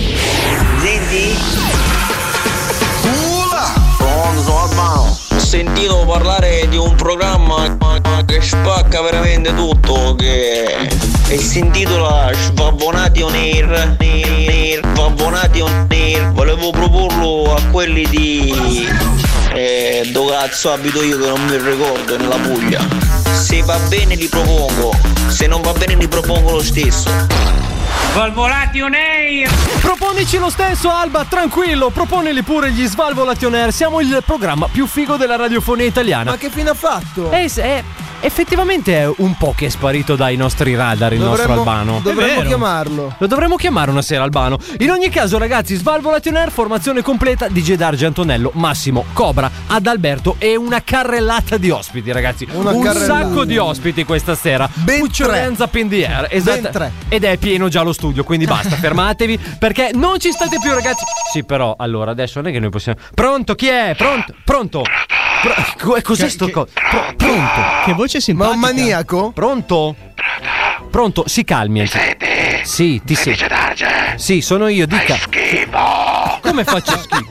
[SPEAKER 12] Ho sentito parlare di un programma che spacca veramente tutto che, che si intitola Svabbonati on air, air, Svabbonati on air. Volevo proporlo a quelli di eh, dove cazzo abito io che non mi ricordo nella Puglia. Se va bene li propongo, se non va bene li propongo lo stesso.
[SPEAKER 9] Svalvolati on air! Proponici lo stesso, Alba, tranquillo, proponili pure gli Svalvolati on air. Siamo il programma più figo della radiofonia italiana.
[SPEAKER 10] Ma che fine ha fatto?
[SPEAKER 9] Eh, se- eh, effettivamente è un po' che è sparito dai nostri radar il nostro Albano. È
[SPEAKER 10] Dovremmo
[SPEAKER 9] vero.
[SPEAKER 10] chiamarlo.
[SPEAKER 9] Lo dovremmo chiamare una sera Albano. In ogni caso, ragazzi, Svalvolati on air, formazione completa di Gedarge Antonello, Massimo, Cobra, Adalberto e una carrellata di ospiti, ragazzi.
[SPEAKER 10] Una
[SPEAKER 9] un
[SPEAKER 10] carrellata.
[SPEAKER 9] sacco di ospiti questa sera. Puccio
[SPEAKER 10] tre.
[SPEAKER 9] Renza Pendier. Esatto.
[SPEAKER 10] Ben tre.
[SPEAKER 9] Ed è pieno già lo studio, quindi basta, fermatevi perché non ci state più, ragazzi. Sì, però, allora, adesso non è che noi possiamo. Pronto, chi è? Pronto? Pronto? Pro- co- cos'è sto co- pro- pronto?
[SPEAKER 13] Che voce simpatica.
[SPEAKER 9] Ma un maniaco? Pronto? Pronto? Si calmi. Mi Sì, ti sento. Sì, sono io, dica. Come faccio schifo?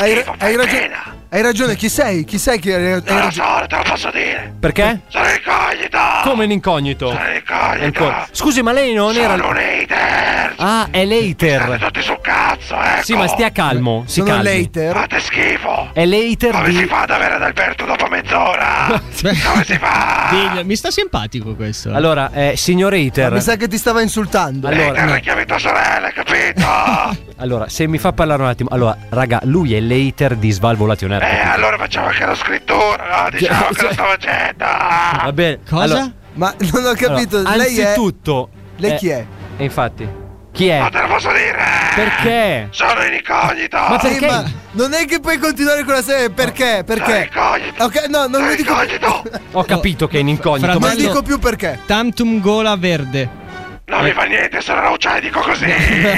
[SPEAKER 10] Hai, ra- hai ragione. Hai ragione, chi sei? Chi sei che hai ragione?
[SPEAKER 11] te lo posso dire.
[SPEAKER 9] Perché?
[SPEAKER 11] Sono incognito.
[SPEAKER 9] Come un incognito? Ancora. Scusi, ma lei non era.
[SPEAKER 11] Sono later.
[SPEAKER 9] Ah, è later.
[SPEAKER 11] Tutti sul cazzo, ecco.
[SPEAKER 9] Sì, ma stia calmo. Si
[SPEAKER 11] Sono
[SPEAKER 9] calmi.
[SPEAKER 11] later. Fate schifo.
[SPEAKER 9] È later
[SPEAKER 11] Come si
[SPEAKER 9] di.
[SPEAKER 11] fa ad avere Adalberto dopo mezz'ora?
[SPEAKER 13] Come si fa? mi sta simpatico questo. Eh,
[SPEAKER 9] Allora, eh, signor hater.
[SPEAKER 10] Mi sa che ti stava insultando.
[SPEAKER 9] Allora, no.
[SPEAKER 11] Chiami tua sorella, capito?
[SPEAKER 9] Allora, se mi fa parlare un attimo. Allora, raga, lui è later di Svalvolation Air.
[SPEAKER 11] Eh, allora facciamo anche la scrittura,
[SPEAKER 9] Cioè,
[SPEAKER 11] no? Diciamo che lo sto facendo.
[SPEAKER 9] Va bene.
[SPEAKER 11] Cosa?
[SPEAKER 10] Ma non ho capito,
[SPEAKER 9] Allora,
[SPEAKER 10] lei è-
[SPEAKER 9] anzitutto,
[SPEAKER 10] Lei
[SPEAKER 9] eh,
[SPEAKER 10] chi è?
[SPEAKER 9] E infatti, chi è?
[SPEAKER 11] Non te lo posso dire.
[SPEAKER 9] Perché?
[SPEAKER 11] Sono in incognito.
[SPEAKER 10] Sì, ma non è che puoi continuare con la serie perché? Perché? Ok, no, non lo dico.
[SPEAKER 9] Ho capito che è in incognito.
[SPEAKER 10] Non
[SPEAKER 13] Fratello-
[SPEAKER 10] dico più perché.
[SPEAKER 13] Tantum gola verde.
[SPEAKER 11] Non mi fa niente, sono Raucciai, dico così.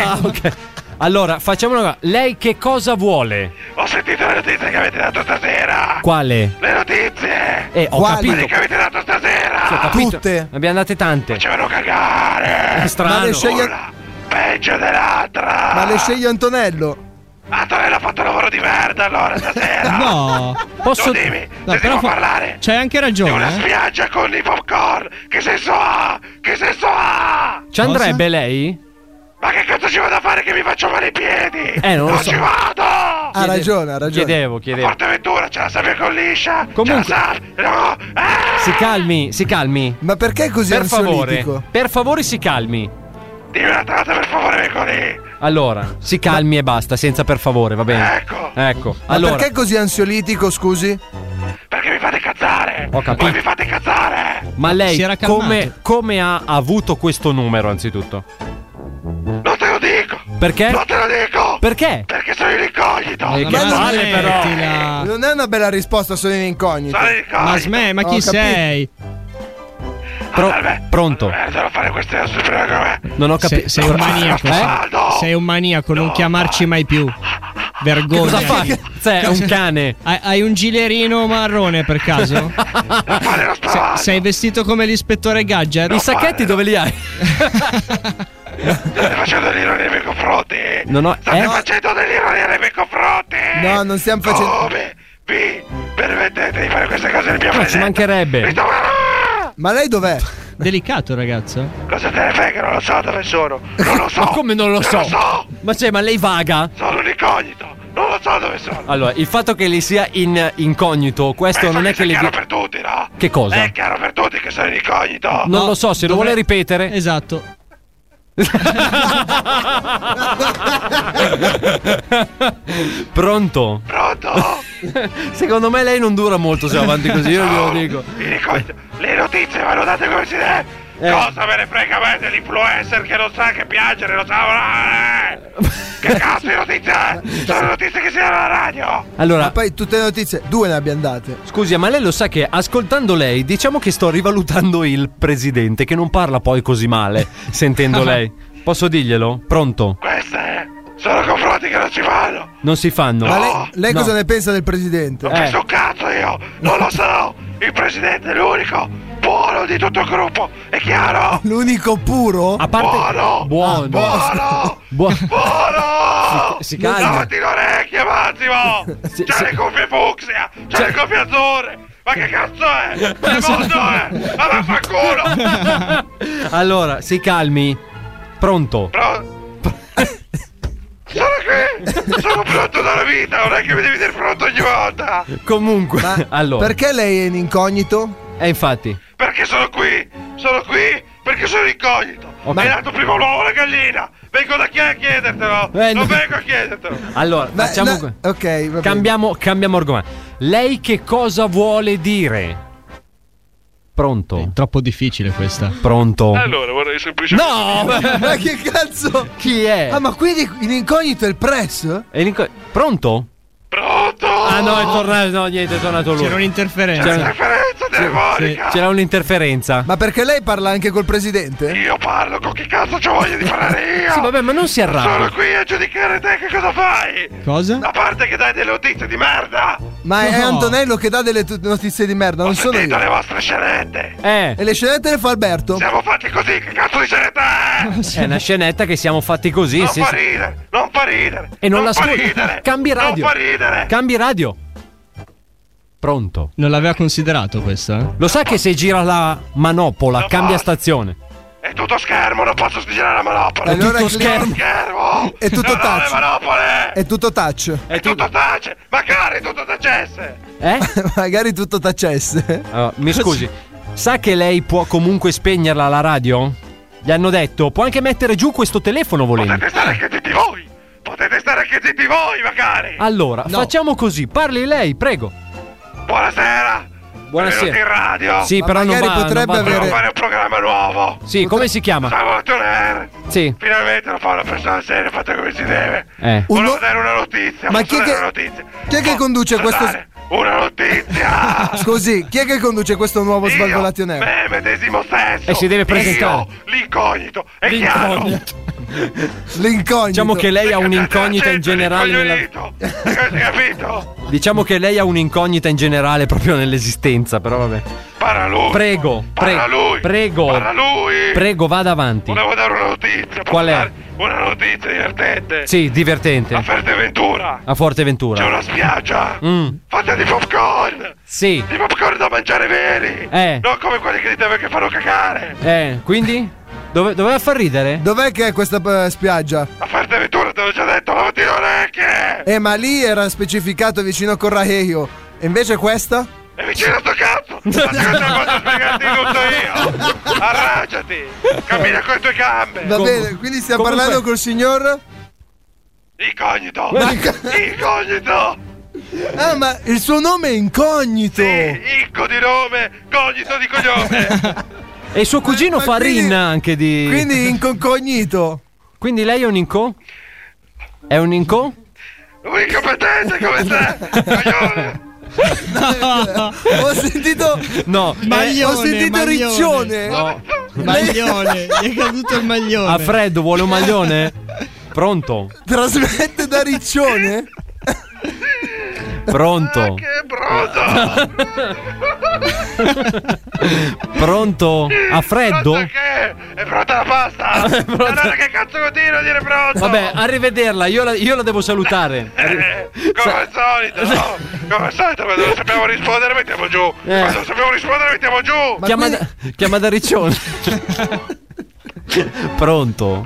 [SPEAKER 9] Ah, ok. Allora, facciamo una cosa. Lei che cosa vuole?
[SPEAKER 11] Ho sentito le notizie che avete dato stasera.
[SPEAKER 9] Quale?
[SPEAKER 11] Le notizie.
[SPEAKER 9] Eh, ho
[SPEAKER 11] Quali?
[SPEAKER 9] capito.
[SPEAKER 11] Quelle che avete dato stasera.
[SPEAKER 9] Ho capito. Ne abbiamo date tante.
[SPEAKER 11] Facevano cagare.
[SPEAKER 9] È strano.
[SPEAKER 10] Ma le sceglie-
[SPEAKER 11] Nulla. Peggio dell'altra.
[SPEAKER 10] Ma le sceglie Antonello.
[SPEAKER 11] Antonello ha fatto un lavoro di merda allora
[SPEAKER 13] Oh,
[SPEAKER 11] stasera.
[SPEAKER 13] No.
[SPEAKER 11] Posso... Tu dimmi, se si può parlare
[SPEAKER 13] C'hai anche
[SPEAKER 11] di una
[SPEAKER 13] ragione. eh.
[SPEAKER 11] spiaggia con i popcorn, che senso ha? Che senso ha?
[SPEAKER 9] Ci andrebbe Eh, lei?
[SPEAKER 11] Ma che cazzo ci vado a fare che mi faccio male i piedi?
[SPEAKER 9] Eh, non lo so.
[SPEAKER 11] ci vado!
[SPEAKER 10] Ha ragione, ha ragione.
[SPEAKER 9] Chiedevo, chiedevo.
[SPEAKER 11] Forteventura, ce la sabbia con liscia!
[SPEAKER 9] Comunque-
[SPEAKER 11] Ce la sabbia! No!
[SPEAKER 9] Si calmi, si calmi.
[SPEAKER 10] Ma perché è così
[SPEAKER 9] Per favore,
[SPEAKER 10] ansiolitico?
[SPEAKER 9] per favore si calmi.
[SPEAKER 11] Dimmi una trata per favore, Mecoli!
[SPEAKER 9] Allora, si calmi e basta, senza per favore, va bene?
[SPEAKER 11] Ecco.
[SPEAKER 9] Ecco.
[SPEAKER 10] Ma
[SPEAKER 9] Allora,
[SPEAKER 10] perché è così ansiolitico, scusi?
[SPEAKER 11] Perché mi fate cazzare?
[SPEAKER 9] Ho capito.
[SPEAKER 11] Voi mi fate cazzare!
[SPEAKER 9] ma lei
[SPEAKER 13] Si era calmato.
[SPEAKER 9] come, come ha avuto questo numero anzitutto?
[SPEAKER 11] Non te lo dico!
[SPEAKER 9] Perché?
[SPEAKER 11] Non te lo dico!
[SPEAKER 9] Perché?
[SPEAKER 11] Perché sono in incognito!
[SPEAKER 13] Eh,
[SPEAKER 10] Ma
[SPEAKER 13] che
[SPEAKER 10] non
[SPEAKER 13] male,
[SPEAKER 10] è-
[SPEAKER 13] però.
[SPEAKER 10] Non è una bella risposta, sono in incognito.
[SPEAKER 11] Sono in incognito!
[SPEAKER 13] Ma smè, ma chi
[SPEAKER 10] Ho capito.
[SPEAKER 13] sei?
[SPEAKER 9] Pro- pronto.
[SPEAKER 11] Eh, devo fare queste eh. cose prima come me!
[SPEAKER 9] Non ho
[SPEAKER 13] Se-
[SPEAKER 9] capito.
[SPEAKER 13] sei un maniaco.
[SPEAKER 9] Eh?
[SPEAKER 13] Sei un maniaco, non chiamarci mai più. Vergogna.
[SPEAKER 9] Cosa fa? Cioè, è un cane.
[SPEAKER 13] Hai, hai un gilerino marrone per caso? Se- sei vestito come l'ispettore Gadget?
[SPEAKER 9] I sacchetti dove li hai?
[SPEAKER 11] State facendo dell'ironia nei miei confronti!
[SPEAKER 9] Non ho.
[SPEAKER 11] State
[SPEAKER 9] eh?
[SPEAKER 11] facendo dell'ironia nei miei confronti!
[SPEAKER 10] No, non stiamo facendo.
[SPEAKER 11] Come vi permettete di fare queste cose nel mio
[SPEAKER 9] Ma ci
[SPEAKER 11] presente?
[SPEAKER 9] mancherebbe.
[SPEAKER 10] Ma lei dov'è?
[SPEAKER 5] Delicato il ragazzo.
[SPEAKER 11] Cosa te ne frega? Eh. Non lo so dove sono. Non lo so.
[SPEAKER 9] Ma come non lo so?
[SPEAKER 11] Non lo so.
[SPEAKER 9] Ma cioè, ma lei vaga?
[SPEAKER 11] Sono un incognito. Non lo so dove sono.
[SPEAKER 9] Allora, il fatto che lei sia in incognito, questo
[SPEAKER 11] Penso
[SPEAKER 9] non è che
[SPEAKER 11] Eh, sia
[SPEAKER 9] le.
[SPEAKER 11] chiaro per tutti, no?
[SPEAKER 9] Che cosa?
[SPEAKER 11] È chiaro per tutti che sono un incognito.
[SPEAKER 9] non lo so, se lo vuole ripetere.
[SPEAKER 5] Esatto.
[SPEAKER 9] Pronto?
[SPEAKER 11] Pronto?
[SPEAKER 9] Secondo me lei non dura molto se va avanti così, io glielo dico.
[SPEAKER 11] Il incognito. Le notizie vanno date come si deve.
[SPEAKER 9] Eh.
[SPEAKER 11] Cosa me ne frega a me dell'influencer che non sa che piangere, lo sa volare? che cazzo di notizie? Sono notizie che si danno alla radio.
[SPEAKER 9] Allora,
[SPEAKER 10] poi tutte le notizie, due le abbiamo date.
[SPEAKER 9] Scusi, ma lei lo sa che ascoltando lei, diciamo che sto rivalutando il presidente, che non parla poi così male, sentendo lei. Posso dirglielo? Pronto?
[SPEAKER 11] Sono confronti che non ci vanno.
[SPEAKER 9] Non si fanno.
[SPEAKER 10] Ma lei, lei
[SPEAKER 9] No.
[SPEAKER 10] cosa ne pensa del presidente? Eh.
[SPEAKER 11] Non penso un cazzo io. Non lo so. Il presidente è l'unico buono di tutto il gruppo. È chiaro?
[SPEAKER 10] L'unico puro?
[SPEAKER 9] A parte...
[SPEAKER 11] Buono.
[SPEAKER 9] Buono.
[SPEAKER 11] Buono.
[SPEAKER 9] Buono.
[SPEAKER 11] Si,
[SPEAKER 9] calma.
[SPEAKER 11] Datti l'orecchia, Massimo. C'ha le cuffie fucsia. C'ha
[SPEAKER 9] Cioè
[SPEAKER 11] le cuffie azzurre. Ma che cazzo è? Che mondo è? Ma vaffanculo.
[SPEAKER 9] Allora, si calmi. Pronto?
[SPEAKER 11] Sono qui. Sono pronto dalla vita. Non è che mi devi dire pronto ogni volta.
[SPEAKER 9] Comunque, allora.
[SPEAKER 10] Perché lei è in incognito?
[SPEAKER 9] E infatti.
[SPEAKER 11] Perché sono qui? Sono qui perché sono incognito.
[SPEAKER 9] Ok.
[SPEAKER 11] Ma è nato prima un uovo o una gallina. Vengo da chi a chiedertelo.
[SPEAKER 9] Eh, no.
[SPEAKER 11] non vengo a chiedertelo.
[SPEAKER 9] Allora,
[SPEAKER 11] Beh,
[SPEAKER 9] facciamo.
[SPEAKER 11] no,
[SPEAKER 9] que-
[SPEAKER 10] Ok, va bene.
[SPEAKER 9] Cambiamo, cambiamo argomento. Lei che cosa vuole dire? Pronto? È
[SPEAKER 5] troppo difficile questa.
[SPEAKER 9] Pronto?
[SPEAKER 11] Allora, vorrei semplicemente.
[SPEAKER 9] No!
[SPEAKER 10] ma che cazzo?
[SPEAKER 9] Chi è?
[SPEAKER 10] Ah, ma quindi in incognito è il press?
[SPEAKER 9] È in inco- Pronto?
[SPEAKER 11] Pronto?
[SPEAKER 9] Ah no, è tornato. No, niente, è tornato lui.
[SPEAKER 5] C'era un'interferenza.
[SPEAKER 9] C'era, sì, c'era un'interferenza.
[SPEAKER 10] Ma perché lei parla anche col presidente?
[SPEAKER 11] Io parlo con chi cazzo c'ho voglia di parlare io.
[SPEAKER 9] Sì, vabbè, ma non si
[SPEAKER 11] Sono
[SPEAKER 9] arrabbia.
[SPEAKER 11] qui a giudicare te che cosa fai.
[SPEAKER 5] Cosa?
[SPEAKER 11] A parte che dai delle notizie di merda.
[SPEAKER 10] Ma è
[SPEAKER 11] No.
[SPEAKER 10] Antonello che dà delle tu- notizie di merda, non sono
[SPEAKER 11] Dito le
[SPEAKER 10] io.
[SPEAKER 11] vostre scenette.
[SPEAKER 9] Eh.
[SPEAKER 10] E le scenette le fa Alberto.
[SPEAKER 11] Siamo fatti così, che cazzo di scenette è?
[SPEAKER 9] È una scenetta che siamo fatti così.
[SPEAKER 11] non
[SPEAKER 9] sì,
[SPEAKER 11] fa
[SPEAKER 9] sì.
[SPEAKER 11] ridere, non fa ridere.
[SPEAKER 9] E non, la
[SPEAKER 11] fa
[SPEAKER 9] l'ascolti.
[SPEAKER 11] ridere.
[SPEAKER 9] Cambi radio.
[SPEAKER 11] Non fa ridere.
[SPEAKER 9] Cambi radio. Pronto.
[SPEAKER 5] Non l'aveva considerato questa? eh?
[SPEAKER 9] Lo sa che se gira la manopola cambia stazione.
[SPEAKER 11] È tutto schermo, non posso girare la manopola.
[SPEAKER 10] Allora
[SPEAKER 11] è tutto
[SPEAKER 10] clicca-
[SPEAKER 11] schermo.
[SPEAKER 10] È tutto
[SPEAKER 11] non ho le
[SPEAKER 10] touch.
[SPEAKER 11] manopole.
[SPEAKER 10] È tutto touch.
[SPEAKER 11] È tutto tace. Magari tutto tacesse.
[SPEAKER 9] Eh?
[SPEAKER 10] Magari tutto tacesse.
[SPEAKER 9] Allora, Ah, mi scusi, sa che lei può comunque spegnerla la radio? Gli hanno detto, può anche mettere giù questo telefono volendo.
[SPEAKER 11] Potete stare anche zitti voi. Potete stare anche zitti voi, magari.
[SPEAKER 9] Allora, facciamo così, parli lei, prego.
[SPEAKER 11] Buonasera. Benvenuti in
[SPEAKER 9] Buonasera.
[SPEAKER 11] radio.
[SPEAKER 9] Sì, però non va, non va-
[SPEAKER 11] Volevo fare un programma nuovo.
[SPEAKER 9] Sì, come si chiama?
[SPEAKER 11] Salvatore Air.
[SPEAKER 9] Sì.
[SPEAKER 11] Finalmente lo fa una persona seria, fatta come si deve.
[SPEAKER 9] Eh.
[SPEAKER 11] Volevo dare una notizia.
[SPEAKER 10] Ma
[SPEAKER 11] posso
[SPEAKER 10] chi è
[SPEAKER 11] dare
[SPEAKER 10] che-
[SPEAKER 11] una notizia?
[SPEAKER 10] Chi è che conduce questo.
[SPEAKER 11] Dare una notizia.
[SPEAKER 10] Scusi, chi è che conduce questo nuovo svalvolationario?
[SPEAKER 11] Me medesimo stesso.
[SPEAKER 9] E si deve presentare.
[SPEAKER 11] Io, l'incognito. È
[SPEAKER 9] L'incognito.
[SPEAKER 10] L'incognito.
[SPEAKER 9] Diciamo che lei ha un'incognita in
[SPEAKER 11] chiaro.
[SPEAKER 9] generale nella-
[SPEAKER 11] L'incognito. Avete capito?
[SPEAKER 9] Diciamo che lei ha un'incognita in generale proprio nell'esistenza, però vabbè.
[SPEAKER 11] Parla lui.
[SPEAKER 9] Prego,
[SPEAKER 11] Parla
[SPEAKER 9] prego,
[SPEAKER 11] lui.
[SPEAKER 9] prego.
[SPEAKER 11] Parla lui.
[SPEAKER 9] Prego, vada avanti.
[SPEAKER 11] Volevo dare una notizia. posso
[SPEAKER 9] Qual è?
[SPEAKER 11] dare Una notizia divertente.
[SPEAKER 9] Sì, divertente.
[SPEAKER 11] A Ferteventura
[SPEAKER 9] A
[SPEAKER 11] c'è
[SPEAKER 9] Forteventura.
[SPEAKER 11] una spiaggia
[SPEAKER 9] Mm,
[SPEAKER 11] fatta di popcorn.
[SPEAKER 9] sì.
[SPEAKER 11] Di popcorn da mangiare veri.
[SPEAKER 9] Eh.
[SPEAKER 11] Non come quelli che ti deve che fanno cagare.
[SPEAKER 9] Eh, quindi? Dove- doveva far ridere?
[SPEAKER 10] Dov'è che è questa eh, spiaggia?
[SPEAKER 11] A Ferteventura te l'ho già detto, lavati le orecchie.
[SPEAKER 10] Eh, ma lì era specificato vicino a Corraeio. E invece questa?
[SPEAKER 11] E vicino a sto cazzo! Ma secondo te posso spiegarti tutto io? Arrangiati! Cammina con le tue gambe!
[SPEAKER 10] Va bene, quindi stiamo
[SPEAKER 9] comunque-
[SPEAKER 10] parlando col signor.
[SPEAKER 11] Incognito!
[SPEAKER 10] Ma-
[SPEAKER 11] Incognito!
[SPEAKER 10] Ah, ma il suo nome è incognito.
[SPEAKER 11] Inco di nome, cognito di cognome!
[SPEAKER 9] E il suo cugino
[SPEAKER 10] ma
[SPEAKER 9] fa
[SPEAKER 10] quindi-
[SPEAKER 9] rin anche di...
[SPEAKER 10] Quindi incognito.
[SPEAKER 9] Quindi lei è un inco? È un inco?
[SPEAKER 11] Un incompetente come te! Coglione!
[SPEAKER 10] Ho sentito. Eh,
[SPEAKER 9] No,
[SPEAKER 5] Maglione,
[SPEAKER 10] ho sentito
[SPEAKER 5] maglione.
[SPEAKER 10] riccione.
[SPEAKER 5] Maglione, gli è caduto il maglione.
[SPEAKER 9] a freddo vuole un maglione? Pronto?
[SPEAKER 10] Trasmette da riccione?
[SPEAKER 9] Pronto?
[SPEAKER 11] Che brutto!
[SPEAKER 9] Pronto? A freddo?
[SPEAKER 11] Brutto che eh, è pronta la pasta! E allora che cazzo continuo a dire pronto?
[SPEAKER 9] Vabbè, arrivederla, io la, io la devo salutare.
[SPEAKER 11] Eh, come al solito, no? Come al solito, quando non sappiamo rispondere mettiamo giù!
[SPEAKER 9] Eh.
[SPEAKER 11] Quando non sappiamo rispondere mettiamo giù!
[SPEAKER 9] chiama, da, chiama da Riccione. Pronto?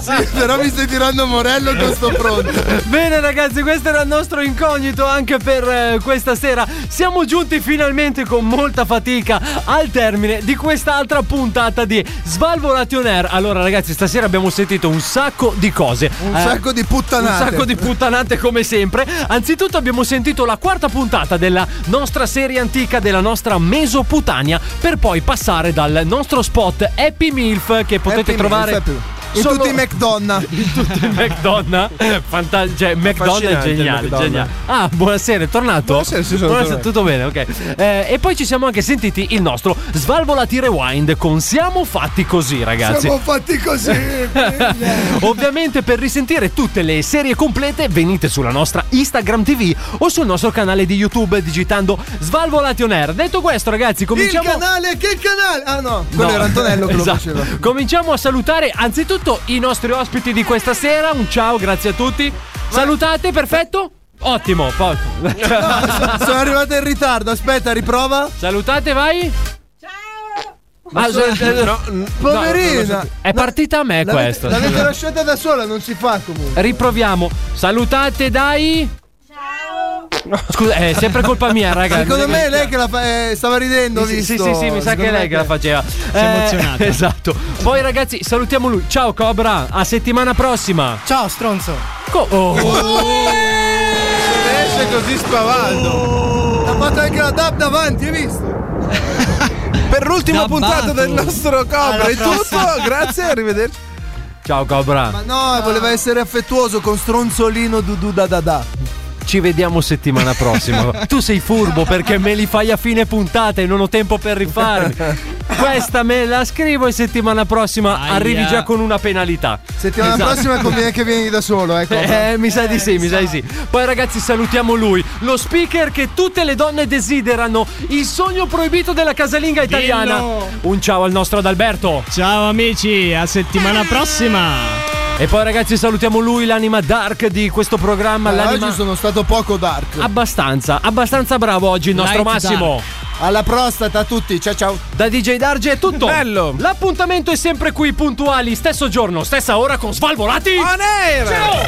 [SPEAKER 10] sì, però mi stai tirando Morello che sto pronto.
[SPEAKER 9] Bene ragazzi, questo era il nostro incognito anche per eh, questa sera. Siamo giunti finalmente con molta fatica al termine di quest'altra puntata di Svalvolati on Air. Allora ragazzi, stasera abbiamo sentito un sacco di cose.
[SPEAKER 10] Un sacco di puttanate.
[SPEAKER 9] Un sacco di puttanate come sempre. Anzitutto abbiamo sentito la quarta puntata della nostra serie antica della nostra Mesoputania per poi passare dal nostro spot Happy Milf che potete
[SPEAKER 10] Happy Meal,
[SPEAKER 9] trovare
[SPEAKER 10] Happy Meal. In
[SPEAKER 9] solo-
[SPEAKER 10] tutti i McDonald's.
[SPEAKER 9] In tutti i McDonald's. Fanta- cioè, McDonald's
[SPEAKER 10] Affascinante
[SPEAKER 9] è
[SPEAKER 10] il
[SPEAKER 9] geniale,
[SPEAKER 10] McDonald's.
[SPEAKER 9] geniale. Ah, buonasera, è tornato? Buonasera,
[SPEAKER 10] sì, sono tornato.
[SPEAKER 9] tutto bene, ok. Eh, e poi ci siamo anche sentiti il nostro Svalvolati Rewind con Siamo fatti così, ragazzi.
[SPEAKER 10] Siamo fatti così.
[SPEAKER 9] Ovviamente per risentire tutte le serie complete venite sulla nostra Instagram TV o sul nostro canale di YouTube digitando Svalvolati on Air. Detto questo, ragazzi, cominciamo
[SPEAKER 10] Il canale, che canale? Ah no, quello
[SPEAKER 9] No.
[SPEAKER 10] era Antonello che
[SPEAKER 9] Esatto.
[SPEAKER 10] lo faceva.
[SPEAKER 9] Cominciamo a salutare anzitutto i nostri ospiti di questa sera. Un ciao, grazie a tutti. Salutate, perfetto. Ottimo. poi-
[SPEAKER 10] No, so- sono arrivato in ritardo, aspetta, riprova.
[SPEAKER 9] Salutate, vai.
[SPEAKER 10] Ma
[SPEAKER 9] Ah,
[SPEAKER 10] so-
[SPEAKER 9] eh,
[SPEAKER 10] no,
[SPEAKER 9] no,
[SPEAKER 10] poverina.
[SPEAKER 9] non lo so. È partita a me
[SPEAKER 10] L'avete-
[SPEAKER 9] questa.
[SPEAKER 10] L'avete lasciata da sola, non si fa comunque.
[SPEAKER 9] Riproviamo. Salutate, dai. Ciao. Scusa, è sempre colpa mia, ragazzi.
[SPEAKER 10] Secondo me è lei che la fa. eh, stava ridendo,
[SPEAKER 9] Sì, sì,
[SPEAKER 10] visto.
[SPEAKER 9] sì, sì, mi sa
[SPEAKER 10] Secondo
[SPEAKER 9] che è
[SPEAKER 10] me
[SPEAKER 9] lei che la faceva. Eh, Si
[SPEAKER 10] è emozionata.
[SPEAKER 9] Esatto. Poi ragazzi, salutiamo lui. Ciao Cobra, a settimana prossima.
[SPEAKER 3] Ciao, stronzo.
[SPEAKER 9] Co- oh.
[SPEAKER 10] Esce così spavaldo. Ha fatto anche la dab davanti, hai visto?
[SPEAKER 8] Per l'ultima
[SPEAKER 10] Dabbato.
[SPEAKER 8] puntata del nostro Cobra
[SPEAKER 10] Alla
[SPEAKER 8] è tutto,
[SPEAKER 10] prossima.
[SPEAKER 8] grazie e arrivederci.
[SPEAKER 9] Ciao Cobra.
[SPEAKER 10] Ma Ah, no,
[SPEAKER 9] Ah.
[SPEAKER 10] voleva essere affettuoso con stronzolino dudu da da da.
[SPEAKER 9] Ci vediamo settimana prossima. tu sei furbo perché me li fai a fine puntata e non ho tempo per rifarmi. Questa me la scrivo e settimana prossima
[SPEAKER 10] Aia.
[SPEAKER 9] arrivi già con una penalità.
[SPEAKER 10] Settimana
[SPEAKER 9] Esatto.
[SPEAKER 10] prossima conviene che vieni da solo, ecco. Esatto.
[SPEAKER 9] Eh, mi sa di sì, mi sa di sì. Poi ragazzi salutiamo lui, lo speaker che tutte le donne desiderano, il sogno proibito della casalinga italiana.
[SPEAKER 13] Dillo.
[SPEAKER 9] Un ciao al nostro Adalberto.
[SPEAKER 13] Ciao amici, a settimana prossima.
[SPEAKER 9] E poi ragazzi salutiamo lui, l'anima dark di questo programma,
[SPEAKER 10] Ma
[SPEAKER 9] l'anima
[SPEAKER 10] oggi sono stato poco dark.
[SPEAKER 9] abbastanza, abbastanza bravo oggi il nostro
[SPEAKER 10] Light
[SPEAKER 9] Massimo.
[SPEAKER 10] dark. Alla prostata a tutti, ciao ciao.
[SPEAKER 9] Da DJ Darge è tutto. Bello. L'appuntamento è sempre qui, puntuali, stesso giorno, stessa ora con Svalvolati.
[SPEAKER 8] On air.
[SPEAKER 9] Ciao.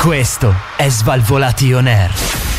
[SPEAKER 7] Questo è Svalvolati On Air.